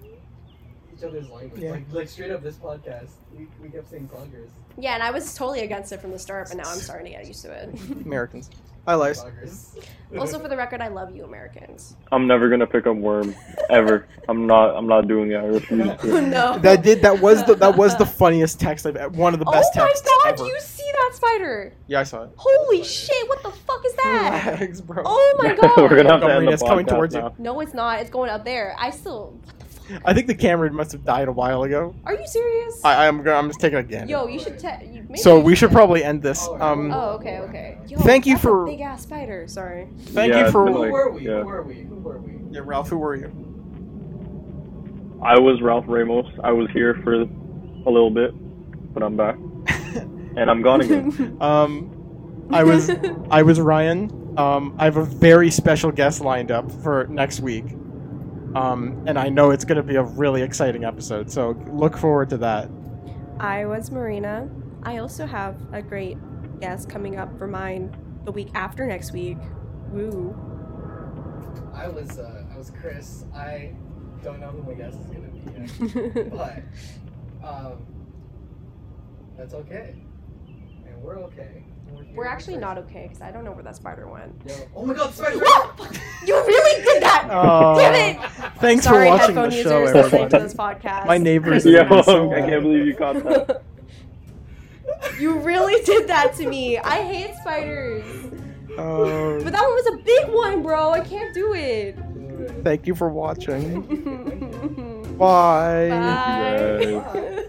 Speaker 5: each other's language.
Speaker 9: Yeah.
Speaker 5: Like, like straight up this podcast, we, we kept saying cloggers.
Speaker 4: Yeah, and I was totally against it from the start, but now I'm starting to get used to it.
Speaker 9: Americans. Hi, Lars.
Speaker 5: Cloggers.
Speaker 4: also, for the record, I love you, Americans.
Speaker 3: I'm never gonna pick up worm ever. I'm not. I'm not doing it. I refuse to.
Speaker 4: no.
Speaker 9: That did. That was the. That was the funniest text I've. One of the best
Speaker 4: oh my
Speaker 9: texts
Speaker 4: god,
Speaker 9: ever.
Speaker 4: you see that spider?
Speaker 9: Yeah, I saw it.
Speaker 4: Holy shit, what the fuck is that?
Speaker 9: Relax, bro.
Speaker 4: Oh my
Speaker 3: We're
Speaker 4: god.
Speaker 3: gonna have to end
Speaker 9: Montgomery,
Speaker 3: the
Speaker 9: it's coming
Speaker 3: podcast
Speaker 9: towards you.
Speaker 3: now.
Speaker 4: no, it's not. It's going up there. I still. What the fuck?
Speaker 9: I think the camera must have died a while ago.
Speaker 4: Are you serious?
Speaker 9: I, I'm. go- I'm just taking a gander.
Speaker 4: Yo, you should. Te- you- maybe
Speaker 9: so
Speaker 4: you
Speaker 9: we should
Speaker 4: te-
Speaker 9: probably end this. Um,
Speaker 4: Oh, okay, okay. Yo,
Speaker 9: Thank you
Speaker 4: that's a
Speaker 9: for-
Speaker 4: Big ass spider, sorry.
Speaker 9: thank
Speaker 3: Yeah,
Speaker 9: you
Speaker 3: it's
Speaker 9: for.
Speaker 3: been
Speaker 5: Who
Speaker 3: like-
Speaker 5: were we?
Speaker 3: yeah.
Speaker 5: Who were we? Who were we?
Speaker 9: yeah, Ralph. Who were you?
Speaker 3: I was Ralph Ramos. I was here for a little bit, but I'm back, and I'm gone again.
Speaker 9: Um, I was. I was Ryan. Um, I have a very special guest lined up for next week. Um, and I know it's going to be a really exciting episode. So look forward to that.
Speaker 4: I was Marina. I also have a great guest coming up for mine the week after next week. Woo.
Speaker 5: I was uh, I was Chris. I don't know who my guest is gonna be yet, but um, that's okay, and we're okay. here
Speaker 4: We're
Speaker 5: in
Speaker 4: actually
Speaker 5: person.
Speaker 4: not okay because I don't know where that spider went.
Speaker 5: Yo- Oh my god, Spider!
Speaker 4: you really did that!
Speaker 9: Uh,
Speaker 4: Damn it!
Speaker 9: Thanks
Speaker 4: Sorry,
Speaker 9: for watching
Speaker 4: headphone
Speaker 9: the show,
Speaker 4: users listening to
Speaker 9: everyone.
Speaker 4: this podcast.
Speaker 9: My neighbors.
Speaker 3: Yo,
Speaker 9: are gonna be so
Speaker 3: I
Speaker 9: mad.
Speaker 3: can't believe you caught that.
Speaker 4: you really did that to me. I hate spiders.
Speaker 9: Oh,
Speaker 4: But that one was a big one, bro. I can't do it.
Speaker 9: thank you for watching. Bye.
Speaker 4: Bye.
Speaker 3: Yes.
Speaker 4: Bye.